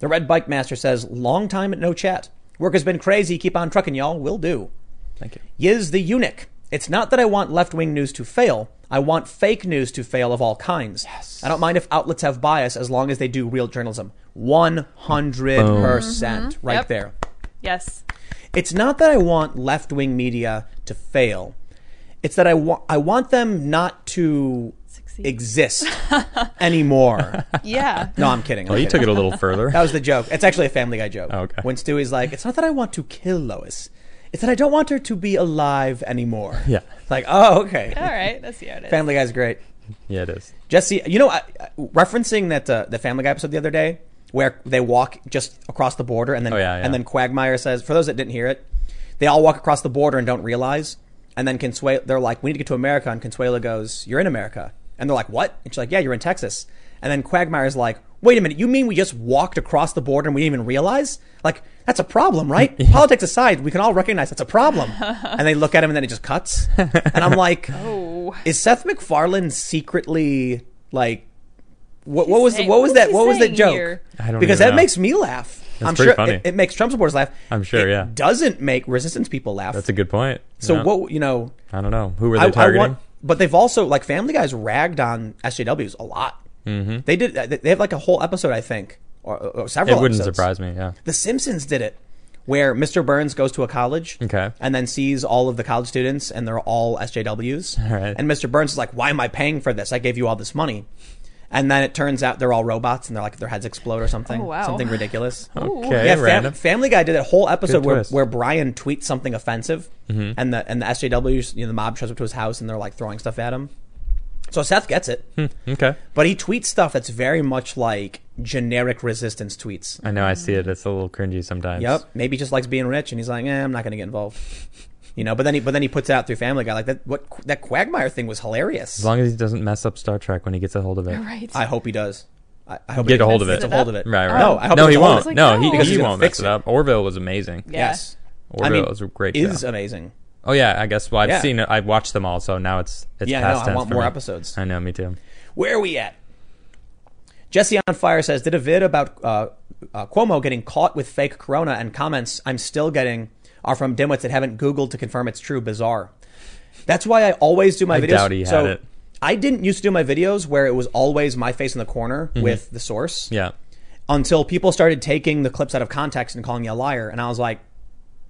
Speaker 1: The Red Bike Master says, long time at no chat. Work has been crazy. Keep on trucking, y'all. Will do.
Speaker 3: Thank you.
Speaker 1: Yiz the Eunuch. It's not that I want left wing news to fail. I want fake news to fail of all kinds. Yes. I don't mind if outlets have bias as long as they do real journalism. 100% right
Speaker 2: Yep.
Speaker 1: there.
Speaker 2: yes.
Speaker 1: It's not that I want left wing media to fail. It's that I want I want them not to
Speaker 2: Succeed.
Speaker 1: exist anymore.
Speaker 2: Yeah.
Speaker 1: no, I'm kidding.
Speaker 3: Well, Oh, you took it a little further.
Speaker 1: That was the joke. It's actually a Family Guy joke.
Speaker 3: Okay.
Speaker 1: When Stewie's like, "It's not that I want to kill Lois. It's that I don't want her to be alive anymore."
Speaker 3: Yeah.
Speaker 1: It's like, oh, okay.
Speaker 2: All right. Let's see how it is.
Speaker 1: Family Guy's great.
Speaker 3: yeah, it is.
Speaker 1: Jesse, you know, I, I- referencing that uh, the Family Guy episode the other day where they walk just across the border, and then
Speaker 3: Oh, yeah, yeah.
Speaker 1: and then Quagmire says, for those that didn't hear it, they all walk across the border and don't realize, and then Consuela, they're like, we need to get to America, and Consuela goes, you're in America, and they're like, what? And she's like, yeah, you're in Texas, and then Quagmire's like, wait a minute, you mean we just walked across the border and we didn't even realize? Like that's a problem, right? Politics aside, we can all recognize that's a problem. and they look at him, and then it just cuts, and I'm like,
Speaker 2: Oh.
Speaker 1: is Seth MacFarlane secretly like What, what was
Speaker 2: Saying-
Speaker 1: what was
Speaker 2: who's
Speaker 1: that?
Speaker 2: he
Speaker 1: What was that
Speaker 2: saying
Speaker 1: joke?
Speaker 2: here?
Speaker 3: I don't
Speaker 1: because
Speaker 3: even
Speaker 1: that
Speaker 3: know.
Speaker 1: makes me laugh.
Speaker 3: That's
Speaker 1: I'm
Speaker 3: pretty
Speaker 1: sure
Speaker 3: funny.
Speaker 1: It, it makes Trump supporters laugh.
Speaker 3: I'm sure,
Speaker 1: It
Speaker 3: yeah.
Speaker 1: Doesn't make resistance people laugh.
Speaker 3: That's a good point.
Speaker 1: so
Speaker 3: Yeah.
Speaker 1: what you know?
Speaker 3: I don't know. Who were
Speaker 1: I,
Speaker 3: they
Speaker 1: I
Speaker 3: targeting?
Speaker 1: want, but they've also like Family Guys ragged on SJWs a lot. Mm-hmm. They did. They have like a whole episode, I think, or, or several.
Speaker 3: it wouldn't
Speaker 1: episodes.
Speaker 3: surprise me. Yeah.
Speaker 1: The Simpsons did it, where Mr. Burns goes to a college
Speaker 3: Okay.
Speaker 1: and then sees all of the college students, and they're all SJWs.
Speaker 3: All right.
Speaker 1: And Mr. Burns is like, "Why am I paying for this? I gave you all this money." And then it turns out they're all robots, and they're like their heads explode or something,
Speaker 2: Oh, wow.
Speaker 1: something ridiculous.
Speaker 3: Okay.
Speaker 1: yeah,
Speaker 3: random.
Speaker 1: fam- Family Guy did a whole episode
Speaker 3: Good
Speaker 1: where,
Speaker 3: twist. Mm-hmm.
Speaker 1: where Brian tweets something offensive, and the and the SJWs, you know, the mob shows up to his house and they're like throwing stuff at him. So Seth gets it,
Speaker 3: Hmm. okay.
Speaker 1: but he tweets stuff that's very much like generic resistance tweets.
Speaker 3: I know. I see it. It's a little cringy sometimes.
Speaker 1: Yep. Maybe he just likes being rich, and he's like, eh, I'm not going to get involved. You know, but then he but then he puts it out through Family Guy like that. What that Quagmire thing was hilarious.
Speaker 3: As long as he doesn't mess up Star Trek when he gets a hold of it.
Speaker 2: Right.
Speaker 1: I hope he does. I, I hope he
Speaker 3: Get a hold
Speaker 1: gets
Speaker 3: of it.
Speaker 1: a hold of it.
Speaker 3: Right. Right.
Speaker 1: No, Oh, I hope
Speaker 3: no
Speaker 1: he gets
Speaker 3: he
Speaker 1: a hold
Speaker 3: won't.
Speaker 1: of
Speaker 2: it.
Speaker 3: no,
Speaker 2: Like, no.
Speaker 3: he,
Speaker 2: Because
Speaker 3: he
Speaker 1: he's gonna
Speaker 3: won't
Speaker 1: fix
Speaker 3: mess it
Speaker 1: it.
Speaker 3: up. Orville was amazing.
Speaker 1: it.
Speaker 2: Yeah.
Speaker 1: Yes,
Speaker 3: Orville
Speaker 1: I mean,
Speaker 3: was a great
Speaker 1: is
Speaker 3: show.
Speaker 1: amazing.
Speaker 3: Oh yeah, I guess. Well, I've
Speaker 1: Yeah.
Speaker 3: seen it. I've watched them all, so now it's it's
Speaker 1: Yeah, I know,
Speaker 3: past
Speaker 1: I
Speaker 3: tense
Speaker 1: want
Speaker 3: for
Speaker 1: more
Speaker 3: me.
Speaker 1: episodes.
Speaker 3: I know. Me too.
Speaker 1: Where are we at? Jesse on fire says did a vid about uh, uh, Cuomo getting caught with fake corona, and comments I'm still getting are from dimwits that haven't Googled to confirm it's true. Bizarre. That's why I always do my
Speaker 3: I
Speaker 1: videos.
Speaker 3: doubt he
Speaker 1: so
Speaker 3: had it.
Speaker 1: I didn't used to do my videos where it was always my face in the corner with the source.
Speaker 3: Mm-hmm. Yeah.
Speaker 1: until people started taking the clips out of context and calling me a liar. And I was like,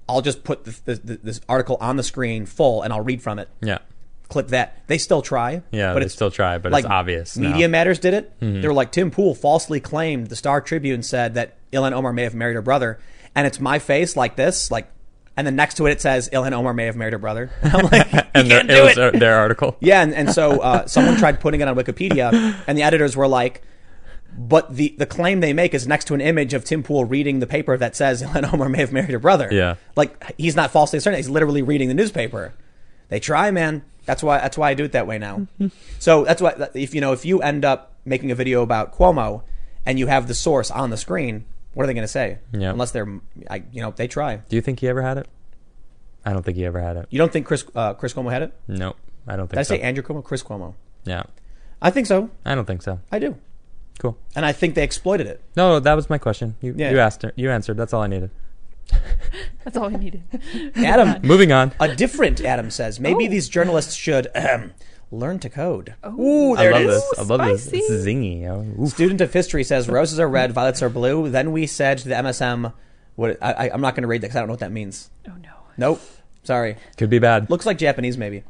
Speaker 1: I'll just put this, this, this article on the screen full and I'll read from it.
Speaker 3: Yeah.
Speaker 1: Clip that. They still try.
Speaker 3: Yeah. But they still try, but it's obvious. now. Mm-hmm.
Speaker 1: Media Matters did it. They were like, Tim Pool falsely claimed the Star Tribune said that Ilhan Omar may have married her brother. And it's my face like this, like, and then next to it, it says Ilhan Omar may have married her brother. I'm like, you
Speaker 3: And
Speaker 1: can't do
Speaker 3: their, it was
Speaker 1: it.
Speaker 3: their, their article.
Speaker 1: Yeah, and, and so uh, someone tried putting it on Wikipedia, and the editors were like, but the, the claim they make is next to an image of Tim Pool reading the paper that says Helen Omar may have married her brother.
Speaker 3: Yeah.
Speaker 1: Like, he's not falsely asserting that. He's literally reading the newspaper. They try, man. That's why, that's why I do it that way now. so that's why, if you know, if you end up making a video about Cuomo and you have the source on the screen, what are they going to say?
Speaker 3: Yeah.
Speaker 1: Unless they're, I, you know, they try.
Speaker 3: Do you think he ever had it? I don't think he ever had it.
Speaker 1: You don't think Chris, uh, Chris Cuomo had it?
Speaker 3: Nope. I don't think
Speaker 1: Did I
Speaker 3: so.
Speaker 1: say Andrew Cuomo? Chris Cuomo.
Speaker 3: yeah.
Speaker 1: I think so.
Speaker 3: I don't think so.
Speaker 1: I do.
Speaker 3: Cool.
Speaker 1: and I think they exploited it.
Speaker 3: No, that was my question. You
Speaker 1: Yeah.
Speaker 3: you asked you answered. That's all I needed.
Speaker 2: That's all we needed.
Speaker 1: Adam,
Speaker 3: Moving on.
Speaker 1: a different Adam says maybe
Speaker 2: Oh.
Speaker 1: these journalists should ahem, learn to code. Ooh,
Speaker 3: I
Speaker 1: there
Speaker 3: love
Speaker 1: it is.
Speaker 3: this. I love this. This is
Speaker 2: spicy.
Speaker 3: zingy. Oh, oof.
Speaker 1: Student of history says roses are red, violets are blue. Then we said to the MSM, "What? I, I, I'm not going to read that because I don't know what that means."
Speaker 2: oh no.
Speaker 1: Nope, sorry.
Speaker 3: Could be bad.
Speaker 1: Looks like Japanese maybe.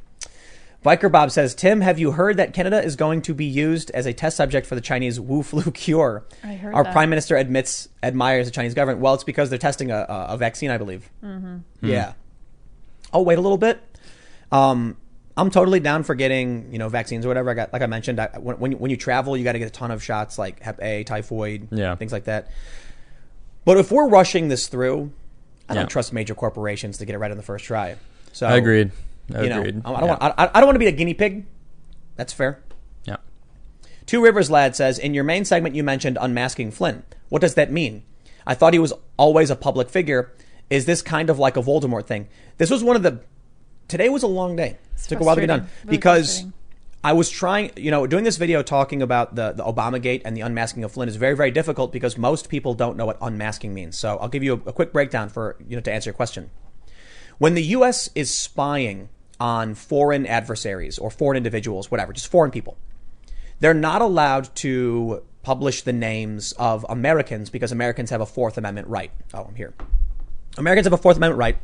Speaker 1: Biker Bob says, Tim, have you heard that Canada is going to be used as a test subject for the Chinese Wu flu cure?
Speaker 2: I heard
Speaker 1: Our
Speaker 2: that.
Speaker 1: prime minister admits admires the Chinese government. Well, it's because they're testing a, a a vaccine, I believe.
Speaker 2: Mm-hmm.
Speaker 1: Yeah. Oh, wait a little bit. Um, I'm totally down for getting you know vaccines or whatever. I got like I mentioned, I, when when you, when you travel, you got to get a ton of shots like Hep A, typhoid,
Speaker 3: Yeah.
Speaker 1: things like that. But if we're rushing this through, I don't
Speaker 3: Yeah.
Speaker 1: trust major corporations to get it right on the first try. So
Speaker 3: I agreed.
Speaker 1: you know,
Speaker 3: agreed.
Speaker 1: I, I
Speaker 3: yeah.
Speaker 1: don't want. I, I don't want to be a guinea pig. That's fair.
Speaker 3: yeah.
Speaker 1: Two Rivers Lad says in your main segment you mentioned unmasking Flynn. What does that mean? I thought he was always a public figure. Is this kind of like a Voldemort thing? This was one of the. Today was a long day. It took a while to get done
Speaker 2: frustrating. Really
Speaker 1: because
Speaker 2: frustrating.
Speaker 1: I was trying. You know, doing this video talking about the the Obama gate and the unmasking of Flynn is very very difficult because most people don't know what unmasking means. So I'll give you a, a quick breakdown for you know to answer your question. When the U.S. is spying on foreign adversaries or foreign individuals, whatever, just foreign people, they're not allowed to publish the names of Americans because Americans have a Fourth Amendment right. Oh, I'm here. Americans have a Fourth Amendment right.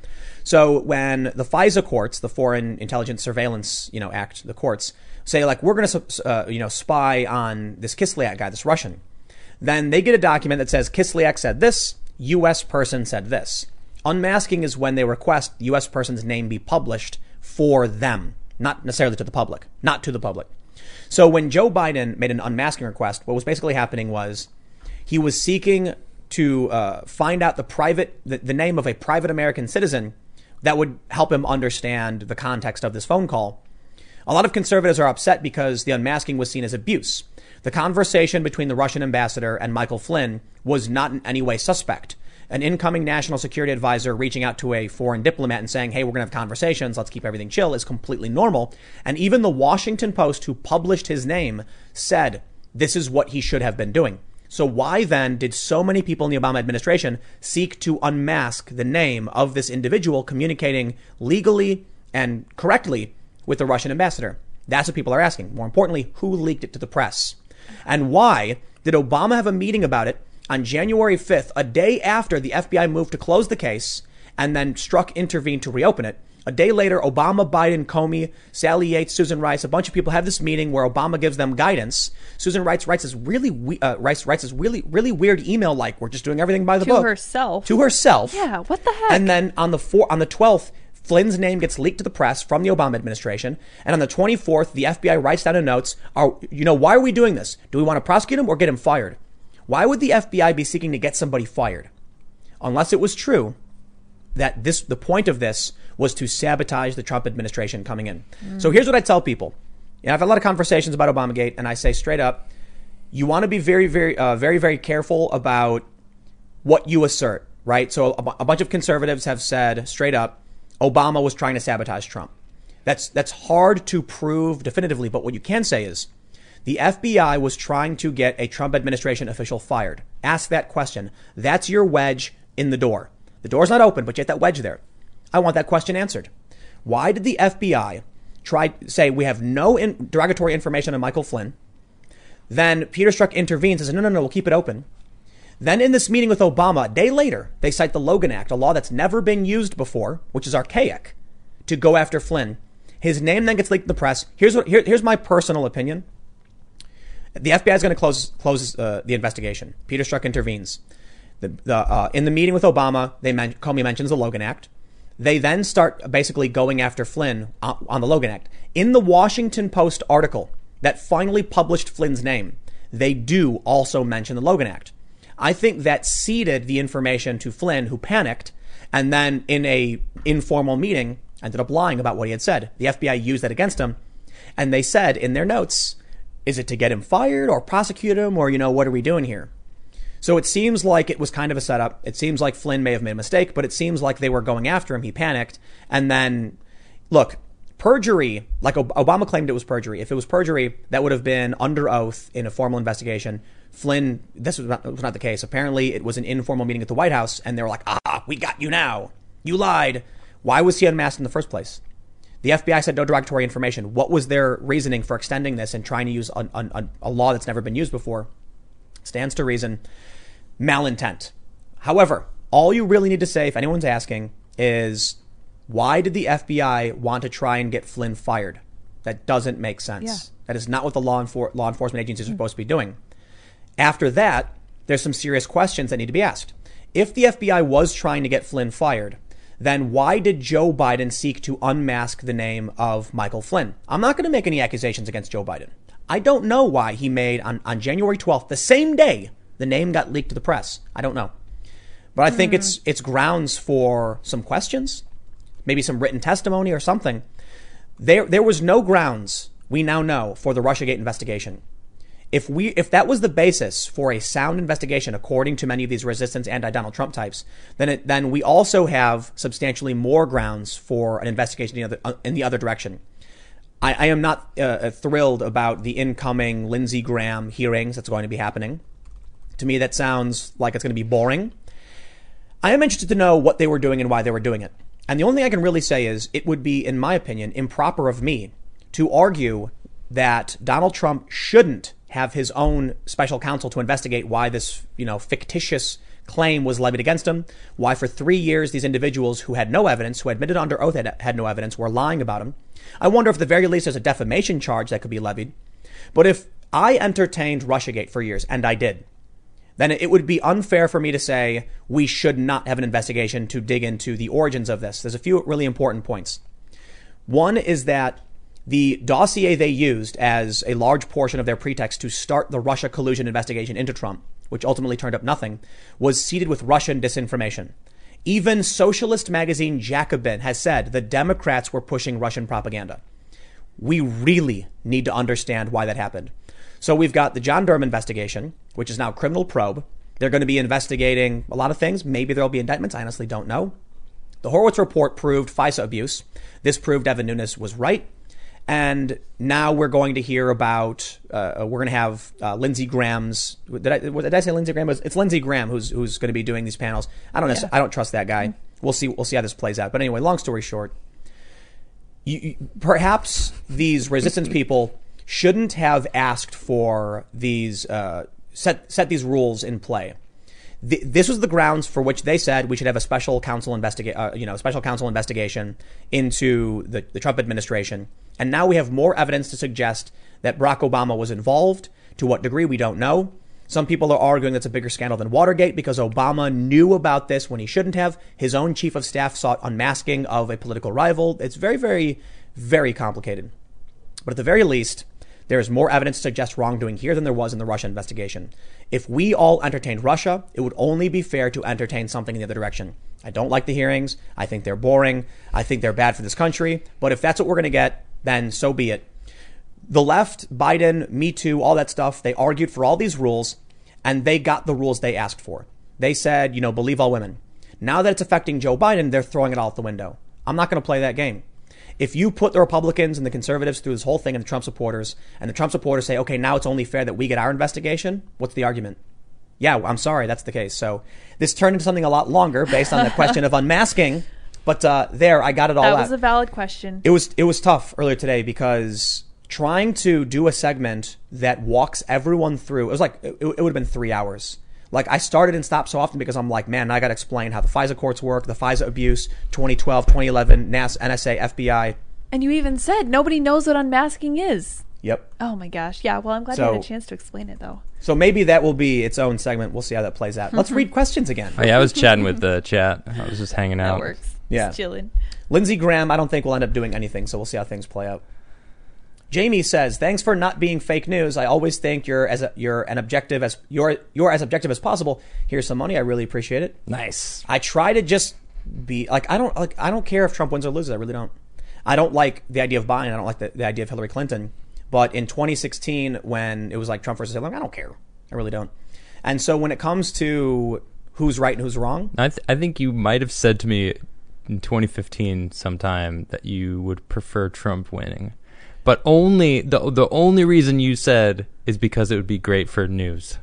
Speaker 1: So when the FISA courts, the Foreign Intelligence Surveillance, you know, Act, the courts say like we're going to, uh, you know, spy on this Kislyak guy, this Russian, then they get a document that says Kislyak said this, U.S. person said this. Unmasking is when they request the U.S. person's name be published for them, not necessarily to the public, not to the public. So when Joe Biden made an unmasking request, what was basically happening was he was seeking to uh, find out the private the, the name of a private American citizen that would help him understand the context of this phone call. A lot of conservatives are upset because the unmasking was seen as abuse. The conversation between the Russian ambassador and Michael Flynn was not in any way suspect. An incoming national security advisor reaching out to a foreign diplomat and saying, hey, we're going to have conversations, let's keep everything chill, is completely normal. And even the Washington Post, who published his name, said This is what he should have been doing. So why then did so many people in the Obama administration seek to unmask the name of this individual communicating legally and correctly with the Russian ambassador? That's what people are asking. More importantly, who leaked it to the press? And why did Obama have a meeting about it on January 5th, a day after the FBI moved to close the case and then Struck intervened to reopen it? A day later, Obama, Biden, Comey, Sally Yates, Susan Rice, a bunch of people have this meeting where Obama gives them guidance. Susan Rice writes this really, we- uh, Rice writes this really, really weird email like, "We're just doing everything by the
Speaker 2: To
Speaker 1: book."
Speaker 2: herself.
Speaker 1: To herself.
Speaker 2: Yeah, what the heck?
Speaker 1: And then on the four, on the twelfth, Flynn's name gets leaked to the press from the Obama administration, and on the twenty fourth, the FBI writes down in notes, "Are you know why are we doing this? Do we want to prosecute him or get him fired? Why would the FBI be seeking to get somebody fired, unless it was true?" that this the point of this was to sabotage the Trump administration coming in. So here's what I tell people. And I've had a lot of conversations about Obamagate, and I say straight up, you want to be very, very, uh, very, very careful about what you assert, right? So a, bu- a bunch of conservatives have said straight up, Obama was trying to sabotage Trump. That's that's hard to prove definitively, but what you can say is the FBI was trying to get a Trump administration official fired. Ask that question. That's your wedge in the door. The door's not open, but you have that wedge there. I want that question answered. Why did the FBI try say we have no in, derogatory information on Michael Flynn? Then Peter Strzok intervenes and says, no, no, no, we'll keep it open. Then in this meeting with Obama, a day later, they cite the Logan Act, a law that's never been used before, which is archaic, to go after Flynn. His name then gets leaked in the press. Here's what here, here's my personal opinion. The FBI is going to close close uh, the investigation. Peter Strzok intervenes. The, the, uh, in the meeting with Obama, they men- Comey mentions the Logan Act. They then start basically going after Flynn on, on the Logan Act. In the Washington Post article that finally published Flynn's name, they do also mention the Logan Act. I think that seeded the information to Flynn, who panicked, and then in a informal meeting ended up lying about what he had said. The FBI used that against him, and they said in their notes, "Is it to get him fired or prosecute him, or you know what are we doing here?" So it seems like it was kind of a setup. It seems like Flynn may have made a mistake, but it seems like they were going after him. He panicked. And then, look, perjury, like Ob- Obama claimed it was perjury. If it was perjury, that would have been under oath in a formal investigation. Flynn, this was not, was not the case. Apparently, it was an informal meeting at the White House, and they were like, ah, we got you now. You lied. Why was he unmasked in the first place? The FBI said no derogatory information. What was their reasoning for extending this and trying to use an, an, an- a law that's never been used before? stands to reason, malintent. However, all you really need to say, if anyone's asking, is why did the FBI want to try and get Flynn fired? That doesn't make sense.
Speaker 2: Yeah.
Speaker 1: That is not what the law, enfor- law enforcement agencies are supposed to be doing. After that, there's some serious questions that need to be asked. If the FBI was trying to get Flynn fired, then why did Joe Biden seek to unmask the name of Michael Flynn? I'm not going to make any accusations against Joe Biden. I don't know why he made on, on January 12th, the same day the name got leaked to the press. I don't know. But I think it's it's grounds for some questions, maybe some written testimony or something. There there was no grounds we now know for the RussiaGate investigation. If we if that was the basis for a sound investigation, according to many of these resistance anti-Donald Trump types, then it, then we also have substantially more grounds for an investigation in the other, uh, in the other direction. I, I am not uh, thrilled about the incoming Lindsey Graham hearings that's going to be happening. To me, that sounds like it's going to be boring. I am interested to know what they were doing and why they were doing it. And the only thing I can really say is it would be, in my opinion, improper of me to argue that Donald Trump shouldn't have his own special counsel to investigate why this, you know, fictitious claim was levied against him, why for three years these individuals who had no evidence, who admitted under oath had, had no evidence, were lying about him. I wonder if at the very least there's a defamation charge that could be levied. But if I entertained Russiagate for years, and I did, then it would be unfair for me to say we should not have an investigation to dig into the origins of this. There's a few really important points. One is that the dossier they used as a large portion of their pretext to start the Russia collusion investigation into Trump, which ultimately turned up nothing, was seeded with Russian disinformation. Even socialist magazine Jacobin has said the Democrats were pushing Russian propaganda we really need to understand why that happened. So we've got the John Durham investigation, which is now criminal probe. They're going to be investigating a lot of things. Maybe there'll be indictments. I honestly don't know. The Horowitz report proved FISA abuse. This proved Evan Nunes was right. And now we're going to hear about uh, we're going to have uh, Lindsey Graham's. Did I, did I say Lindsey Graham? It's Lindsey Graham who's who's going to be doing these panels. I don't necess- I don't trust that guy. We'll see we'll see how this plays out. But anyway, long story short, you, you- perhaps these resistance people shouldn't have asked for these uh, set set these rules in play. Th- this was the grounds for which they said we should have a special counsel investiga- uh, you know, special counsel investigation into the, the Trump administration. And now we have more evidence to suggest that Barack Obama was involved. To what degree, we don't know. Some people are arguing that's a bigger scandal than Watergate because Obama knew about this when he shouldn't have. His own chief of staff sought unmasking of a political rival. It's very, very, very complicated. But at the very least, there is more evidence to suggest wrongdoing here than there was in the Russia investigation. If we all entertained Russia, it would only be fair to entertain something in the other direction. I don't like the hearings. I think they're boring. I think they're bad for this country. But if that's what we're going to get, then so be it the left, Biden, Me Too, all that stuff, they argued for all these rules and they got the rules they asked for. They said, you know, believe all women. Now that it's affecting Joe Biden, they're throwing it all out the window. I'm not going to play that game. If you put the Republicans and the conservatives through this whole thing and the Trump supporters, and the Trump supporters say, okay, now it's only fair that we get our investigation, what's the argument? Yeah, I'm sorry, that's the case. So this turned into something a lot longer based on the question of unmasking. But uh, there, I got it all
Speaker 2: That
Speaker 1: out
Speaker 2: was a valid question.
Speaker 1: it was it was tough earlier today because trying to do a segment that walks everyone through it was like it, it would have been three hours like i started and stopped so often because i'm like man i gotta explain how the fisa courts work the fisa abuse 2012 2011 nas nsa fbi
Speaker 2: And you even said nobody knows what unmasking is.
Speaker 1: yep
Speaker 2: Oh my gosh. Yeah, well, I'm glad you had
Speaker 1: So-
Speaker 2: a chance to explain it, though.
Speaker 1: so maybe that will be its own segment we'll see how that plays out let's read questions again
Speaker 3: Oh, yeah, I was chatting with the chat. I was just hanging
Speaker 2: That
Speaker 3: out.
Speaker 2: works.
Speaker 1: Yeah.
Speaker 2: Just chilling.
Speaker 1: Lindsey Graham, I don't think will end up doing anything, so we'll see how things play out. Jamie says, "Thanks for not being fake news. I always think you're as you're an objective as you're you're as objective as possible. Here's some money. I really appreciate it.
Speaker 3: Nice.
Speaker 1: I try to just be like I don't like I don't care if Trump wins or loses. I really don't. I don't like the idea of Biden. I don't like the, the idea of Hillary Clinton. But in 2016, when it was like Trump versus Hillary, I don't care. I really don't. And so when it comes to who's right and who's wrong,
Speaker 3: I, th- I think you might have said to me in 2015 sometime that you would prefer Trump winning, but only the the only reason you said is because it would be great for news.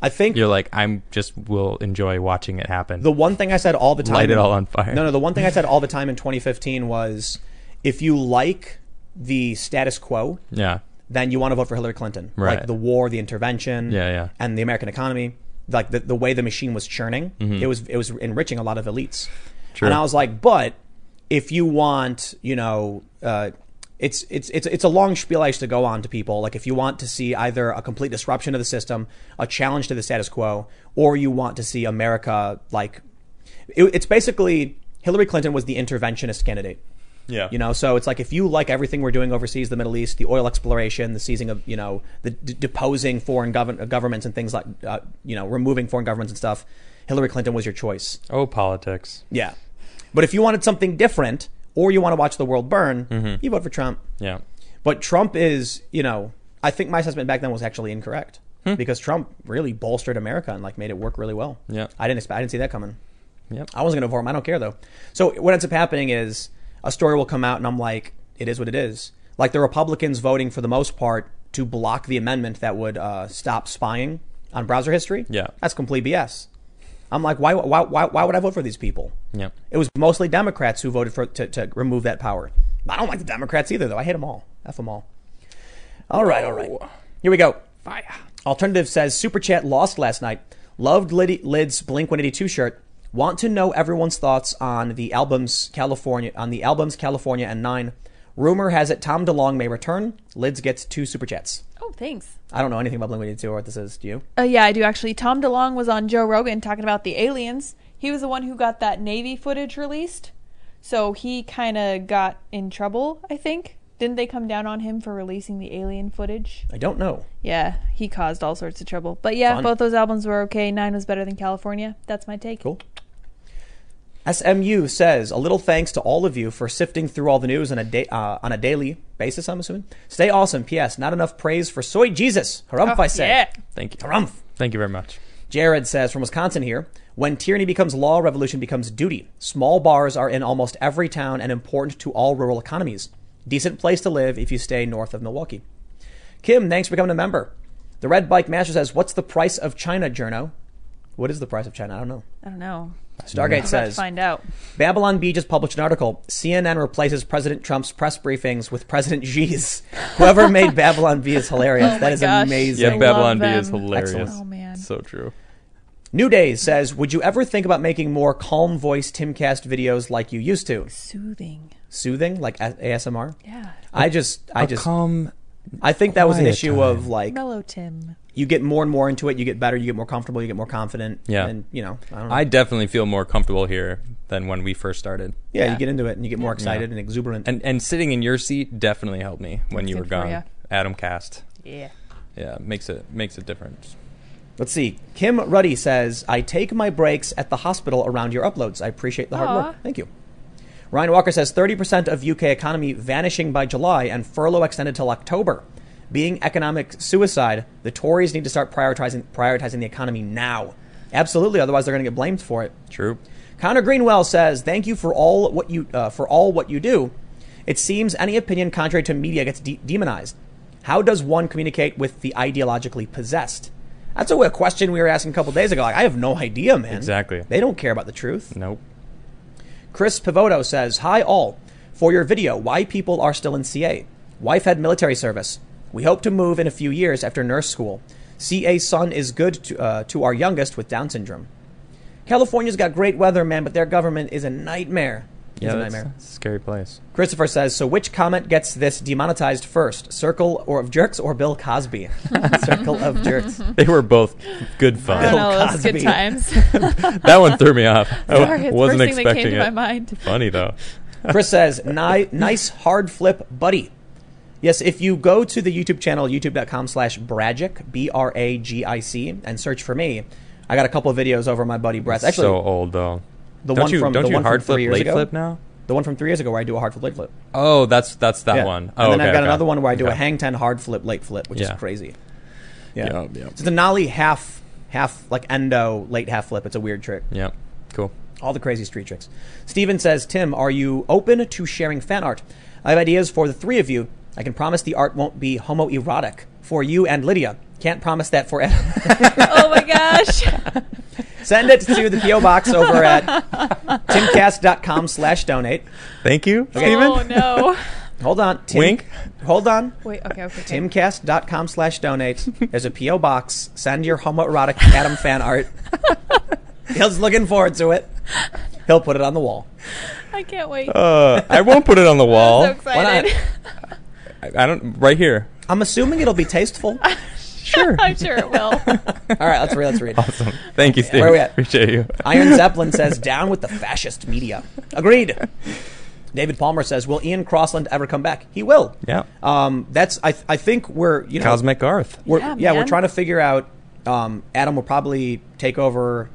Speaker 1: I think
Speaker 3: You're like, I'm just will enjoy watching it happen.
Speaker 1: The one thing I said all the time.
Speaker 3: Light it all on fire.
Speaker 1: No, no. The one thing I said all the time in 2015 was, if you like the status quo,
Speaker 3: yeah,
Speaker 1: then you want to vote for Hillary Clinton.
Speaker 3: Right.
Speaker 1: Like the war, the intervention,
Speaker 3: Yeah, yeah.
Speaker 1: and the American economy, like the, the way the machine was churning, it was it was enriching a lot of elites.
Speaker 3: Mm-hmm. True.
Speaker 1: And I was like, but if you want, you know, uh, it's it's it's it's a long spiel I used to go on to people. Like if you want to see either a complete disruption of the system, a challenge to the status quo, or you want to see America like it, it's basically Hillary Clinton was the interventionist candidate.
Speaker 3: yeah,
Speaker 1: You know, so it's like if you like everything we're doing overseas, the Middle East, the oil exploration, the seizing of, you know, the d- deposing foreign govern- governments and things like, uh, you know, removing foreign governments and stuff, Hillary Clinton was your choice.
Speaker 3: Oh, politics.
Speaker 1: Yeah. But if you wanted something different or you want to watch the world burn, you vote for Trump.
Speaker 3: Yeah,
Speaker 1: But Trump is, you know, I think my assessment back then was actually incorrect
Speaker 3: Hmm.
Speaker 1: because Trump really bolstered America and like made it work really well.
Speaker 3: Yeah.
Speaker 1: I didn't, expe- I didn't see that coming.
Speaker 3: Yep.
Speaker 1: I wasn't going to vote him. I don't care though. So what ends up happening is a story will come out, and I'm like, it is what it is. Like the Republicans voting for the most part to block the amendment that would uh, stop spying on browser history.
Speaker 3: Yeah.
Speaker 1: that's complete BS. I'm like, why, why, why, why would I vote for these people?
Speaker 3: yeah.
Speaker 1: It was mostly Democrats who voted for to, to remove that power. I don't like the Democrats either, though. I hate them all. F them all. All right, all right. Here we go. Fire. Alternative says super chat lost last night. Loved Lid- Lid's Blink 182 shirt. Want to know everyone's thoughts on the albums California on the albums California and Nine. Rumor has it Tom DeLong may return. Lids gets two super chats.
Speaker 2: Oh, thanks.
Speaker 1: I don't know anything about Blink 182 or what this is. Do you?
Speaker 2: Uh, yeah, I do actually. Tom DeLong was on Joe Rogan talking about the aliens. He was the one who got that Navy footage released. So he kind of got in trouble, I think. Didn't they come down on him for releasing the alien footage?
Speaker 1: I don't know.
Speaker 2: Yeah, he caused all sorts of trouble. But yeah,
Speaker 1: Fun.
Speaker 2: both those albums were okay. Nine was better than California. That's my take.
Speaker 1: Cool. SMU says a little thanks to all of you for sifting through all the news on a da- uh, on a daily basis. I'm assuming. Stay awesome. P.S. Not enough praise for soy Jesus. Harumph, I say.
Speaker 2: Oh, Yeah.
Speaker 3: Thank you.
Speaker 1: Harumph.
Speaker 3: Thank you very much.
Speaker 1: Jared says from Wisconsin here. When tyranny becomes law, revolution becomes duty. Small bars are in almost every town and important to all rural economies. Decent place to live if you stay north of Milwaukee. Kim, thanks for becoming a member. The Red Bike Master says, What's the price of China, Journo? What is the price of China? I don't know.
Speaker 2: I don't know.
Speaker 1: Stargate
Speaker 2: I'm about to
Speaker 1: says,
Speaker 2: find out.
Speaker 1: Babylon B just published an article. CNN replaces President Trump's press briefings with President Xi's. Whoever made Babylon B is hilarious.
Speaker 2: Oh my
Speaker 1: that is
Speaker 2: gosh.
Speaker 1: amazing.
Speaker 2: I
Speaker 3: Yeah,
Speaker 2: love
Speaker 3: Babylon B
Speaker 2: them.
Speaker 3: is hilarious.
Speaker 1: Excellent.
Speaker 2: Oh, man.
Speaker 3: So true.
Speaker 1: New Days says, Would you ever think about making more calm voice Timcast videos like you used to?
Speaker 2: Soothing.
Speaker 1: Soothing, like A- ASMR?
Speaker 2: Yeah.
Speaker 1: I just, I
Speaker 3: A
Speaker 1: just,
Speaker 3: calm.
Speaker 1: I think that was an
Speaker 3: quiet
Speaker 1: issue
Speaker 3: time.
Speaker 1: of like,
Speaker 2: Mellow Tim.
Speaker 1: you get more and more into it, you get better, you get more comfortable, you get more confident.
Speaker 3: Yeah.
Speaker 1: And, you know, I don't know.
Speaker 3: I definitely feel more comfortable here than when we first started.
Speaker 1: yeah,
Speaker 2: yeah.
Speaker 1: you get into it and you get more excited and exuberant.
Speaker 3: And and sitting in your seat definitely helped me when you
Speaker 2: Good
Speaker 3: were
Speaker 2: for
Speaker 3: gone.
Speaker 2: ya.
Speaker 3: Adam Cast.
Speaker 2: Yeah.
Speaker 3: Yeah, makes it makes a difference.
Speaker 1: Let's see. Kim Ruddy says, I take my breaks at the hospital around your uploads. I appreciate the hard
Speaker 2: Aw.
Speaker 1: work. Thank you. Ryan Walker says, 30% of UK economy vanishing by July and furlough extended till October. Being economic suicide, the Tories need to start prioritizing, prioritizing the economy now. Absolutely, otherwise they're going to get blamed for it.
Speaker 3: True.
Speaker 1: Connor Greenwell says, "Thank you for all what you uh, for all what you do. It seems any opinion contrary to media gets de- demonized. How does one communicate with the ideologically possessed?" That's a, a question we were asking a couple days ago. Like, I have no idea, man.
Speaker 3: Exactly.
Speaker 1: They don't care about the truth.
Speaker 3: Nope.
Speaker 1: Chris Pivoto says, "Hi all, for your video, why people are still in CA. Wife had military service. We hope to move in a few years after nurse school. CA son is good to, uh, to our youngest with Down syndrome. California's got great weather, man, but their government is a nightmare.
Speaker 3: Yeah,
Speaker 1: it's a
Speaker 3: that's,
Speaker 1: nightmare.
Speaker 3: that's a scary place.
Speaker 1: Christopher says, so which comment gets this demonetized first? Circle or of Jerks or Bill Cosby? Circle of Jerks.
Speaker 3: They were both good
Speaker 2: I
Speaker 1: Bill
Speaker 2: don't
Speaker 3: fun.
Speaker 2: know. It's good
Speaker 1: Cosby. Oh,
Speaker 2: times.
Speaker 3: that one threw me off. I
Speaker 2: Sorry, it's the first
Speaker 3: wasn't
Speaker 2: thing that came
Speaker 3: expecting
Speaker 2: to my
Speaker 3: it.
Speaker 2: mind.
Speaker 3: Funny though.
Speaker 1: Chris says, Ni- nice hard flip, buddy. Yes, if you go to the YouTube channel, youtube.com slash Bragic, B R A G I C, and search for me, I got a couple of videos over my buddy Brett's. Actually,
Speaker 3: so old though.
Speaker 1: the
Speaker 3: don't
Speaker 1: one
Speaker 3: you
Speaker 1: from
Speaker 3: don't
Speaker 1: the
Speaker 3: you
Speaker 1: one
Speaker 3: hard
Speaker 1: from three years
Speaker 3: flip late
Speaker 1: ago,
Speaker 3: flip now?
Speaker 1: the one from three years ago where I do a hard flip, late flip.
Speaker 3: Oh, that's that's that
Speaker 1: Yeah.
Speaker 3: one.
Speaker 1: and
Speaker 3: Oh,
Speaker 1: then
Speaker 3: okay,
Speaker 1: I've got
Speaker 3: okay.
Speaker 1: another one where I do a
Speaker 3: Okay.
Speaker 1: hang ten hard flip, late flip, which
Speaker 3: Yeah.
Speaker 1: is crazy.
Speaker 3: Yeah.
Speaker 1: Yeah.
Speaker 3: Yep, yep.
Speaker 1: It's the nollie half, half like endo late half flip. It's a weird trick.
Speaker 3: Yep. Cool.
Speaker 1: All the crazy street tricks. Steven says, Tim, are you open to sharing fan art? I have ideas for the three of you. I can promise the art won't be homoerotic for you and Lydia. Can't promise that for Ed.
Speaker 2: oh my gosh.
Speaker 1: Send it to the PO box over at timcast.com slash donate.
Speaker 3: Thank you,
Speaker 2: Oh
Speaker 3: Steven.
Speaker 2: no.
Speaker 1: Hold on. Tim,
Speaker 3: Wink.
Speaker 1: Hold on.
Speaker 2: Wait. Okay. Okay. okay.
Speaker 1: Timcast.com slash donate. There's a P.O. box. Send your homoerotic Adam fan art. He's looking forward to it. He'll put it on the wall.
Speaker 2: I can't wait.
Speaker 3: Uh, I won't put it on the wall.
Speaker 2: I'm so excited.
Speaker 3: I, I don't. Right here.
Speaker 1: I'm assuming it'll be tasteful. All
Speaker 3: Sure.
Speaker 2: I'm sure it will.
Speaker 1: right, let's read. Let's read.
Speaker 3: awesome. Thank you, Steve.
Speaker 1: Where are we at?
Speaker 3: Appreciate you.
Speaker 1: Iron Zeppelin says, down with the fascist media. Agreed. David Palmer says, will Ian Crossland ever come back? He will.
Speaker 3: Yeah.
Speaker 1: Um, that's, I, I think we're, you know,
Speaker 3: Cosmic Garth.
Speaker 1: we're,
Speaker 2: Yeah,
Speaker 1: yeah, we're
Speaker 2: man.
Speaker 1: trying to figure out, um, Adam will probably take over,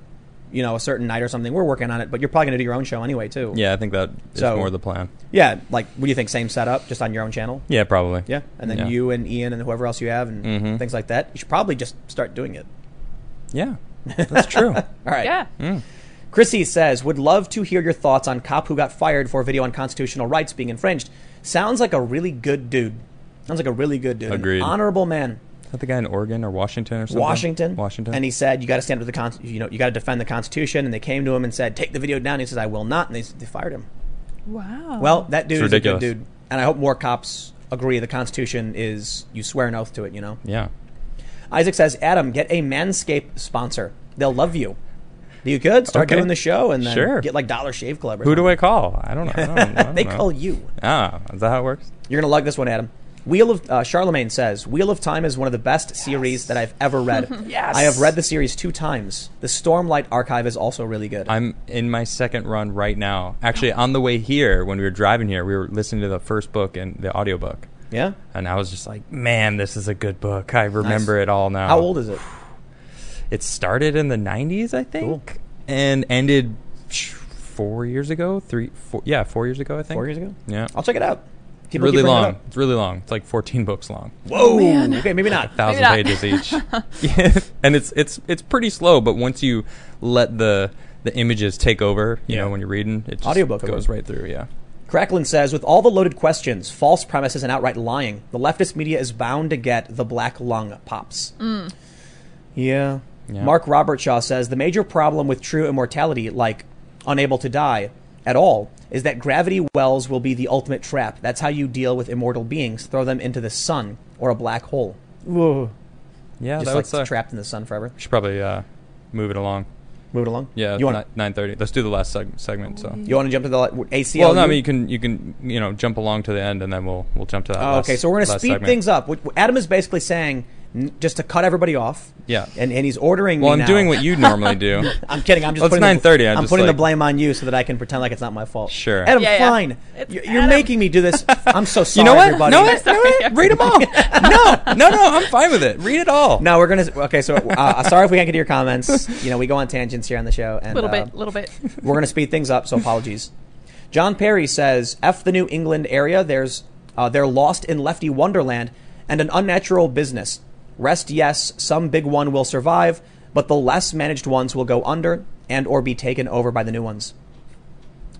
Speaker 1: you know, a certain night or something. We're working on it, but you're probably going to do your own show anyway, too.
Speaker 3: Yeah, I think that is
Speaker 1: So-
Speaker 3: more the plan.
Speaker 1: Yeah, like what do you think? Same setup, just on your own channel.
Speaker 3: Yeah, probably.
Speaker 1: Yeah, and then
Speaker 3: Yeah.
Speaker 1: you and Ian and whoever else you have and
Speaker 3: Mhm.
Speaker 1: things like that. You should probably just start doing it.
Speaker 3: Yeah, that's true.
Speaker 1: All right.
Speaker 2: Yeah.
Speaker 1: Chrissy says, would love to hear your thoughts on cop who got fired for a video on constitutional rights being infringed. Sounds like a really good dude. Sounds like a really good dude. An
Speaker 3: Agreed.
Speaker 1: honorable man.
Speaker 3: Is that the guy in Oregon or Washington or something?
Speaker 1: Washington.
Speaker 3: Washington.
Speaker 1: And he said, you got to stand up to the con- you know, you got to defend the Constitution. And they came to him and said, take the video down. He says, I will not. And they, they fired him.
Speaker 2: Wow.
Speaker 1: Well, that dude
Speaker 3: It's
Speaker 1: is a good
Speaker 3: ridiculous.
Speaker 1: dude. And I hope more cops agree the Constitution is, you swear an oath to it, you know?
Speaker 3: yeah.
Speaker 1: Isaac says, Adam, get a Manscaped sponsor. They'll love you. You could start
Speaker 3: Okay.
Speaker 1: doing the show and then
Speaker 3: Sure.
Speaker 1: get like Dollar Shave Club. Or
Speaker 3: Who do I call? I don't know. I don't- I don't
Speaker 1: They
Speaker 3: know.
Speaker 1: call you.
Speaker 3: Ah, is that how it works?
Speaker 1: You're gonna lug this one, Adam. Wheel of uh, Charlemagne says Wheel of Time is one of the best series that I've ever read.
Speaker 3: Yes.
Speaker 1: I have read the series two times. The Stormlight Archive is also really good.
Speaker 3: I'm in my second run right now. Actually, on the way here, when we were driving here, we were listening to the first book and the audiobook.
Speaker 1: yeah.
Speaker 3: And I was just like, man, this is a good book. I remember it all now.
Speaker 1: How old is it?
Speaker 3: It started in the 90s, I think, and ended psh, four years ago. Three, four, yeah, four years ago, I think.
Speaker 1: Four years ago.
Speaker 3: Yeah.
Speaker 1: I'll check it out. People keep
Speaker 3: really
Speaker 1: bringing it
Speaker 3: long.
Speaker 1: up.
Speaker 3: It's really long. It's like 14 books long.
Speaker 1: Whoa.
Speaker 2: man.
Speaker 1: Okay, maybe not.
Speaker 3: thousand
Speaker 2: not.
Speaker 3: pages each. Yeah. and it's it's it's pretty slow, but once you let the the images take over, you
Speaker 1: Yeah.
Speaker 3: know, when you're reading, it just
Speaker 1: Audiobook
Speaker 3: goes
Speaker 1: over.
Speaker 3: right through. Yeah.
Speaker 1: Cracklin says, with all the loaded questions, false premises, and outright lying, the leftist media is bound to get the black lung pops. Yeah.
Speaker 3: Yeah.
Speaker 1: Mark Robertshaw says, the major problem with true immortality, like unable to die at all, is that gravity wells will be the ultimate trap. That's how you deal with immortal beings. Throw them into the sun or a black hole. Whoa.
Speaker 3: Yeah,
Speaker 1: Just
Speaker 3: that
Speaker 1: like
Speaker 3: would suck.
Speaker 1: trapped in the sun forever.
Speaker 3: Should probably uh, move it along.
Speaker 1: Move it along.
Speaker 3: Yeah,
Speaker 1: You want to
Speaker 3: nine thirty. Let's do the last seg- segment. So,
Speaker 1: you want to jump to the li- ACL?
Speaker 3: well, no, I mean you can you can you know jump along to the end, and then we'll we'll jump to that.
Speaker 1: Oh,
Speaker 3: last-
Speaker 1: okay, so we're going to
Speaker 3: last
Speaker 1: speed
Speaker 3: segment.
Speaker 1: things up. What- what Adam is basically saying n- just to cut everybody off.
Speaker 3: Yeah.
Speaker 1: and, and he's ordering.
Speaker 3: Well,
Speaker 1: me
Speaker 3: I'm
Speaker 1: now.
Speaker 3: doing what you normally do.
Speaker 1: I'm kidding. I'm just.
Speaker 3: Well, it's
Speaker 1: putting the-
Speaker 3: 9:30, I'm
Speaker 1: I'm
Speaker 3: just
Speaker 1: putting the
Speaker 3: like-
Speaker 1: blame on you so that I can pretend like it's not my fault.
Speaker 3: Sure.
Speaker 1: Adam,
Speaker 2: Yeah, yeah.
Speaker 1: fine.
Speaker 2: It's
Speaker 1: You- You're
Speaker 2: Adam.
Speaker 1: making me do this. I'm so sorry,
Speaker 3: you know what?
Speaker 1: everybody.
Speaker 3: No, it,
Speaker 2: Sorry,
Speaker 3: no, it. Read them all. no, no, no. I'm fine with it. Read it all.
Speaker 1: No, we're gonna. Okay, so uh, sorry if we can't get to your comments. You know, we go on tangents here on the show, and
Speaker 2: little
Speaker 1: uh,
Speaker 2: bit, little bit.
Speaker 1: we're going to speed things up, so apologies. John Perry says, "F the New England area. There's uh, they're lost in lefty wonderland and an unnatural business. Rest, yes, some big one will survive, but the less managed ones will go under and or be taken over by the new ones."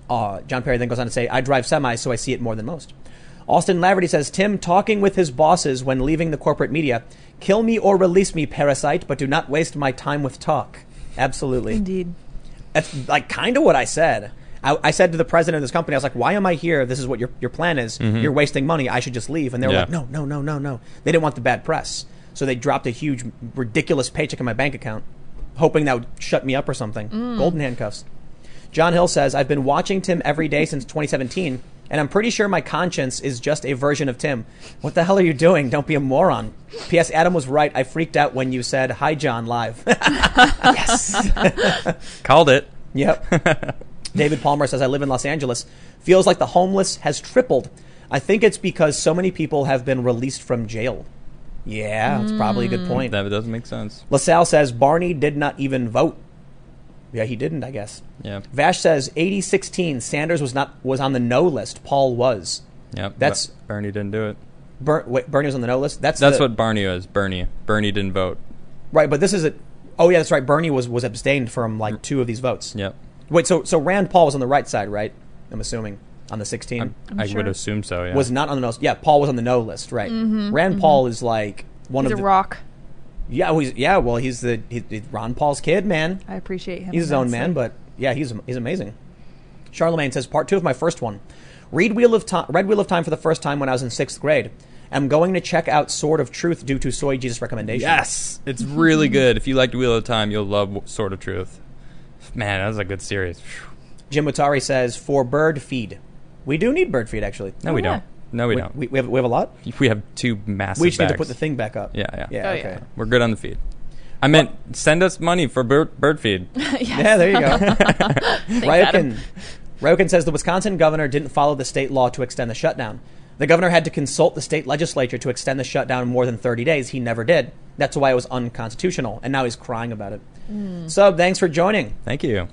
Speaker 1: Uh, John Perry then goes on to say, "I drive semis, so I see it more than most." Austin Laverty says, "Tim talking with his bosses when leaving the corporate media. Kill me or release me, parasite, but do not waste my time with talk." Absolutely.
Speaker 2: Indeed.
Speaker 1: That's like kind of what I said. I, I said to the president of this company, I was like, "Why am I here? This is what your your plan is. You're wasting money. I should just leave." And they were
Speaker 3: Yeah.
Speaker 1: like, "No, no, no, no, no." They didn't want the bad press, so they dropped a huge, ridiculous paycheck in my bank account, hoping that would shut me up or something. Golden handcuffs. John Hill says, "I've been watching Tim every day since 2017, and I'm pretty sure my conscience is just a version of Tim. What the hell are you doing? Don't be a moron." P.S. Adam was right. I freaked out when you said, "Hi, John," live. yes.
Speaker 3: Called it.
Speaker 1: Yep. David Palmer says, I live in Los Angeles. Feels like the homeless has tripled. I think it's because so many people have been released from jail. Yeah, that's probably a good point.
Speaker 3: Mm. That doesn't make sense.
Speaker 1: LaSalle says, Barney did not even vote. Yeah, he didn't, I guess.
Speaker 3: Yeah.
Speaker 1: Vash says, 8016, Sanders was not was on the no list. Paul was.
Speaker 3: Yep.
Speaker 1: That's-
Speaker 3: But Bernie didn't do it.
Speaker 1: Ber- wait, Bernie was on the no list? That's,
Speaker 3: That's
Speaker 1: the-
Speaker 3: what Barney was. Bernie. Bernie didn't vote.
Speaker 1: Right, but this is a. Oh, yeah, that's right. Bernie was, was abstained from
Speaker 3: Mm.
Speaker 1: like two of these votes.
Speaker 3: Yep.
Speaker 1: Wait, so, so Rand Paul was on the right side, right? I'm assuming. On the 16.
Speaker 3: I
Speaker 2: sure.
Speaker 3: would assume so. Yeah.
Speaker 1: was not on the no. Yeah, Paul was on the no list, right? Rand Paul is like one
Speaker 2: Mm-hmm, He's
Speaker 1: of
Speaker 2: a
Speaker 1: the
Speaker 2: rock.
Speaker 1: yeah, well, he's yeah, well, he's the he, he's Ron Paul's kid, man.
Speaker 2: I appreciate him.
Speaker 1: He's his own
Speaker 2: immensely.
Speaker 1: man, but yeah, he's he's amazing. Charlemagne says part two of my first one. Read Wheel of Time, Red Wheel of Time for the first time when I was in sixth grade. I'm going to check out Sword of Truth due to Soy Jesus recommendation.
Speaker 3: Yes, it's really good. If you liked Wheel of Time, you'll love Sword of Truth. Man, that was a good series. Phew.
Speaker 1: Jim Watari says for bird feed. We do need bird feed actually.
Speaker 3: No, we
Speaker 2: Yeah.
Speaker 3: don't. No, we,
Speaker 1: we,
Speaker 3: don't.
Speaker 1: We, we have we have a lot.
Speaker 3: We have two massive.
Speaker 1: we just need to
Speaker 3: bags.
Speaker 1: put the thing back up.
Speaker 3: Yeah, yeah.
Speaker 1: yeah.
Speaker 2: Oh, yeah.
Speaker 1: okay.
Speaker 3: We're good on the feed. I meant send us money for bird, bird feed.
Speaker 1: Yeah, there you go. Ryokin,
Speaker 2: Adam.
Speaker 1: Ryokin says the Wisconsin governor didn't follow the state law to extend the shutdown. The governor had to consult the state legislature to extend the shutdown more than 30 days. He never did. That's why it was unconstitutional, and now he's crying about it. So, thanks for joining.
Speaker 3: Thank you.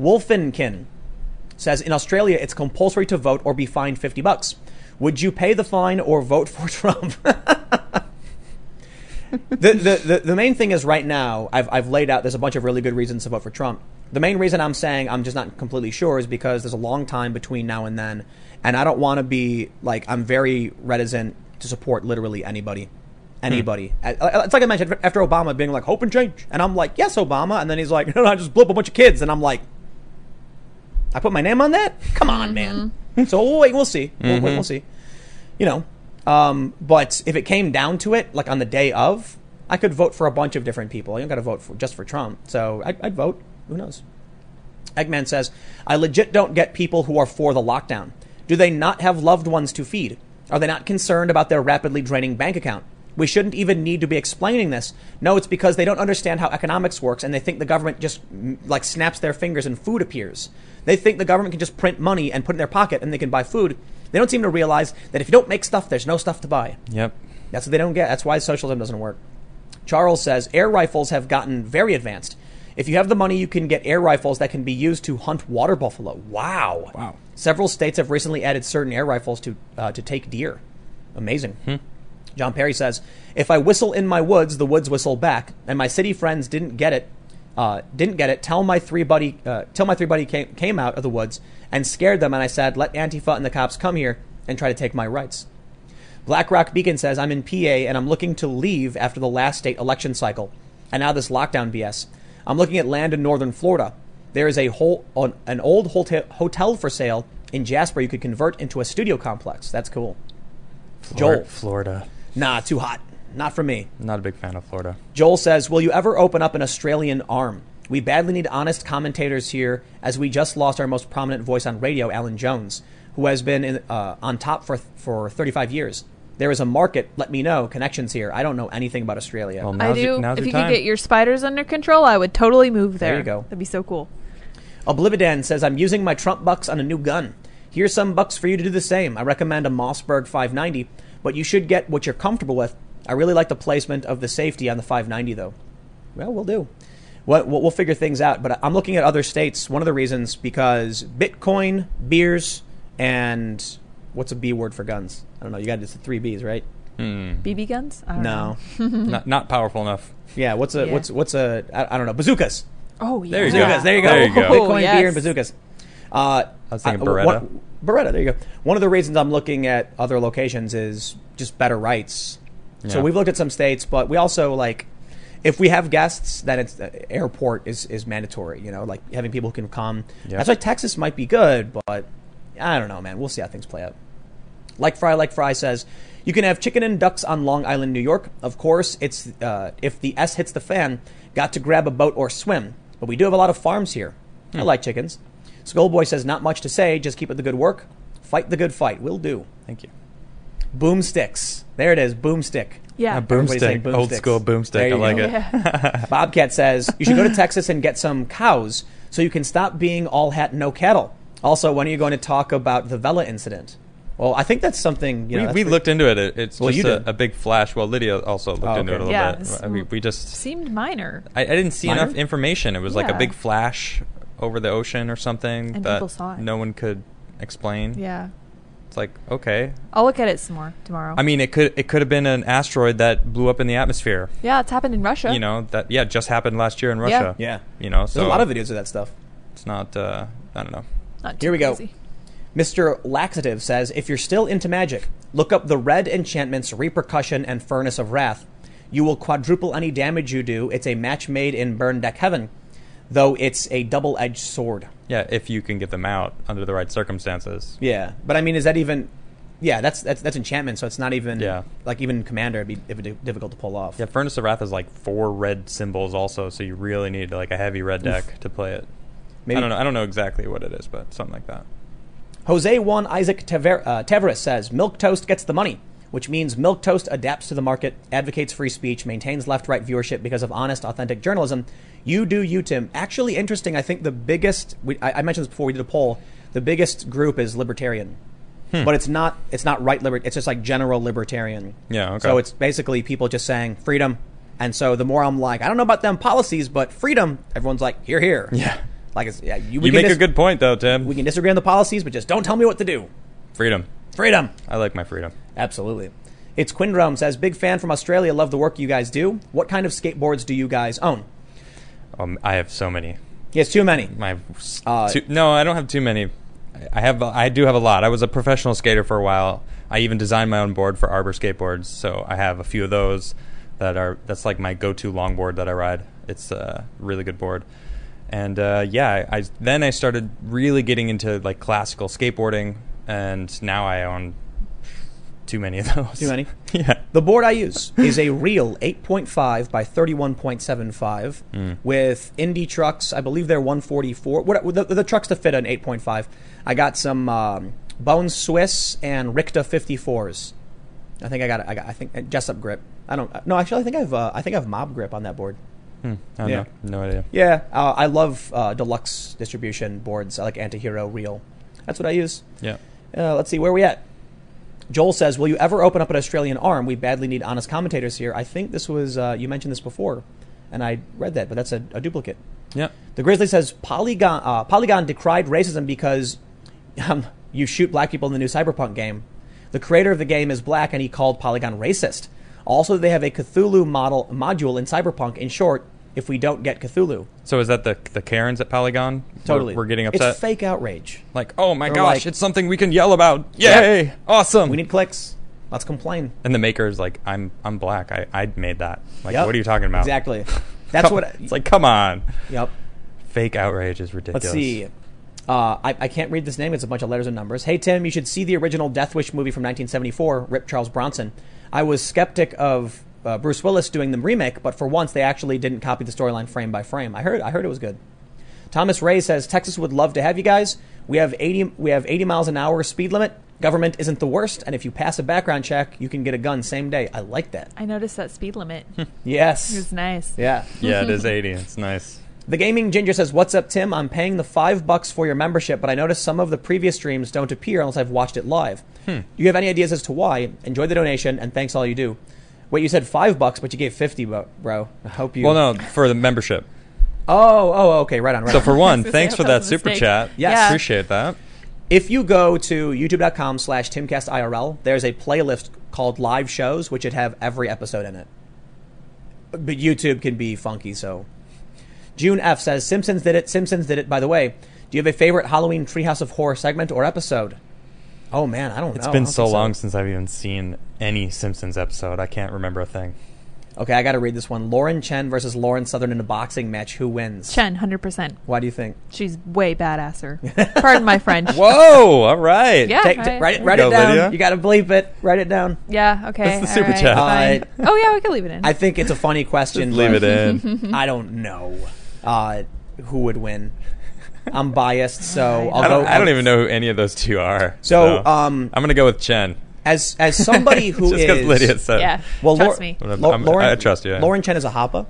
Speaker 1: Wolfenkin says in Australia it's compulsory to vote or be fined 50 bucks. Would you pay the fine or vote for Trump? the, the, the, the main thing is right now, I've, I've laid out there's a bunch of really good reasons to vote for Trump. The main reason I'm saying I'm just not completely sure is because there's a long time between now and then, and I don't want to be like, I'm very reticent to support literally anybody. Anybody. I- I- It's like I mentioned after Obama being like, hope and change. And I'm like, yes, Obama. And then he's like, no, no, I just blew up a bunch of kids. And I'm like, I put my name on that? Come on, man. So we'll wait, we'll see. We'll, wait, we'll see. You know, um, but if it came down to it, like on the day of, I could vote for a bunch of different people. I don't got to vote for just for Trump. So I'd, I'd vote. Who knows? Eggman says, I legit don't get people who are for the lockdown. Do they not have loved ones to feed? Are they not concerned about their rapidly draining bank account? We shouldn't even need to be explaining this. No, it's because they don't understand how economics works and they think the government just mm, like snaps their fingers and food appears. They think the government can just print money and put it in their pocket and they can buy food. They don't seem to realize that if you don't make stuff, there's no stuff to buy.
Speaker 3: Yep.
Speaker 1: That's what they don't get. That's why socialism doesn't work. Charles says air rifles have gotten very advanced. If you have the money, you can get air rifles that can be used to hunt water buffalo. Wow.
Speaker 3: Wow.
Speaker 1: Several states have recently added certain air rifles to, uh, to take deer. Amazing. John Perry says If I whistle in my woods, the woods whistle back, and my city friends didn't get it. Uh, didn't get it. Tell my three buddy, uh, till my three buddy came, came out of the woods and scared them. And I said, let Antifa and the cops come here and try to take my rights. Black Rock Beacon says, I'm in PA and I'm looking to leave after the last state election cycle. And now this lockdown BS. I'm looking at land in northern Florida. There is a whole, an, an old hotel, hotel for sale in Jasper you could convert into a studio complex. That's cool. Joel.
Speaker 3: Florida.
Speaker 1: Nah, too hot. Not for me.
Speaker 3: Not a big fan of Florida.
Speaker 1: Joel says, Will you ever open up an Australian arm? We badly need honest commentators here, as we just lost our most prominent voice on radio, Alan Jones, who has been in, uh, on top for, for 35 years. There is a market, let me know, connections here. I don't know anything about Australia.
Speaker 3: Well,
Speaker 2: I
Speaker 3: now's your-
Speaker 2: do.
Speaker 3: now's
Speaker 2: if
Speaker 3: your
Speaker 2: you
Speaker 3: time.
Speaker 2: could get your spiders under control, I would totally move there.
Speaker 1: you go.
Speaker 2: That'd be so cool.
Speaker 1: Oblividan says, I'm using my Trump bucks on a new gun. Here's some bucks for you to do the same. I recommend a Mossberg 590, but you should get what you're comfortable with. I really like the placement of the safety on the 590, though. Well, we'll do. Well, We'll we'll figure things out, but I'm looking at other states. One of the reasons because Bitcoin, beers, and what's a B word for guns? I don't know. You got it's the three Bs, right?
Speaker 2: BB guns? I don't know.
Speaker 1: No.
Speaker 3: not, not powerful enough.
Speaker 1: Yeah. What's a
Speaker 2: Yeah.
Speaker 1: what's what's a I, I don't know. Bazookas.
Speaker 2: Oh, yeah.
Speaker 3: There you go.
Speaker 1: Bazookas. There you go.
Speaker 3: There you go.
Speaker 2: Oh,
Speaker 1: Bitcoin,
Speaker 2: yes.
Speaker 1: beer, and bazookas. Uh,
Speaker 3: I was thinking
Speaker 1: uh,
Speaker 3: Beretta.
Speaker 1: One, Beretta. There you go. One of the reasons I'm looking at other locations is just better rights. So
Speaker 3: Yeah.
Speaker 1: we've looked at some states, but we also like if we have guests, then it's uh, airport is is mandatory. You know, like having people who can come.
Speaker 3: Yeah.
Speaker 1: That's why Texas might be good, but I don't know, man. We'll see how things play out. Like Fry, like Fry says, you can have chicken and ducks on Long Island, New York. Of course, it's uh, if the S hits the fan, got to grab a boat or swim. But we do have a lot of farms here. I like chickens. Skullboy says, not much to say. Just keep up the good work. Fight the good fight. Will do.
Speaker 3: Thank you.
Speaker 1: Boomsticks. There it is. Boomstick.
Speaker 2: Yeah.
Speaker 3: A
Speaker 1: Everybody's saying
Speaker 3: boomstick. Old
Speaker 1: boomsticks.
Speaker 3: school
Speaker 1: There
Speaker 3: boomstick. I
Speaker 1: you
Speaker 3: like
Speaker 1: go.
Speaker 3: it.
Speaker 1: Bobcat says, you should go to Texas and get some cows so you can stop being all hat, no cattle. Also, when are you going to talk about the Vela incident? Well, I think that's something, you know.
Speaker 3: we
Speaker 1: that's
Speaker 3: we
Speaker 1: pretty-
Speaker 3: looked into it. it it's
Speaker 1: Well,
Speaker 3: just
Speaker 1: you
Speaker 3: a,
Speaker 1: did.
Speaker 3: a big flash. Well, Lydia also looked
Speaker 1: Oh,
Speaker 3: into
Speaker 1: okay.
Speaker 3: it a little
Speaker 2: Yeah,
Speaker 3: bit.
Speaker 2: it's-
Speaker 3: I mean, we just
Speaker 2: Seemed minor.
Speaker 3: I, I didn't see
Speaker 1: Minor?
Speaker 3: enough information. It was like
Speaker 2: Yeah.
Speaker 3: a big flash over the ocean or something
Speaker 2: And
Speaker 3: that
Speaker 2: people saw it.
Speaker 3: no one could explain.
Speaker 2: Yeah.
Speaker 3: It's like okay.
Speaker 2: I'll look at it some more tomorrow.
Speaker 3: I mean, it could it could have been an asteroid that blew up in the atmosphere.
Speaker 2: yeah, it's happened in Russia.
Speaker 3: You know that yeah just happened last year in Russia.
Speaker 1: Yeah.
Speaker 3: You know so
Speaker 1: There's a lot of videos of that stuff.
Speaker 3: It's not uh, I don't know.
Speaker 2: Not too
Speaker 1: Here we go.
Speaker 2: crazy.
Speaker 1: Mr. Laxative says, if you're still into magic, look up the Red Enchantment's Repercussion and Furnace of Wrath. You will quadruple any damage you do. It's a match made in Burn Deck Heaven, though it's a double edged sword.
Speaker 3: Yeah, if you can get them out under the right circumstances.
Speaker 1: Yeah. But I mean, is that even. Yeah, that's that's, that's enchantment, so it's not even.
Speaker 3: Yeah.
Speaker 1: Like, even Commander, it'd be, it'd be difficult to pull off.
Speaker 3: Yeah, Furnace of Wrath is like four red symbols also, so you really need like a heavy red deck to play it.
Speaker 1: Maybe-
Speaker 3: I don't know. I don't know exactly what it is, but something like that.
Speaker 1: Jose Juan Isaac Taver- uh, Tavares says Milk Toast gets the money, which means Milk Toast adapts to the market, advocates free speech, maintains left-right viewership because of honest, authentic journalism. You do you, Tim. Actually, interesting. I think the biggest we, I, I mentioned this before we did a poll. The biggest group is libertarian,
Speaker 3: Hmm.
Speaker 1: but it's not it's not right libertarian. It's just like general libertarian.
Speaker 3: Yeah, okay.
Speaker 1: So it's basically people just saying freedom. And so the more I'm like, I don't know about them policies, but freedom. Everyone's like, here, here.
Speaker 3: Yeah.
Speaker 1: Like it's, yeah, you, we
Speaker 3: You
Speaker 1: can
Speaker 3: make a
Speaker 1: dis-
Speaker 3: good point though, Tim.
Speaker 1: We can disagree on the policies, but just don't tell me what to do.
Speaker 3: freedom.
Speaker 1: Freedom.
Speaker 3: I like my freedom.
Speaker 1: Absolutely. It's Quindrome says, big fan from Australia. Love the work you guys do. What kind of skateboards do you guys own?
Speaker 3: Um, I have so many.
Speaker 1: He has too many.
Speaker 3: My
Speaker 1: Uh,
Speaker 3: too, no, I don't have too many. I- I have. I do have a lot. I was a professional skater for a while. I even designed my own board for Arbor skateboards, so I have a few of those that are. That's like my go-to longboard that I ride. It's a really good board. And uh, yeah, I, I then I started really getting into like classical skateboarding, and now I own too many of those.
Speaker 1: Too many?
Speaker 3: yeah.
Speaker 1: The board I use is a real 8.5 by 31.75 with indie trucks. I believe they're 144. What the, the trucks to fit an 8.5. I got some um, Bone Swiss and Richta 54s. I think I got. I got. I think uh, Jessup grip. I don't. No, actually, I think I've. Uh, I think I've mob grip on that board.
Speaker 3: I don't
Speaker 1: Yeah.
Speaker 3: know. No idea.
Speaker 1: Yeah, uh, I love uh, deluxe distribution boards. I like Antihero Real. That's what I use.
Speaker 3: Yeah.
Speaker 1: Uh, let's see, where are we at? Joel says, Will you ever open up an Australian arm? We badly need honest commentators here. I think this was, uh, you mentioned this before, and I read that, but that's a, a duplicate.
Speaker 3: Yeah.
Speaker 1: The Grizzly says, Polygon, uh, Polygon decried racism because um, you shoot black people in the new Cyberpunk game. The creator of the game is black, and he called Polygon racist. Also, they have a Cthulhu model module in Cyberpunk. In short, if we don't get Cthulhu.
Speaker 3: So is that the the Karens at Polygon? We're-
Speaker 1: Totally.
Speaker 3: We're, getting upset.
Speaker 1: It's fake outrage.
Speaker 3: like, oh my
Speaker 1: Or
Speaker 3: gosh,
Speaker 1: like-
Speaker 3: it's something we can yell about. Yay! Awesome.
Speaker 1: We need clicks. Let's complain.
Speaker 3: and the maker is like, I'm I'm black. I, I made that. Like,
Speaker 1: Yep.
Speaker 3: what are you talking about?
Speaker 1: Exactly. That's what.
Speaker 3: it's like. Come on.
Speaker 1: Yep.
Speaker 3: Fake outrage is ridiculous.
Speaker 1: Let's see. Uh, I, I can't read this name. It's a bunch of letters and numbers. Hey, Tim, you should see the original Death Wish movie from 1974, Rip Charles Bronson. I was skeptic of uh, Bruce Willis doing the remake, but for once, they actually didn't copy the storyline frame by frame. I heard, I heard it was good. Thomas Ray says Texas would love to have you guys. We have 80, we have 80 miles an hour speed limit. Government isn't the worst, and if you pass a background check, you can get a gun same day. I like that.
Speaker 2: I noticed that speed limit. it
Speaker 1: Yes.
Speaker 2: was nice.
Speaker 1: Yeah.
Speaker 3: Yeah, it is 80. It's nice.
Speaker 1: The Gaming Ginger says, What's up, Tim? I'm paying the five bucks for your membership, but I noticed some of the previous streams don't appear unless I've watched it live.
Speaker 3: Hmm.
Speaker 1: Do you have any ideas as to why? Enjoy the donation, and thanks all you do. Wait, you said five bucks, but you gave 50, bu- bro. I hope you.
Speaker 3: Well, no, for the membership.
Speaker 1: Oh, oh, okay, right on, right
Speaker 3: So
Speaker 1: on.
Speaker 3: for one,
Speaker 2: gonna say,
Speaker 3: thanks
Speaker 2: I
Speaker 3: for
Speaker 2: thought it
Speaker 3: that
Speaker 2: was a
Speaker 3: super
Speaker 2: mistake.
Speaker 3: chat.
Speaker 1: Yes.
Speaker 2: Yeah.
Speaker 3: Appreciate that.
Speaker 1: If you go to youtube.com slash timcastirl, there's a playlist called live shows, which would have every episode in it. But YouTube can be funky, so. June F says Simpsons did it, Simpsons did it. By the way, do you have a favorite Halloween Treehouse of Horror segment or episode? Oh man, I don't know.
Speaker 3: It's
Speaker 1: I
Speaker 3: been
Speaker 1: don't
Speaker 3: so
Speaker 1: think
Speaker 3: long since I've even seen any Simpsons episode. I can't remember a thing.
Speaker 1: Okay, I got to read this one. Lauren Chen versus Lauren Southern in a boxing match. Who wins?
Speaker 2: Chen, hundred percent.
Speaker 1: Why do you think?
Speaker 2: She's way badasser. Pardon my French.
Speaker 3: Whoa! All right.
Speaker 2: Yeah.
Speaker 1: Take,
Speaker 2: I-
Speaker 1: take- write it,
Speaker 2: There
Speaker 1: write
Speaker 3: you
Speaker 1: it
Speaker 3: go,
Speaker 1: down.
Speaker 3: Lydia.
Speaker 1: You got to bleep it. Write it down.
Speaker 2: Yeah. Okay.
Speaker 3: That's the super
Speaker 2: alright,
Speaker 3: chat.
Speaker 2: fine.
Speaker 1: Uh,
Speaker 2: oh yeah, we can leave it in.
Speaker 1: I think it's a funny question.
Speaker 3: Leave
Speaker 1: but-
Speaker 3: it in.
Speaker 1: I don't know uh, who would win. I'm biased, so I'll
Speaker 3: I don't,
Speaker 1: go.
Speaker 3: I don't even know who any of those two are.
Speaker 1: So, um,
Speaker 3: I'm gonna go with Chen.
Speaker 1: As as somebody who
Speaker 3: Just
Speaker 1: is
Speaker 3: because Lydia said.
Speaker 2: yeah.
Speaker 1: well,
Speaker 2: Trust
Speaker 1: Lor-
Speaker 2: me.
Speaker 3: I'm-
Speaker 1: Lo-
Speaker 3: I'm-
Speaker 1: Lauren,
Speaker 3: I trust you, yeah.
Speaker 1: Lauren Chen is a Hapa.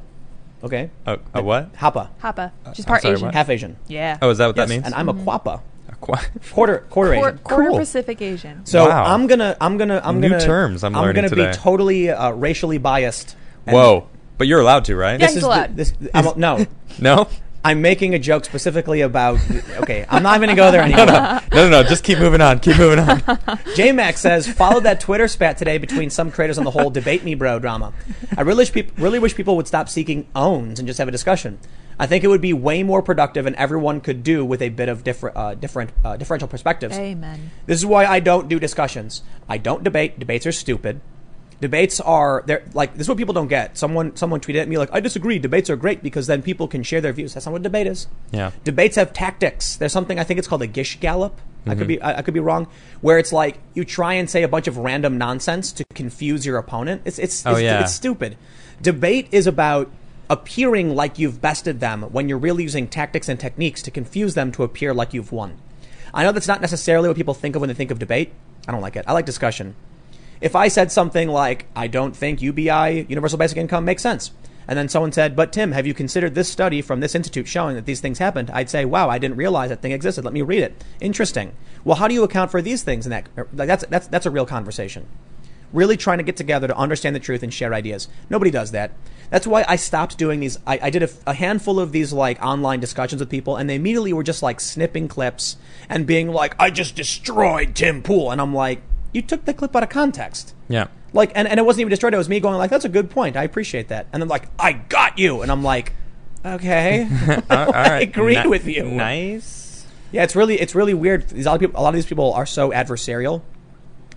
Speaker 1: Okay,
Speaker 3: A, a what?
Speaker 1: Hapa,
Speaker 2: Papa.
Speaker 1: Uh,
Speaker 2: She's
Speaker 3: I'm
Speaker 2: part
Speaker 3: sorry,
Speaker 2: Asian.
Speaker 3: what?
Speaker 1: half Asian.
Speaker 2: Yeah.
Speaker 3: Oh, is that what that means?
Speaker 1: and I'm a Quapa,
Speaker 3: A qua-
Speaker 1: quarter quarter
Speaker 2: Mm-hmm. Quar-
Speaker 1: Asian.
Speaker 2: quarter
Speaker 1: Cool.
Speaker 2: Pacific Asian.
Speaker 1: So
Speaker 3: Wow.
Speaker 1: I'm gonna I'm gonna I'm
Speaker 3: New
Speaker 1: gonna
Speaker 3: terms I'm learning
Speaker 1: gonna
Speaker 3: today.
Speaker 1: be totally uh, racially biased. And
Speaker 3: Whoa! But you're allowed to, right?
Speaker 2: Yeah.
Speaker 1: This is the,
Speaker 2: allowed.
Speaker 1: this, I'm, no.
Speaker 3: No.
Speaker 1: I'm making a joke specifically about. Okay, I'm not even gonna go there anymore.
Speaker 3: Oh. No, no, no. Just keep moving on. Keep moving on.
Speaker 1: J Max says, followed that Twitter spat today between some creators on the whole debate me bro drama. I really wish, peop really wish people would stop seeking owns and just have a discussion. I think it would be way more productive and everyone could do with a bit of different, uh, different, uh, differential perspectives.
Speaker 2: Amen.
Speaker 1: This is why I don't do discussions. I don't debate. Debates are stupid. Debates are they're like this is what people don't get. Someone someone tweeted at me like I disagree. Debates are great because then people can share their views. That's not what a debate is.
Speaker 3: Yeah.
Speaker 1: Debates have tactics. There's something I think it's called a Gish gallop. I could be I, I could be wrong. Where it's like you try and say a bunch of random nonsense to confuse your opponent. It's it's
Speaker 3: Oh,
Speaker 1: it's,
Speaker 3: yeah.
Speaker 1: it's stupid. Debate is about appearing like you've bested them when you're really using tactics and techniques to confuse them to appear like you've won. I know that's not necessarily what people think of when they think of debate. I don't like it. I like discussion. If I said something like, I don't think UBI, universal basic income, makes sense, and then someone said, But Tim, have you considered this study from this institute showing that these things happened? I'd say, Wow, I didn't realize that thing existed. Let me read it. Interesting. Well, how do you account for these things in that? Like, that's, that's, that's a real conversation really trying to get together to understand the truth and share ideas. Nobody does that. That's why I stopped doing these. I, I did a, a handful of these like online discussions with people, and they immediately were just like snipping clips and being like, "I just destroyed Tim Pool," and I'm like, "You took the clip out of context."
Speaker 3: Yeah.
Speaker 1: Like, and, and it wasn't even destroyed. It was me going like, "That's a good point. I appreciate that." And then like, "I got you," and I'm like, "Okay."
Speaker 3: All right.
Speaker 1: I agree with you.
Speaker 3: Nice.
Speaker 1: Yeah, it's really it's really weird. These a lot of people, a lot of these people are so adversarial.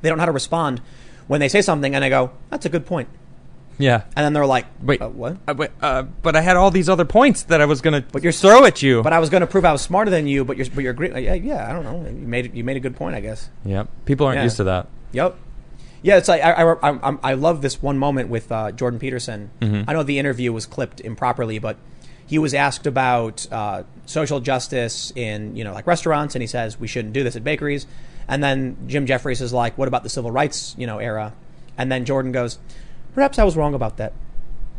Speaker 1: They don't know how to respond when they say something, and I go, "That's a good point,"
Speaker 3: Yeah.
Speaker 1: and then they're like,
Speaker 3: Wait.
Speaker 1: uh, what?"
Speaker 3: Uh, wait, uh, but I had all these other points that I was gonna but
Speaker 1: you're-
Speaker 3: throw at you.
Speaker 1: But I was going to prove I was smarter than you, but you're but you're agree- yeah, yeah, I don't know. You made you made a good point, I guess.
Speaker 3: yep. People aren't
Speaker 1: Yeah.
Speaker 3: used to that.
Speaker 1: Yep. Yeah, it's like I, I, I, I'm- I love this one moment with uh, Jordan Peterson.
Speaker 3: Mm-hmm.
Speaker 1: I know the interview was clipped improperly, but he was asked about uh, social justice in you know like restaurants, and he says we shouldn't do this at bakeries. And then Jim Jeffries is like, "What about the civil rights you know era?" And then Jordan goes, "Perhaps I was wrong about that."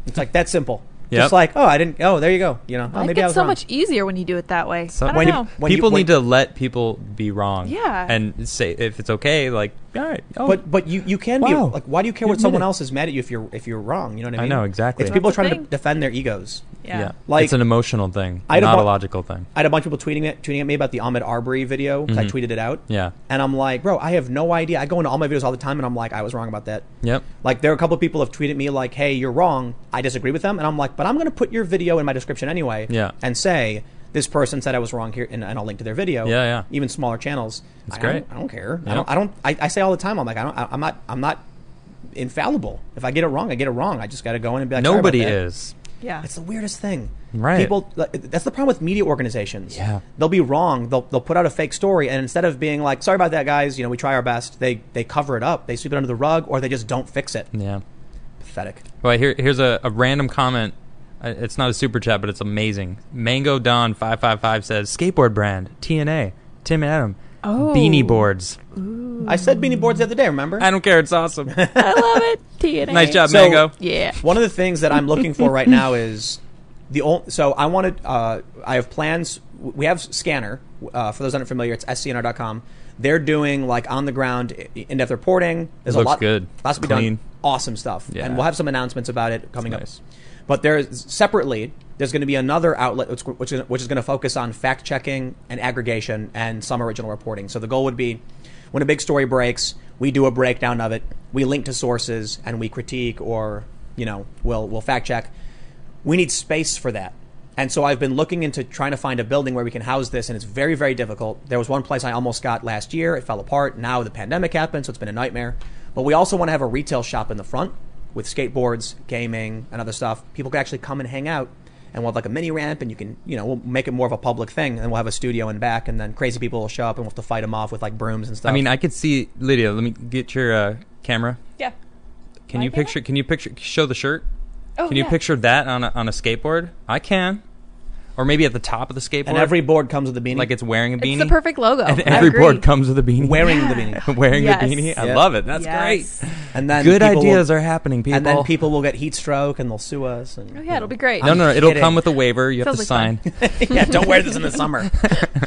Speaker 1: It's like that simple.
Speaker 3: Yep.
Speaker 1: Just like, oh, I didn't. Oh, there you go. You know, oh,
Speaker 2: I think
Speaker 1: maybe I
Speaker 2: it's
Speaker 1: was
Speaker 2: so
Speaker 1: wrong.
Speaker 2: much easier when you do it that way.
Speaker 3: So-
Speaker 2: I don't
Speaker 3: When
Speaker 1: you-
Speaker 2: know.
Speaker 1: when
Speaker 3: people
Speaker 1: when-
Speaker 3: need to let people be wrong.
Speaker 2: Yeah.
Speaker 3: And say if it's okay, like all right. Oh,
Speaker 1: But but you, you can
Speaker 3: Wow.
Speaker 1: be like why do you care
Speaker 3: You
Speaker 1: what someone
Speaker 3: admit it.
Speaker 1: else is mad at you if you're if you're wrong you know what I
Speaker 3: I
Speaker 1: mean
Speaker 3: know, exactly.
Speaker 1: it's
Speaker 3: That's
Speaker 1: people
Speaker 2: the
Speaker 1: trying to
Speaker 2: thing.
Speaker 1: defend their egos
Speaker 2: Yeah.
Speaker 1: Like-
Speaker 3: it's an emotional thing,
Speaker 1: I had a
Speaker 3: not a
Speaker 1: bu-
Speaker 3: logical thing.
Speaker 1: I had a bunch of people tweeting it, tweeting at me about the Ahmed Arbery video. 'cause I tweeted it out.
Speaker 3: Mm-hmm. Yeah.
Speaker 1: And I'm like, bro, I have no idea. I go into all my videos all the time, and I'm like, I was wrong about that.
Speaker 3: Yep.
Speaker 1: Like there are a couple of people have tweeted me like, "Hey, you're wrong. I disagree with them," and I'm like, "But I'm going to put your video in my description anyway."
Speaker 3: Yeah.
Speaker 1: And say this person said I was wrong here, and, and I'll link to their video.
Speaker 3: Yeah, yeah.
Speaker 1: Even smaller channals.
Speaker 3: That's
Speaker 1: I don't-
Speaker 3: great.
Speaker 1: I don't care.
Speaker 3: Yeah.
Speaker 1: I don't. I, don't I, I say all the time. I'm like, I don't. I, I'm not. I'm not infallible. If I get it wrong, I get it wrong. I just got to go in and be like, "Sorry about
Speaker 3: Nobody
Speaker 1: that."
Speaker 3: is.
Speaker 2: Yeah.
Speaker 1: It's the weirdest thing.
Speaker 3: Right.
Speaker 1: People. like, That's the problem with media organizations.
Speaker 3: Yeah.
Speaker 1: They'll be wrong. They'll they'll put out a fake story, and instead of being like, "Sorry about that, guys. You know, we try our best," they they cover it up. They sweep it under the rug, or they just don't fix it.
Speaker 3: Yeah.
Speaker 1: Pathetic.
Speaker 3: Well, here, here's a, a random comment. Uh, It's not a super chat, but it's amazing. Mango Don five five five says skateboard brand TNA Tim and Adam
Speaker 2: Oh.
Speaker 3: beanie boards.
Speaker 1: I said beanie boards the other day. Remember?
Speaker 3: I don't care. It's awesome.
Speaker 2: I love it. TNA.
Speaker 3: nice job,
Speaker 1: So-
Speaker 3: Mango.
Speaker 2: Yeah.
Speaker 1: One of the things that I'm looking for right now is the old. So I wanted. Uh, I have plans. We have Scanner. Uh, for those unfamiliar, it's scnr.com. They're doing like on the ground in depth reporting. There's
Speaker 3: Looks
Speaker 1: a lot.
Speaker 3: good.
Speaker 1: Lots to be
Speaker 3: Clean.
Speaker 1: done. Awesome stuff.
Speaker 3: Yeah.
Speaker 1: And we'll have some announcements about it coming
Speaker 3: nice.
Speaker 1: up. But there's separately. There's going to be another outlet which, which is, which is going to focus on fact checking and aggregation and some original reporting. So the goal would be when a big story breaks, we do a breakdown of it, we link to sources, and we critique or you know we'll we'll fact check. We need space for that. And so I've been looking into trying to find a building where we can house this, and it's very, very difficult. There was one place I almost got last year. It fell apart. Now the pandemic happened, so it's been a nightmare. But we also want to have a retail shop in the front with skateboards, gaming, and other stuff. People can actually come and hang out, and we'll have like a mini ramp, and you can, you know, we'll make it more of a public thing, and we'll have a studio in back, and then crazy people will show up, and we'll have to fight them off with like brooms and stuff.
Speaker 3: I mean, I could see Lydia. Let me get your uh, camera.
Speaker 2: Yeah.
Speaker 3: Can
Speaker 2: My
Speaker 3: you
Speaker 2: camera?
Speaker 3: picture? Can you picture? Show the shirt.
Speaker 2: Oh,
Speaker 3: can you
Speaker 2: yeah.
Speaker 3: picture that on a, on a skateboard? I can. Or maybe at the top of the skateboard,
Speaker 1: and every board comes with a beanie,
Speaker 3: like it's wearing a beanie.
Speaker 2: It's the perfect logo.
Speaker 3: and
Speaker 2: I
Speaker 3: every
Speaker 2: agree.
Speaker 3: board comes with a beanie.
Speaker 1: wearing the beanie,
Speaker 3: wearing
Speaker 2: Yes.
Speaker 3: the beanie. I
Speaker 1: Yeah.
Speaker 3: love it. That's
Speaker 2: Yes.
Speaker 3: great.
Speaker 1: and then
Speaker 3: Good
Speaker 1: people will-
Speaker 3: ideas are happening, people.
Speaker 1: and then people will get heat stroke, and they'll sue us. And,
Speaker 2: Oh
Speaker 1: you
Speaker 2: yeah,
Speaker 1: know.
Speaker 2: it'll be great.
Speaker 3: No, no, no.
Speaker 1: I'm
Speaker 3: It'll
Speaker 1: kidding.
Speaker 3: come with a waiver. You have
Speaker 2: Sounds
Speaker 3: to
Speaker 2: like
Speaker 3: sign.
Speaker 1: yeah, don't wear this in the summer.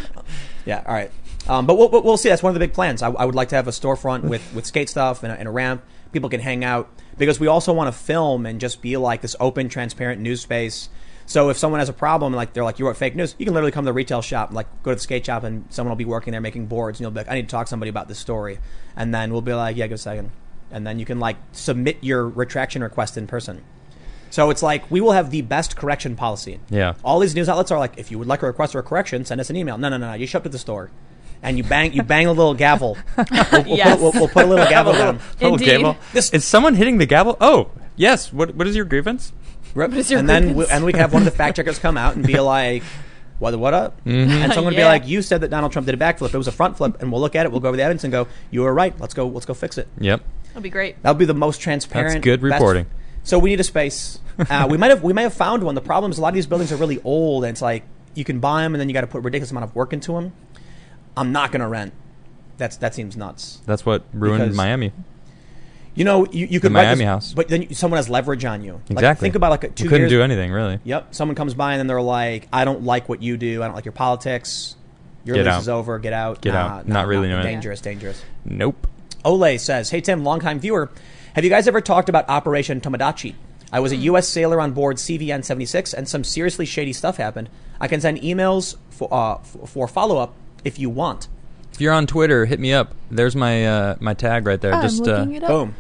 Speaker 1: yeah, all right. Um, but we'll, we'll we'll see. That's one of the big plans. I, I would like to have a storefront with, with skate stuff and a, and a ramp. People can hang out because we also want to film and just be like this open, transparent news space. So if someone has a problem, like they're like you wrote fake news, you can literally come to the retail shop, like go to the skate shop, and someone will be working there making boards, and you'll be like, I need to talk to somebody about this story, and then we'll be like, yeah, go second, and then you can like submit your retraction request in person. So it's like we will have the best correction policy.
Speaker 3: Yeah.
Speaker 1: All these news outlets are like, if you would like a request or a correction, send us an email. No, no, no, no. You show up to the store, and you bang, you bang a little gavel. We'll, we'll
Speaker 2: Yes.
Speaker 1: put, we'll, we'll put a little gavel down.
Speaker 3: Oh,
Speaker 2: Indeed.
Speaker 3: gavel.
Speaker 1: This-
Speaker 3: Is someone hitting the gavel? Oh, yes. What What is your grievance?
Speaker 2: is your
Speaker 1: and then we,
Speaker 2: grievance?
Speaker 1: and we can have one of the fact checkers come out and be like, what, what up? And someone would be
Speaker 2: Yeah.
Speaker 1: like, you said that Donald Trump did a backflip. It was a front flip, and we'll look at it. We'll go over the evidence and go, you were right. Let's go. Let's go fix it.
Speaker 3: Yep.
Speaker 2: It'll be great.
Speaker 1: That would be the most transparent.
Speaker 3: That's good
Speaker 1: best-
Speaker 3: reporting.
Speaker 1: So we need a space. Uh, we might have we might have found one. The problem is a lot of these buildings are really old, and it's like you can buy them, and then you got to put a ridiculous amount of work into them. I'm not going to rent. That's that seems nuts.
Speaker 3: That's what ruined
Speaker 1: Because-
Speaker 3: Miami.
Speaker 1: You know, you, you could
Speaker 3: The
Speaker 1: rent
Speaker 3: Miami
Speaker 1: this-
Speaker 3: house.
Speaker 1: but then you- someone has leverage on you. Like,
Speaker 3: Exactly.
Speaker 1: think about like a two
Speaker 3: we couldn't
Speaker 1: years.
Speaker 3: do anything really.
Speaker 1: Yep. Someone comes by and then they're like, "I don't like what you do. I don't like your politics. Your
Speaker 3: Get
Speaker 1: lease
Speaker 3: out.
Speaker 1: is over. Get out.
Speaker 3: Get
Speaker 1: Nah,
Speaker 3: out.
Speaker 1: nah,
Speaker 3: Not really
Speaker 1: nah.
Speaker 3: doing it.
Speaker 1: dangerous. Dangerous."
Speaker 3: Nope.
Speaker 1: Ole says, Hey Tim, longtime viewer. Have you guys ever talked about Operation Tomodachi? I was a U.S. sailor on board CVN 76, and some seriously shady stuff happened. I can send emails for, uh, f- for follow up if you want.
Speaker 3: If you're on Twitter, hit me up. There's my uh, my tag right there.
Speaker 2: Oh, I'm
Speaker 3: Just
Speaker 2: looking
Speaker 3: uh,
Speaker 2: it up.
Speaker 1: Boom.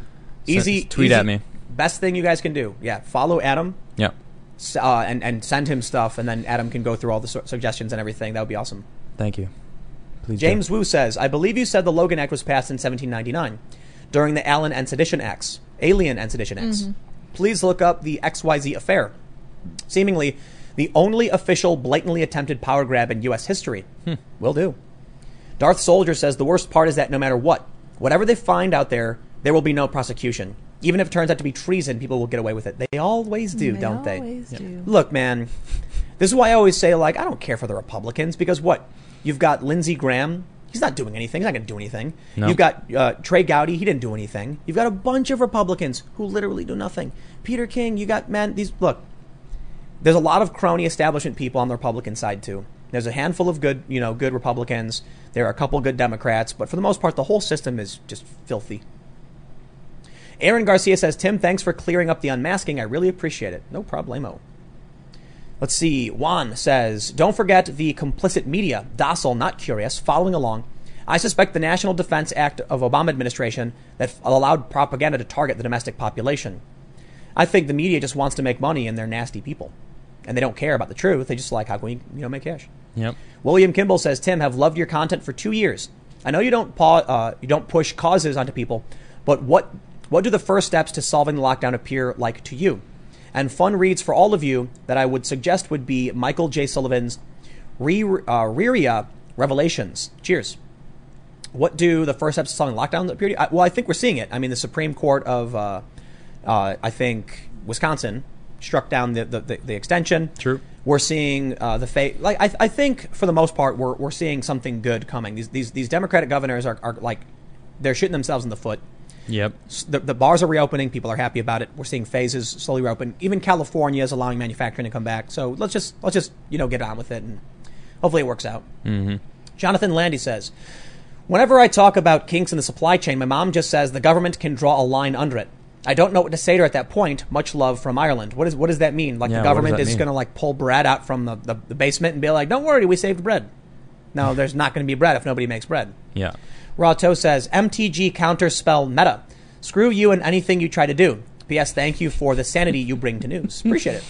Speaker 1: Easy.
Speaker 3: just tweet
Speaker 1: easy-
Speaker 3: at me.
Speaker 1: Best thing you guys can do. Yeah, follow Adam
Speaker 3: yeah.
Speaker 1: s- uh, and, and send him stuff, and then Adam can go through all the su- suggestions and everything. That would be awesome.
Speaker 3: Thank you. Please do.
Speaker 1: James Wu says, I believe you said the Logan Act was passed in 1799 during the Allen and Sedition Acts, Alien and Sedition Acts.
Speaker 2: Mm-hmm.
Speaker 1: Please look up the XYZ affair. Seemingly the only official blatantly attempted power grab in U.S. history. Will do. Darth Soldier says the worst part is that no matter what, whatever they find out there, there will be no prosecution. Even if it turns out to be treason, people will get away with it. They always do,
Speaker 2: They
Speaker 1: don't they?
Speaker 2: always do.
Speaker 1: Look, man, this is why I always say, like, I don't care for the Republicans because what? You've got Lindsey Graham. He's not doing anything. He's not going to do anything.
Speaker 3: No.
Speaker 1: You've got uh, Trey Gowdy. He didn't do anything. You've got a bunch of Republicans who literally do nothing. Peter King. You got, man, these, look, there's a lot of crony establishment people on the Republican side too. There's a handful of good, you know, good Republicans. There are a couple good Democrats, but for the most part, the whole system is just filthy. Aaron Garcia says, "Tim, thanks for clearing up the unmasking. I really appreciate it. No problemo." Let's see. Juan says, "Don't forget the complicit media, docile, not curious, following along." I suspect the National Defense Act of Obama administration that f- allowed propaganda to target the domestic population. I think the media just wants to make money and they're nasty people. And they don't care about the truth. They just like, how can we, you know, make cash?
Speaker 3: Yep.
Speaker 1: William Kimball says, Tim, have loved your content for two years. I know you don't pa- uh, you don't push causes onto people, but what what do the first steps to solving the lockdown appear like to you? And fun reads for all of you that I would suggest would be Michael J. Sullivan's Re- uh, Reria Revelations. Cheers. What do the first steps to solving lockdown appear to you? I, well, I think we're seeing it. I mean, the Supreme Court of, uh, uh, I think, Wisconsin struck down the, the, the, the extension.
Speaker 3: True.
Speaker 1: We're seeing uh, the fate. Like I, I think for the most part, we're, we're seeing something good coming. These these, these Democratic governors are, are like they're shooting themselves in the foot.
Speaker 3: Yep.
Speaker 1: S- The, the bars are reopening. People are happy about it. We're seeing phases slowly reopen. Even California is allowing manufacturing to come back. So let's just let's just you know get on with it and hopefully it works out.
Speaker 3: Mm-hmm.
Speaker 1: Jonathan Landy says, Whenever I talk about kinks in the supply chain, my mom just says the government can draw a line under it. I don't know what to say to her at that point. Much love from Ireland. What, is, what does that mean? Like
Speaker 3: Yeah,
Speaker 1: the
Speaker 3: what
Speaker 1: government
Speaker 3: does that
Speaker 1: is
Speaker 3: mean?
Speaker 1: going to like pull bread out from the, the, the basement and be like, don't worry, we saved bread. No, there's not going to be bread if nobody makes bread.
Speaker 3: Yeah.
Speaker 1: Rato says, MTG counterspell meta. Screw you and anything you try to do. P.S. Thank you for the sanity you bring to news. Appreciate it.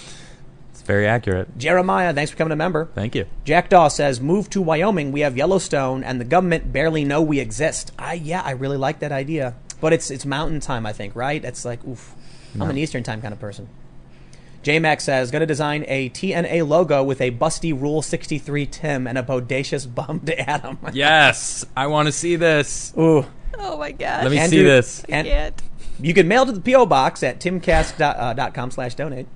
Speaker 3: It's very accurate.
Speaker 1: Jeremiah, thanks for coming a member.
Speaker 3: Thank you.
Speaker 1: Jackdaw says, "Move to Wyoming. We have Yellowstone, and the government barely know we exist." I yeah, I really like that idea, but it's it's mountain time, I think, right? It's like oof. I'm an Eastern time kind of person. JMax says, "Going to design a TNA logo with a busty Rule 63 Tim and a bodacious bummed Adam."
Speaker 3: Yes, I want to see this.
Speaker 1: Ooh,
Speaker 2: Oh my gosh.
Speaker 3: Let me
Speaker 1: Andrew-
Speaker 3: see this.
Speaker 2: I
Speaker 1: and
Speaker 2: can't.
Speaker 1: you can mail to the PO box at timcast.com slash donate.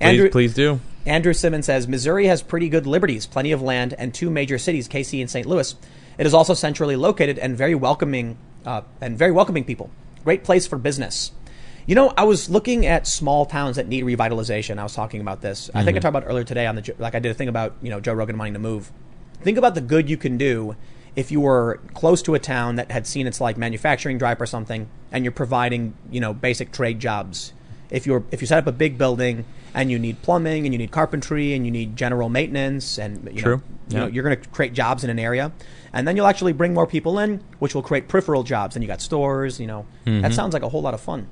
Speaker 3: Please, please do.
Speaker 1: Andrew Simmons says Missouri has pretty good liberties, plenty of land, and two major cities, KC and St. Louis. It is also centrally located and very welcoming, uh, and very welcoming people. Great place for business. You know, I was looking at small towns that need revitalization. I was talking about this. I think I talked about it earlier today on the Jo- like I did a thing about you know Joe Rogan wanting to move. Think about the good you can do if you were close to a town that had seen its like manufacturing drive or something, and you're providing you know basic trade jobs if you're if you set up a big building and you need plumbing and you need carpentry and you need general maintenance and you know,
Speaker 3: True.
Speaker 1: you know
Speaker 3: Yeah.
Speaker 1: you're going to create jobs in an area and then you'll actually bring more people in which will create peripheral jobs and you got stores you know that sounds like a whole lot of fun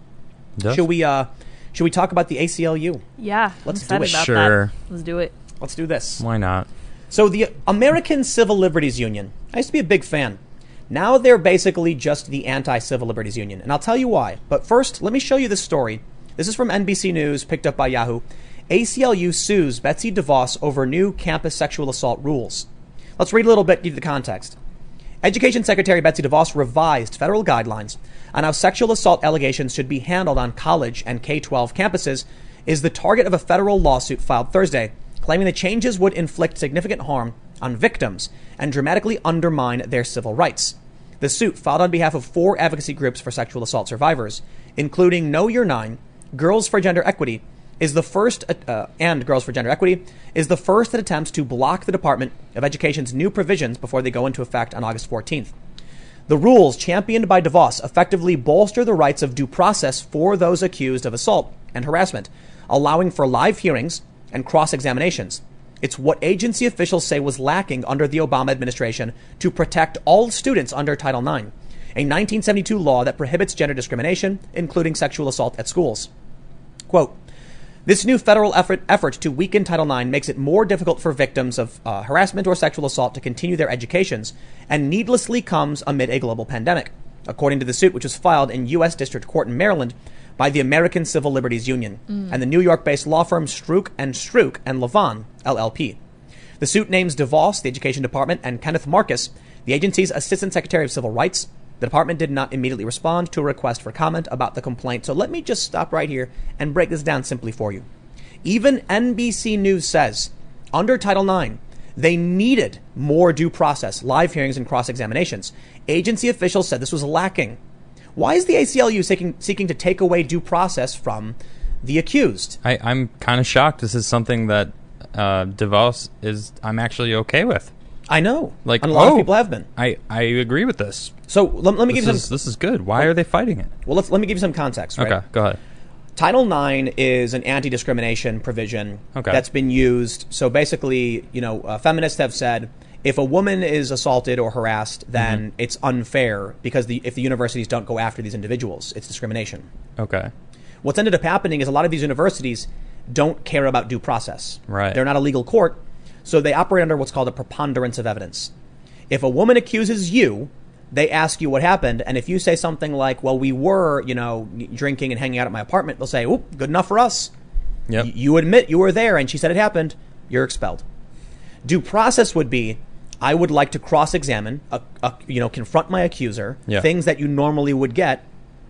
Speaker 3: Mm-hmm. Does.
Speaker 1: should we uh should we talk about the ACLU
Speaker 2: Yeah.
Speaker 1: Let's do
Speaker 2: I'm excited
Speaker 1: it.
Speaker 2: About
Speaker 3: Sure.
Speaker 2: That. Let's do it.
Speaker 1: let's do this
Speaker 3: Why not?
Speaker 1: so the American Civil Liberties Union I used to be a big fan now they're basically just the anti-civil liberties union and I'll tell you why but first let me show you this story this is from NBC News picked up by Yahoo ACLU sues Betsy DeVos over new campus sexual assault rules let's read a little bit give you the context Education Secretary Betsy DeVos revised federal guidelines on how sexual assault allegations should be handled on college and K 12 campuses is the target of a federal lawsuit filed Thursday, claiming the changes would inflict significant harm on victims and dramatically undermine their civil rights. The suit, filed on behalf of four advocacy groups for sexual assault survivors, including Know Your Nine, Girls for Gender Equity, is the first uh, and Girls for Gender Equity is the first that attempts to block the Department of Education's new provisions before they go into effect on August 14th. The rules championed by DeVos effectively bolster the rights of due process for those accused of assault and harassment, allowing for live hearings and cross examinations. It's what agency officials say was lacking under the Obama administration to protect all students under Title IX, a 1972 law that prohibits gender discrimination, including sexual assault at schools. Quote, this new federal effort, effort to weaken Title IX makes it more difficult for victims of uh, harassment or sexual assault to continue their educations and needlessly comes amid a global pandemic, according to the suit which was filed in U.S. District Court in Maryland by the American Civil Liberties Union and the New York-based law firm Strook and Strook and Levon, LLP. The suit names DeVos, the Education Department, and Kenneth Marcus, the agency's Assistant Secretary of Civil Rights. The department did not immediately respond to a request for comment about the complaint, so let me just stop right here and break this down simply for you. Even NBC News says, under Title IX, they needed more due process, live hearings, and cross examinations. Agency officials said this was lacking. Why is the ACLU seeking, seeking to take away due process from the accused?
Speaker 3: I, I'm kind of shocked. This is something that uh, DeVos is. I'm actually okay with.
Speaker 1: I know.
Speaker 3: Like,
Speaker 1: and a lot
Speaker 3: oh.
Speaker 1: of people have been.
Speaker 3: I, I agree with this.
Speaker 1: So let, let me give
Speaker 3: This
Speaker 1: you some.
Speaker 3: is, this is good. Why are they fighting it?
Speaker 1: Well, let's, let me give you some context. Right?
Speaker 3: Okay, go ahead.
Speaker 1: Title IX is an anti-discrimination provision
Speaker 3: Okay.
Speaker 1: that's been used. So basically, you know, uh, feminists have said if a woman is assaulted or harassed, then
Speaker 3: Mm-hmm.
Speaker 1: it's unfair because the, if the universities don't go after these individuals, it's discrimination.
Speaker 3: Okay.
Speaker 1: What's ended up happening is a lot of these universities don't care about due process.
Speaker 3: Right.
Speaker 1: They're not a legal court, so they operate under what's called a preponderance of evidence. If a woman accuses you, they ask you what happened, and if you say something like, "Well, we were, you know, drinking and hanging out at my apartment," they'll say, "Oop, good enough for us."
Speaker 3: Yep.
Speaker 1: Y- You admit you were there, and she said it happened. You're expelled. Due process would be, I would like to cross-examine, a, a, you know, confront my accuser.
Speaker 3: Yeah.
Speaker 1: Things that you normally would get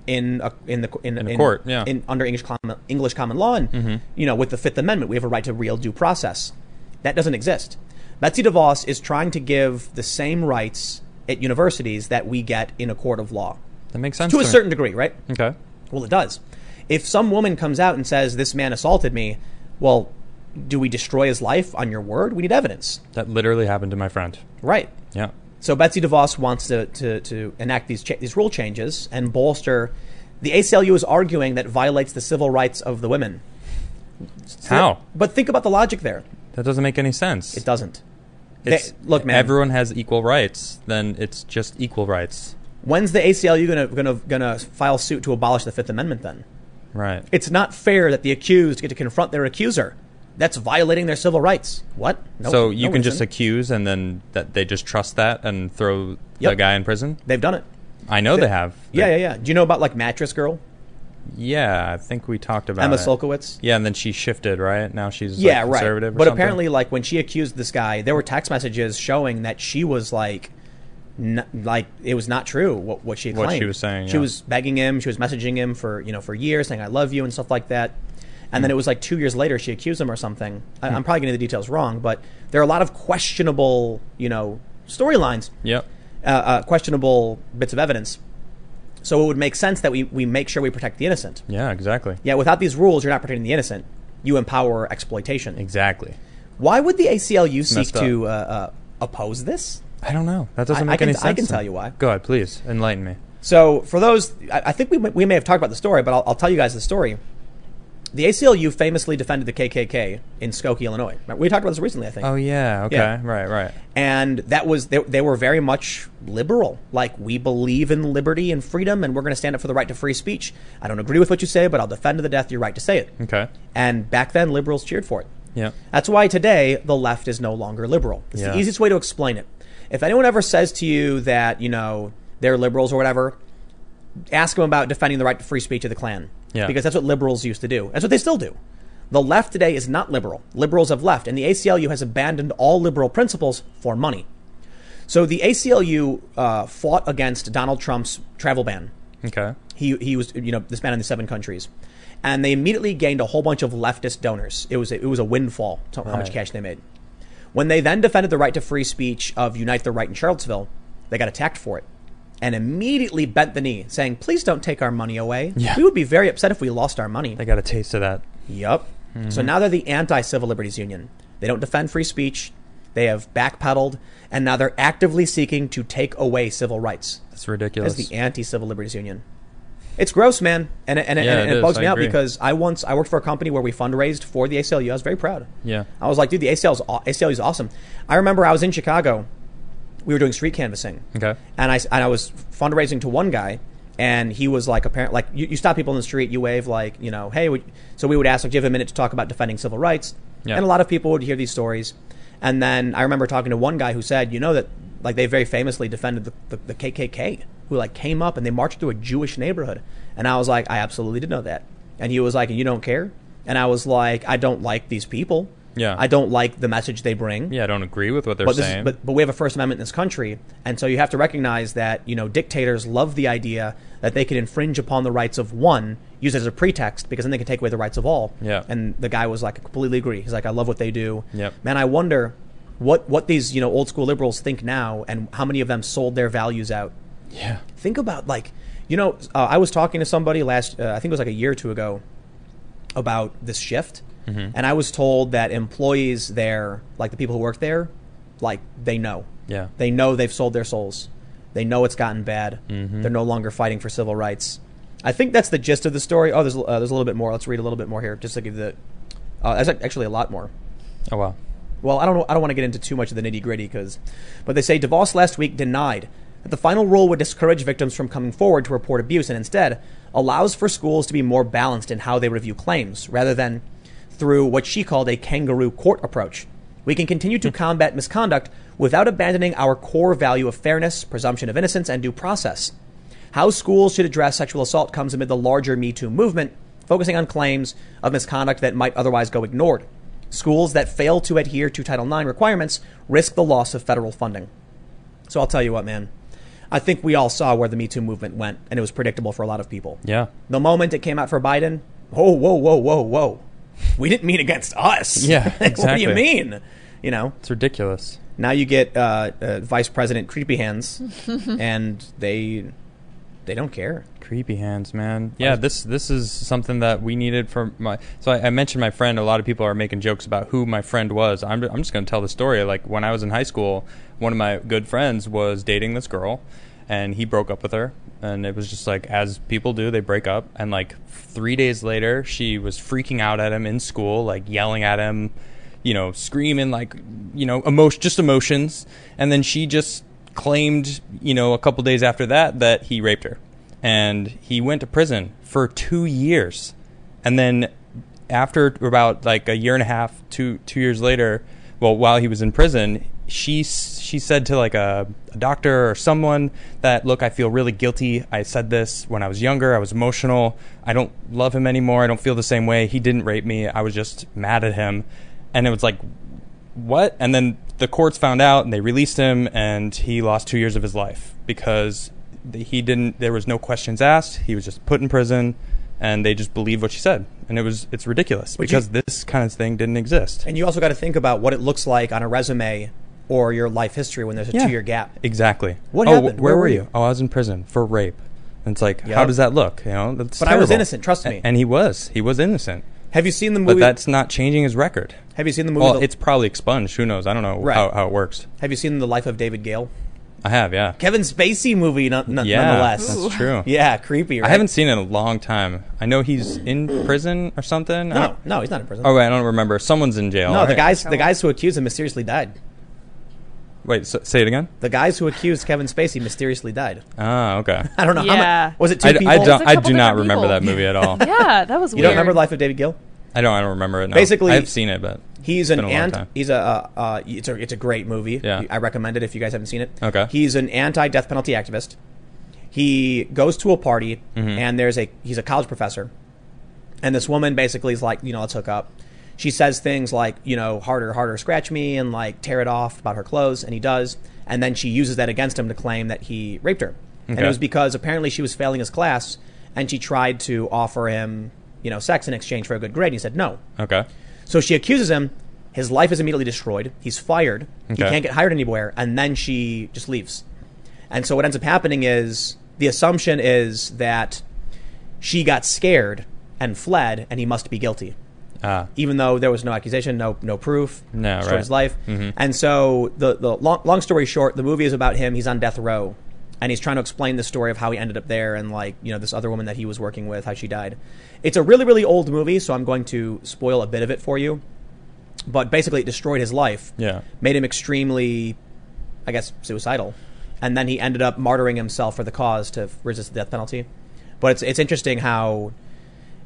Speaker 1: in a, in the in,
Speaker 3: a court, yeah. Mm-hmm.
Speaker 1: in, under English common, English common law, and you know, with the Fifth Amendment, we have a right to real due process. That doesn't exist. Betsy DeVos is trying to give the same rights at universities that we get in a court of law,
Speaker 3: that makes sense.
Speaker 1: to a
Speaker 3: me.
Speaker 1: certain degree, right?
Speaker 3: Okay.
Speaker 1: Well, it does. If some woman comes out and says, "This man assaulted me," well, do we destroy his life on your word? We need evidence,
Speaker 3: That literally happened to my friend.
Speaker 1: right?
Speaker 3: Yeah.
Speaker 1: So Betsy DeVos wants to, to, to enact these, cha- these rule changes and bolster. The ACLU is arguing that violates the civil rights of the women. So-
Speaker 3: How?
Speaker 1: But think about the logic there.
Speaker 3: That doesn't make any sense.
Speaker 1: It doesn't.
Speaker 3: It's-
Speaker 1: They- look, man.
Speaker 3: Everyone has equal rights. Then it's just equal rights.
Speaker 1: When's the ACLU gonna gonna gonna file suit to abolish the Fifth Amendment? Then
Speaker 3: Right.
Speaker 1: it's not fair that the accused get to confront their accuser. That's violating their civil rights. What? Nope.
Speaker 3: so you
Speaker 1: No,
Speaker 3: can
Speaker 1: it
Speaker 3: just
Speaker 1: isn't.
Speaker 3: accuse, and then that they just trust that and throw the
Speaker 1: Yep.
Speaker 3: guy in prison.
Speaker 1: they've done it.
Speaker 3: I know Oh, they, have.
Speaker 1: Yeah, yeah, yeah. Do you know about like Mattress Girl,
Speaker 3: Yeah, I think we talked about
Speaker 1: Emma
Speaker 3: it.
Speaker 1: Solkowitz?
Speaker 3: Yeah, and then she shifted, right? Now she's like,
Speaker 1: yeah, right.
Speaker 3: conservative. or
Speaker 1: but
Speaker 3: something.
Speaker 1: apparently, like when she accused this guy, there were text messages showing that she was like, n- like it was not true what what she
Speaker 3: What
Speaker 1: claimed.
Speaker 3: she was saying,
Speaker 1: She
Speaker 3: yeah.
Speaker 1: was begging him. She was messaging him for you know for years, saying I love you and stuff like that. And
Speaker 3: Hmm.
Speaker 1: then it was like two years later, she accused him or something. I, I'm probably getting the details wrong, but there are a lot of questionable, you know, storylines,
Speaker 3: Yep.
Speaker 1: uh, uh, questionable bits of evidence. So it would make sense that we, we make sure we protect the innocent.
Speaker 3: Yeah, exactly.
Speaker 1: Yeah, without these rules, you're not protecting the innocent. You empower exploitation.
Speaker 3: Exactly.
Speaker 1: Why would the ACLU seek
Speaker 3: messed up.
Speaker 1: to uh, uh, oppose this?
Speaker 3: I don't know. That doesn't
Speaker 1: I- I
Speaker 3: make
Speaker 1: can-
Speaker 3: any
Speaker 1: I
Speaker 3: sense.
Speaker 1: can
Speaker 3: to
Speaker 1: tell
Speaker 3: me.
Speaker 1: you why.
Speaker 3: Go ahead, please enlighten me.
Speaker 1: So, for those, I, I think we, may- we may have talked about the story, but I'll, I'll tell you guys the story. The ACLU famously defended the KKK in Skokie, Illinois. We talked about this recently, I think.
Speaker 3: Oh yeah. Okay.
Speaker 1: Yeah.
Speaker 3: Right. Right.
Speaker 1: and that was they, they were very much liberal like we believe in liberty and freedom and we're going to stand up for the right to free speech i don't agree with what you say but i'll defend to the death your right to say it
Speaker 3: Okay.
Speaker 1: and back then liberals cheered for it
Speaker 3: Yeah.
Speaker 1: that's why today the left is no longer liberal it's
Speaker 3: Yeah.
Speaker 1: the easiest way to explain it if anyone ever says to you that you know they're liberals or whatever ask them about defending the right to free speech of the klan
Speaker 3: Yeah.
Speaker 1: because that's what liberals used to do that's what they still do the left today is not liberal liberals have left and the aclu has abandoned all liberal principles for money so the ACLU uh, fought against Donald Trump's travel ban.
Speaker 3: Okay.
Speaker 1: He he was you know this ban in the seven countries, and they immediately gained a whole bunch of leftist donors. It was a, it was a windfall to how much
Speaker 3: Right.
Speaker 1: cash they made. When they then defended the right to free speech of Unite the Right in Charlottesville, they got attacked for it, and immediately bent the knee, saying, "Please don't take our money away.
Speaker 3: Yeah.
Speaker 1: We would be very upset if we lost our money."
Speaker 3: They got a taste of that.
Speaker 1: Yup.
Speaker 3: mm-hmm.
Speaker 1: So now they're the anti civil liberties union. They don't defend free speech. They have backpedaled, and now they're actively seeking to take away civil rights
Speaker 3: That's ridiculous.
Speaker 1: as the anti civil liberties union. It's gross, man, and it- and, it-
Speaker 3: Yeah,
Speaker 1: and,
Speaker 3: it
Speaker 1: it,
Speaker 3: is.
Speaker 1: bugs
Speaker 3: I
Speaker 1: me out
Speaker 3: agree.
Speaker 1: because I once I worked for a company where we fundraised for the ACLU. I was very proud.
Speaker 3: yeah.
Speaker 1: I was like, dude, the ACLU's aw- ACLU is awesome. I remember I was in Chicago. We were doing street canvassing,
Speaker 3: Okay.
Speaker 1: and I and I was fundraising to one guy, and he was like, apparently, like you, you stop people in the street, you wave like, you know, hey. Would, so we would ask, like, do you have a minute to talk about defending civil rights?
Speaker 3: Yeah.
Speaker 1: And a lot of people would hear these stories, and then I remember talking to one guy who said, you know, that like they very famously defended the, the, the KKK, who like came up and they marched through a Jewish neighborhood, and I was like, I absolutely did know that, and he was like, and you don't care, and I was like, I don't like these people.
Speaker 3: Yeah.
Speaker 1: I don't like the message they bring
Speaker 3: Yeah, I don't agree with what they're
Speaker 1: but, this
Speaker 3: saying.
Speaker 1: is, but but we have a First Amendment in this country, and so you have to recognize that you know dictators love the idea that they can infringe upon the rights of one, use it as a pretext because then they can take away the rights of all.
Speaker 3: Yeah.
Speaker 1: And the guy was like, I completely agree. He's like, I love what they do.
Speaker 3: Yep.
Speaker 1: Man, I wonder what what these you know old school liberals think now, and how many of them sold their values out.
Speaker 3: yeah.
Speaker 1: Think about like you know uh, I was talking to somebody last uh, I think it was like a year or two ago about this shift. And I was told that employees there, like the people who work there, like they know.
Speaker 3: Yeah.
Speaker 1: They know they've sold their souls. They know it's gotten bad. They're no longer fighting for civil rights. I think that's the gist of the story. Oh, there's uh, there's a little bit more. Let's read a little bit more here, just to give the. Uh, there's ac- actually a lot more.
Speaker 3: Oh wow.
Speaker 1: Well, I don't know. I don't want to get into too much of the nitty gritty because, but they say DeVos last week denied that the final rule would discourage victims from coming forward to report abuse and instead allows for schools to be more balanced in how they review claims rather than through what she called a kangaroo court approach. We can continue to combat misconduct without abandoning our core value of fairness, presumption of innocence, and due process. How schools should address sexual assault comes amid the larger Me Too movement, focusing on claims of misconduct that might otherwise go ignored. Schools that fail to adhere to Title IX requirements risk the loss of federal funding. So I'll tell you what, man. I think we all saw where the Me Too movement went, and it was predictable for a lot of people.
Speaker 3: Yeah.
Speaker 1: The moment it came out for Biden, whoa, whoa, whoa, whoa, whoa. We didn't mean against us.
Speaker 3: Yeah,
Speaker 1: what do you
Speaker 3: exactly.
Speaker 1: mean? You know,
Speaker 3: It's ridiculous.
Speaker 1: now you get uh, uh, Vice President Creepy Hands, and they they don't care.
Speaker 3: Creepy hands, man. Yeah, this this is something that we needed for my. So I, I mentioned my friend. A lot of people are making jokes about who my friend was. I'm I'm just going to tell the story. Like when I was in high school, one of my good friends was dating this girl, and he broke up with her. And it was just like as people do, they break up. And like three days later, she was freaking out at him in school, like yelling at him, you know, screaming like you know, emotion, just emotions. And then she just claimed, you know, a couple days after that that he raped her and he went to prison for two years. And then after about like a year and a half, two two years later, well, while he was in prison, she s- she said to like a, a doctor or someone that, look, I feel really guilty. I said this when I was younger. I was emotional. I don't love him anymore. I don't feel the same way. He didn't rape me. I was just mad at him. And it was like, what? And then the courts found out and they released him, and he lost two years of his life because th- he didn't. There was no questions asked. He was just put in prison, and they just believed what she said, and it was it's ridiculous
Speaker 1: Would you-
Speaker 3: because this kind of thing didn't exist.
Speaker 1: And you also got to think about what it looks like on a resume or your life history when there's a
Speaker 3: Yeah.
Speaker 1: two year gap.
Speaker 3: Exactly.
Speaker 1: What
Speaker 3: oh, wh-
Speaker 1: happened?
Speaker 3: Where, were you? Oh, I was in prison for rape. And it's like, how
Speaker 1: Yep.
Speaker 3: does that look? You know, that's
Speaker 1: But I was
Speaker 3: terrible.
Speaker 1: innocent, trust
Speaker 3: A-
Speaker 1: me.
Speaker 3: and he was. He was innocent.
Speaker 1: Have you seen the
Speaker 3: But
Speaker 1: movie?
Speaker 3: that's not changing his record.
Speaker 1: have you seen the movie?
Speaker 3: Well,
Speaker 1: the,
Speaker 3: it's probably expunged. Who knows? I don't know
Speaker 1: Right.
Speaker 3: how, how it works.
Speaker 1: have you seen the life of David Gale?
Speaker 3: I have, yeah.
Speaker 1: Kevin Spacey movie, no, no-
Speaker 3: yeah,
Speaker 1: nonetheless.
Speaker 3: that's true.
Speaker 1: Yeah, creepy. Right?
Speaker 3: I haven't seen it in a long time. I know he's in prison or something.
Speaker 1: No,
Speaker 3: I don't-
Speaker 1: no, he's not in prison.
Speaker 3: Oh wait, I don't remember. Someone's in jail.
Speaker 1: no, the
Speaker 3: right?
Speaker 1: guys, the guys who accused him mysteriously died.
Speaker 3: Wait, s say it again.
Speaker 1: The guys who accused Kevin Spacey mysteriously died.
Speaker 3: Ah, okay.
Speaker 1: I don't know how
Speaker 2: Yeah.
Speaker 1: much. Was it two
Speaker 3: I,
Speaker 1: people?
Speaker 3: I
Speaker 2: It's
Speaker 3: don't.
Speaker 2: a
Speaker 3: I
Speaker 2: couple
Speaker 3: do not
Speaker 2: different
Speaker 3: remember
Speaker 2: people.
Speaker 3: that movie at all.
Speaker 2: Yeah, that was weird.
Speaker 1: You don't remember Life of David Gill?
Speaker 3: I don't. I don't remember it. No.
Speaker 1: Basically-
Speaker 3: I've seen it, but
Speaker 1: He's an
Speaker 3: It's been a long
Speaker 1: ant.
Speaker 3: time.
Speaker 1: He's a. Uh, uh, it's a. It's a great movie.
Speaker 3: Yeah.
Speaker 1: I recommend it if you guys haven't seen it.
Speaker 3: Okay.
Speaker 1: He's an anti-death penalty activist. He goes to a party
Speaker 3: Mm-hmm.
Speaker 1: and there's a. He's a college professor, and this woman basically is like, you know, let's hook up. She says things like, you know, harder, harder, scratch me, and like tear it off about her clothes, and he does, and then she uses that against him to claim that he raped her, and it
Speaker 3: Okay.
Speaker 1: was because apparently she was failing his class, and she tried to offer him, you know, sex in exchange for a good grade, and he said no.
Speaker 3: okay.
Speaker 1: So she accuses him. His life is immediately destroyed. He's fired. He
Speaker 3: Okay.
Speaker 1: can't get hired anywhere. And then she just leaves. And so what ends up happening is the assumption is that she got scared and fled, and he must be guilty,
Speaker 3: Ah,
Speaker 1: even though there was no accusation, no no proof.
Speaker 3: No,
Speaker 1: destroyed
Speaker 3: right. Mm-hmm.
Speaker 1: his life. And so the the long, long story short, the movie is about him. He's on death row, and he's trying to explain the story of how he ended up there, and like you know this other woman that he was working with, how she died. It's a really really old movie, so I'm going to spoil a bit of it for you. But basically, it destroyed his life.
Speaker 3: Yeah.
Speaker 1: made him extremely, I guess, suicidal, and then he ended up martyring himself for the cause to resist the death penalty. But it's it's interesting how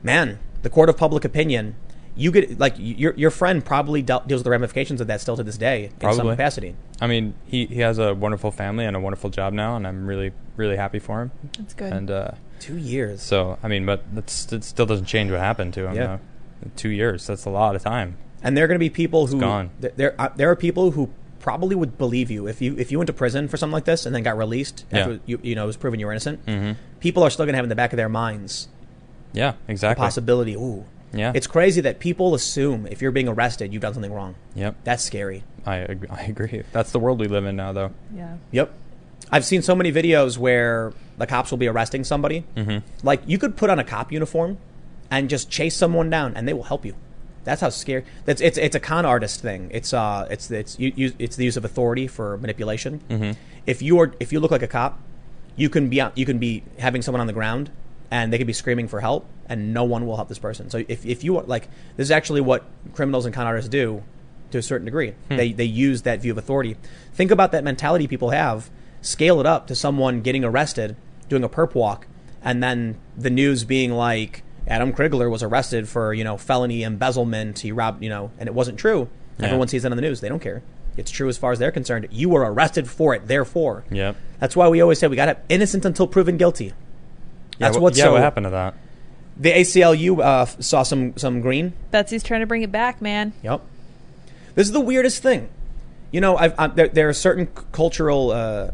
Speaker 1: man, the court of public opinion, you get like your your friend probably dealt, deals with the ramifications of that still to this day in some
Speaker 3: Probably.
Speaker 1: capacity.
Speaker 3: I mean, he he has a wonderful family and a wonderful job now, and I'm really really happy for him.
Speaker 2: That's good.
Speaker 3: And uh,
Speaker 1: Two years.
Speaker 3: so, I mean, but that's, it still doesn't change what happened to him.
Speaker 1: Yeah.
Speaker 3: though. Two years. That's a lot of time.
Speaker 1: and there are going to be people who
Speaker 3: gone.
Speaker 1: th- there uh, there are people who probably would believe you if you if you went to prison for something like this and then got released
Speaker 3: Yeah. Mm-hmm.
Speaker 1: after you you know it was proven you were innocent. People are still going to have in the back of their minds
Speaker 3: Yeah. Exactly.
Speaker 1: possibility. Ooh,
Speaker 3: Yeah.
Speaker 1: it's crazy that people assume if you're being arrested you've done something wrong.
Speaker 3: Yep.
Speaker 1: That's scary.
Speaker 3: I ag- I agree. That's the world we live in now, though.
Speaker 2: Yeah.
Speaker 1: Yep. I've seen so many videos where the cops will be arresting somebody. Mm-hmm. Like you could put on a cop uniform and just chase someone down, and they will help you. That's how scary. That's it's it's a con artist thing. It's uh it's it's you, you it's the use of authority for manipulation. Mm-hmm. If you are if you look like a cop, you can be on, you can be having someone on the ground, and they could be screaming for help, and no one will help this person. So if if you want- like, this is actually what criminals and con artists do to a certain degree. They they use that view of authority. Think about that mentality people have. Scale it up to someone getting arrested, doing a perp walk, and then the news being like Adam Krigler was arrested for you know felony embezzlement. He robbed you know, and it wasn't true.
Speaker 3: Yeah.
Speaker 1: Everyone sees that on the news. They don't care. It's true as far as they're concerned. You were arrested for it. Therefore,
Speaker 3: Yep.
Speaker 1: that's why we always say we got to innocent until proven guilty. That's
Speaker 3: yeah, wh-
Speaker 1: what's
Speaker 3: yeah,
Speaker 1: so.
Speaker 3: what happened to that?
Speaker 1: The ACLU uh, f- saw some some green.
Speaker 2: Betsy's trying to bring it back, man.
Speaker 1: Yep. This is the weirdest thing. You know, I've, i there, there are certain c- cultural uh,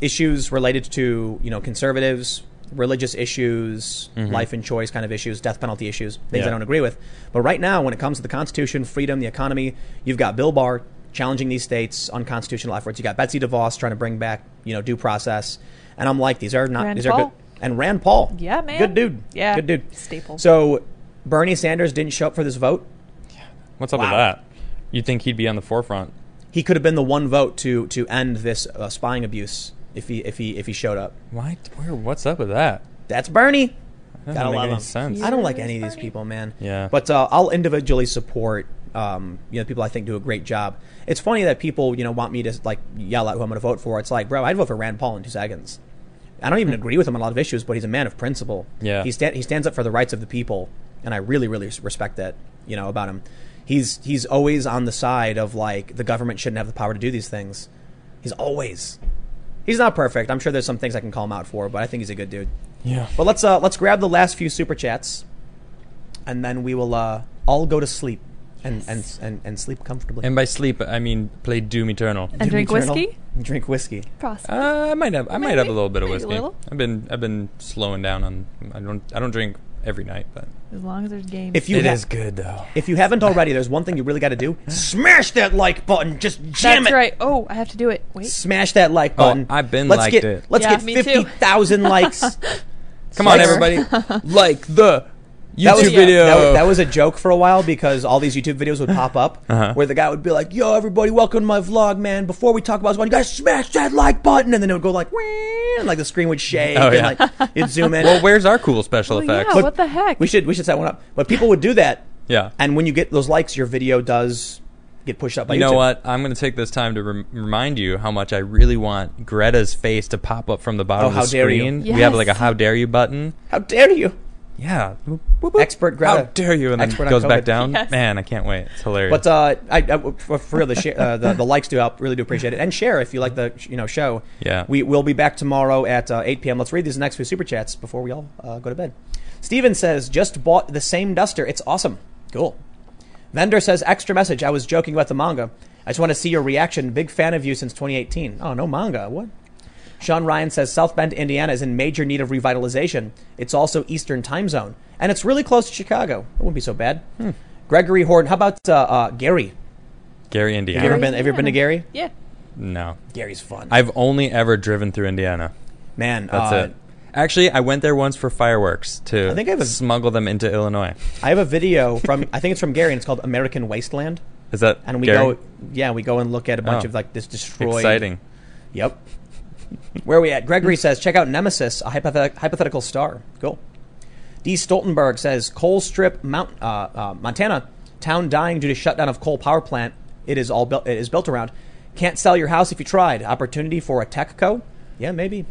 Speaker 1: issues related to you know conservatives, religious issues, life and choice kind of issues, death penalty issues, things I
Speaker 3: Yeah.
Speaker 1: don't agree with. But right now, when it comes to the Constitution, freedom, the economy, you've got Bill Barr challenging these states on constitutional efforts. You got Betsy DeVos trying to bring back you know due process, and I'm like, these are not
Speaker 2: Rand
Speaker 1: these are
Speaker 2: Paul.
Speaker 1: good. And Rand Paul,
Speaker 2: Yeah, man.
Speaker 1: good dude,
Speaker 2: Yeah.
Speaker 1: good dude.
Speaker 2: Staple.
Speaker 1: So Bernie Sanders didn't show up for this vote.
Speaker 3: What's up
Speaker 1: Wow.
Speaker 3: with that? You'd think he'd be on the forefront.
Speaker 1: he could have been the one vote to to end this uh, spying abuse if he if he if he showed up.
Speaker 3: Why? Where? What's up with that?
Speaker 1: That's Bernie.
Speaker 3: That doesn't
Speaker 1: Gotta
Speaker 3: make
Speaker 1: love
Speaker 3: any
Speaker 1: him.
Speaker 3: sense.
Speaker 1: I don't like any of
Speaker 2: Bernie.
Speaker 1: these people, man.
Speaker 3: Yeah.
Speaker 1: But uh, I'll individually support um, you know people I think do a great job. It's funny that people you know want me to like yell at who I'm going to vote for. It's like, bro, I'd vote for Rand Paul in two seconds. I don't even agree with him on a lot of issues, but he's a man of principle.
Speaker 3: Yeah.
Speaker 1: He sta- he stands up for the rights of the people, and I really really respect that you know about him. He's he's always on the side of like the government shouldn't have the power to do these things. He's always. He's not perfect. I'm sure there's some things I can call him out for, but I think he's a good dude.
Speaker 3: Yeah.
Speaker 1: But let's uh, let's grab the last few super chats, and then we will uh, all go to sleep and and, and and sleep comfortably.
Speaker 3: And by sleep, I mean play Doom Eternal.
Speaker 2: And drink
Speaker 1: Eternal.
Speaker 2: whiskey?
Speaker 1: Drink whiskey.
Speaker 2: Process.
Speaker 3: Uh, I might have. I might have a
Speaker 2: Maybe.
Speaker 3: little bit of
Speaker 2: Maybe a
Speaker 3: whiskey.
Speaker 2: little.
Speaker 3: I've been. I've been slowing down on. I don't. I don't drink every night, but
Speaker 2: as long as there's games.
Speaker 1: If
Speaker 3: it
Speaker 1: you
Speaker 3: is
Speaker 1: ha-
Speaker 3: good though.
Speaker 1: if you haven't already, there's one thing you really got to do: smash that like button. Just jam
Speaker 2: That's
Speaker 1: it.
Speaker 2: right. Oh, I have to do it. Wait.
Speaker 1: Smash that like button.
Speaker 3: Oh, I've been
Speaker 1: let's
Speaker 3: liked
Speaker 1: get,
Speaker 3: it.
Speaker 1: Let's
Speaker 2: Yeah,
Speaker 1: get
Speaker 2: me too.
Speaker 1: fifty thousand likes.
Speaker 3: Come on,
Speaker 1: Sure.
Speaker 3: everybody! like the YouTube
Speaker 1: That was,
Speaker 3: video.
Speaker 1: That, wa- that was a joke for a while because all these YouTube videos would pop up
Speaker 3: Uh-huh.
Speaker 1: where the guy would be like, "Yo, everybody, welcome to my vlog, man. Before we talk about this one, you guys smash that like button," and then it would go like, "Wee," and like the screen would shake,
Speaker 3: Oh,
Speaker 1: and
Speaker 3: yeah.
Speaker 1: like you'd zoom in.
Speaker 3: well, where's our cool special
Speaker 2: Oh, yeah.
Speaker 3: effects?
Speaker 2: What the heck?
Speaker 1: we should we should set one up. But people would do that,
Speaker 3: Yeah.
Speaker 1: and when you get those likes, your video does get pushed up. By
Speaker 3: you know
Speaker 1: YouTube.
Speaker 3: what? I'm going to take this time to rem- remind you how much I really want Greta's face to pop up from the bottom
Speaker 1: Oh,
Speaker 3: of the
Speaker 1: how dare you.
Speaker 3: screen. We have like a
Speaker 2: Yes.
Speaker 3: "How dare you" button.
Speaker 1: How dare you?
Speaker 3: Yeah. Boop, boop, boop.
Speaker 1: Expert Greta.
Speaker 3: How dare you? And then
Speaker 1: Expert on
Speaker 3: goes back
Speaker 1: COVID.
Speaker 3: down.
Speaker 2: Yes.
Speaker 3: Man, I can't wait. It's hilarious.
Speaker 1: But uh, I, I- for, for real, the, share, uh, the the likes do help. Really do appreciate it. And share if you like the you know show.
Speaker 3: Yeah.
Speaker 1: we will be back tomorrow at uh, 8 p.m. Let's read these next few super chats before we all uh, go to bed. Steven says just bought the same duster. It's awesome. Cool. Vendor says extra message. I was joking about the manga. I just want to see your reaction. Big fan of you since 2018. Oh no manga. What? Sean Ryan says South Bend, Indiana is in major need of revitalization. It's also Eastern time zone, and it's really close to Chicago. It wouldn't be so bad.
Speaker 3: Hmm.
Speaker 1: Gregory Horton. How about uh, uh, Gary?
Speaker 3: Gary,
Speaker 1: Have you
Speaker 3: Indiana.
Speaker 1: ever been? Have you ever been to Gary?
Speaker 2: Yeah.
Speaker 3: No,
Speaker 1: Gary's fun.
Speaker 3: I've only ever driven through Indiana.
Speaker 1: Man,
Speaker 3: That's
Speaker 1: uh,
Speaker 3: it. Actually, I went there once for fireworks to
Speaker 1: I think I have a-
Speaker 3: smuggle them into Illinois.
Speaker 1: I have a video from I think it's from Gary, and it's called American Wasteland.
Speaker 3: Is that
Speaker 1: And we
Speaker 3: Gary?
Speaker 1: go, yeah, we go and look at a bunch
Speaker 3: Oh.
Speaker 1: of like this destroyed.
Speaker 3: exciting?
Speaker 1: Yep. Where are we at? Gregory says, check out Nemesis, a hypothet- hypothetical star. Cool. D. Stoltenberg says, coal strip, Mount, uh, uh, Montana, town dying due to shutdown of coal power plant. It is all built. It is built around. Can't sell your house if you tried. Opportunity for a tech co. Yeah, maybe.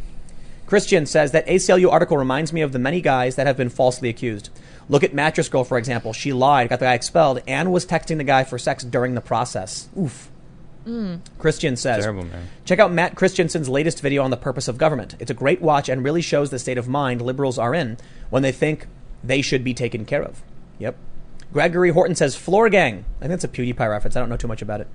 Speaker 1: Christian says that ACLU article reminds me of the many guys that have been falsely accused. Look at Mattress Girl, for example. She lied, got the guy expelled, and was texting the guy for sex during the process. Oof. Christian says,
Speaker 3: Terrible man.
Speaker 1: Check out Matt Christensen's latest video on the purpose of government. It's a great watch and really shows the state of mind liberals are in when they think they should be taken care of. Yep. Gregory Horton says floor gang. I think that's a PewDiePie reference. I don't know too much about it.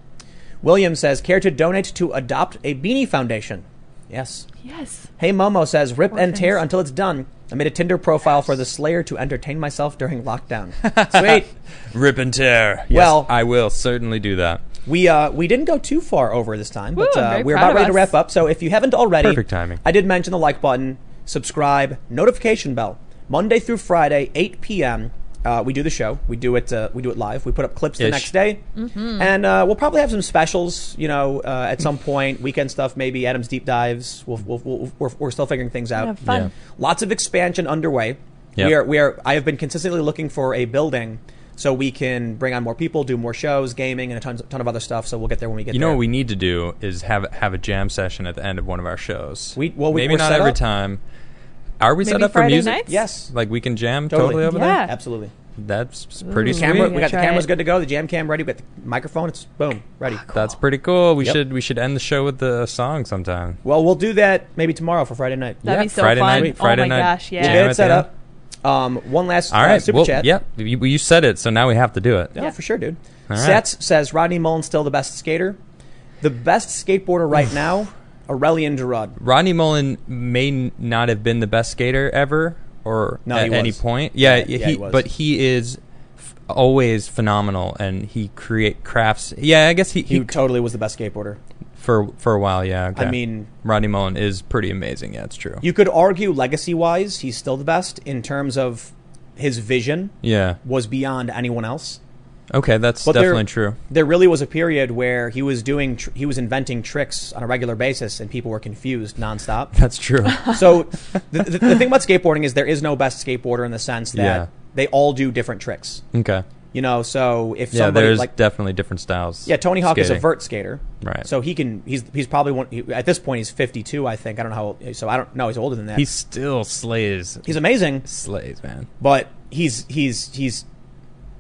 Speaker 1: William says care to donate to adopt a beanie foundation. Yes.
Speaker 2: Yes.
Speaker 1: Hey Momo says rip and
Speaker 2: Orphans.
Speaker 1: tear until it's done. I made a Tinder profile for the Slayer to entertain myself during lockdown. Sweet.
Speaker 3: Rip and tear. Yes,
Speaker 1: Well-
Speaker 3: I will certainly do that.
Speaker 1: We uh, we didn't go too far over this time, but
Speaker 2: Woo, I'm
Speaker 1: uh,
Speaker 2: very
Speaker 1: we're
Speaker 2: proud
Speaker 1: about
Speaker 2: of
Speaker 1: ready to
Speaker 2: us.
Speaker 1: wrap up. So if you haven't already,
Speaker 3: Perfect timing.
Speaker 1: I did mention the like button, subscribe, notification bell. Monday through Friday, 8 p.m. Uh, we do the show. We do it. Uh, we do it live. We put up clips the
Speaker 3: Ish.
Speaker 1: next day,
Speaker 2: Mm-hmm.
Speaker 1: and uh, we'll probably have some specials. You know, uh, at some point, weekend stuff, maybe Adam's deep dives. We'll, we'll, we'll, we're, we're still figuring things out.
Speaker 2: Have fun.
Speaker 3: Yeah.
Speaker 1: Lots of expansion underway.
Speaker 3: Yep.
Speaker 1: We are we are I have been consistently looking for a building so we can bring on more people, do more shows, gaming, and a ton, ton of other stuff. So we'll get there when we get
Speaker 3: You
Speaker 1: there.
Speaker 3: know what we need to do is have have a jam session at the end of one of our shows.
Speaker 1: We- well, we-
Speaker 3: maybe
Speaker 1: we're
Speaker 3: not
Speaker 1: set
Speaker 3: every
Speaker 1: up.
Speaker 3: time. Are we set
Speaker 2: Maybe
Speaker 3: up
Speaker 2: Friday
Speaker 3: for music?
Speaker 2: nights?
Speaker 1: yes.
Speaker 3: Like we can jam
Speaker 1: Totally.
Speaker 3: totally, over
Speaker 2: Yeah. Mm.
Speaker 3: there.
Speaker 1: Absolutely.
Speaker 3: That's s- pretty
Speaker 2: Ooh.
Speaker 3: sweet.
Speaker 1: Camera,
Speaker 2: we
Speaker 1: we got the
Speaker 2: try
Speaker 1: cameras
Speaker 2: it. Ah,
Speaker 1: good to go. The jam cam ready. We got the microphone. It's boom, ready.
Speaker 3: That's pretty cool. We
Speaker 1: Yep.
Speaker 3: should we should end the show with the song sometime.
Speaker 1: Well, we'll do that maybe tomorrow for Friday night.
Speaker 2: That'd
Speaker 3: yeah,
Speaker 2: be so
Speaker 3: Friday
Speaker 2: fun.
Speaker 3: night.
Speaker 2: Oh
Speaker 3: Friday
Speaker 2: my
Speaker 3: night.
Speaker 2: gosh, yeah.
Speaker 1: We'll
Speaker 3: jam
Speaker 1: get
Speaker 3: at
Speaker 1: it
Speaker 3: the
Speaker 1: set
Speaker 3: end.
Speaker 1: up. Um, one last
Speaker 3: All
Speaker 1: uh,
Speaker 3: right.
Speaker 1: super
Speaker 3: well,
Speaker 1: chat.
Speaker 3: Yep. You, you said it, so now we have to do it.
Speaker 1: Yeah,
Speaker 2: Yeah.
Speaker 1: for sure, dude.
Speaker 3: All right.
Speaker 1: Sets says Rodney Mullen still the best skater. The best skateboarder right now, Aurelian Gerard.
Speaker 3: Rodney Mullen may n- not have been the best skater ever or
Speaker 1: No,
Speaker 3: at
Speaker 1: he was.
Speaker 3: any point. Yeah,
Speaker 1: Yeah,
Speaker 3: he,
Speaker 1: yeah, he was.
Speaker 3: but he is f- always phenomenal and he create crafts. Yeah, I guess he,
Speaker 1: He
Speaker 3: he
Speaker 1: totally was the best skateboarder.
Speaker 3: for for a while, yeah. okay.
Speaker 1: I mean,
Speaker 3: Rodney Mullen is pretty amazing. Yeah, it's true.
Speaker 1: you could argue legacy wise, he's still the best in terms of his vision
Speaker 3: yeah.
Speaker 1: was beyond anyone else.
Speaker 3: Okay, that's
Speaker 1: But there-
Speaker 3: definitely true.
Speaker 1: There really was a period where he was doing, tr- he was inventing tricks on a regular basis, and people were confused nonstop.
Speaker 3: That's true.
Speaker 1: So the, the, the thing about skateboarding is there is no best skateboarder in the sense that
Speaker 3: Yeah.
Speaker 1: they all do different tricks.
Speaker 3: okay.
Speaker 1: You know, so if
Speaker 3: Yeah,
Speaker 1: somebody
Speaker 3: there's
Speaker 1: like
Speaker 3: definitely different styles.
Speaker 1: yeah, Tony Hawk is a
Speaker 3: skating.
Speaker 1: vert skater,
Speaker 3: Right.
Speaker 1: So he can he's he's probably one he, at this point he's 52, I think. I don't know how old, so I don't know he's older than that.
Speaker 3: He still slays.
Speaker 1: he's amazing,
Speaker 3: slays, man.
Speaker 1: but he's he's he's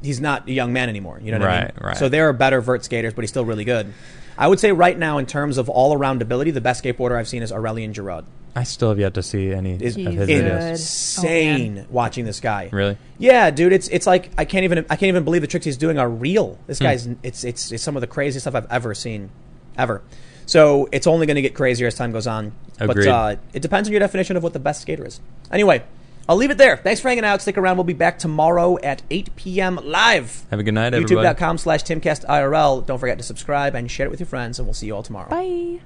Speaker 1: he's not a young man anymore. You know what I mean?
Speaker 3: Right, right.
Speaker 1: So there are better vert skaters, but he's still really good. I would say right now in terms of all around ability, the best skateboarder I've seen is Aurelian Gerard.
Speaker 3: I still have yet to see any
Speaker 1: Is-
Speaker 3: of
Speaker 2: He's
Speaker 3: his videos.
Speaker 2: good.
Speaker 1: Insane watching this guy.
Speaker 3: Really?
Speaker 1: Yeah, dude, it's it's like I can't even I can't even believe the tricks he's doing are real. This
Speaker 3: Hmm.
Speaker 1: guy's it's, it's it's some of the craziest stuff I've ever seen, ever. So it's only going to get crazier as time goes on. But
Speaker 3: Agreed.
Speaker 1: uh, it depends on your definition of what the best skater is. Anyway, I'll leave it there. Thanks for hanging out. Stick around. We'll be back tomorrow at 8 p.m. live.
Speaker 3: Have a good night, everybody.
Speaker 1: YouTube.com slash TimCastIRL. Don't forget to subscribe and share it with your friends, and we'll see you all tomorrow.
Speaker 2: Bye.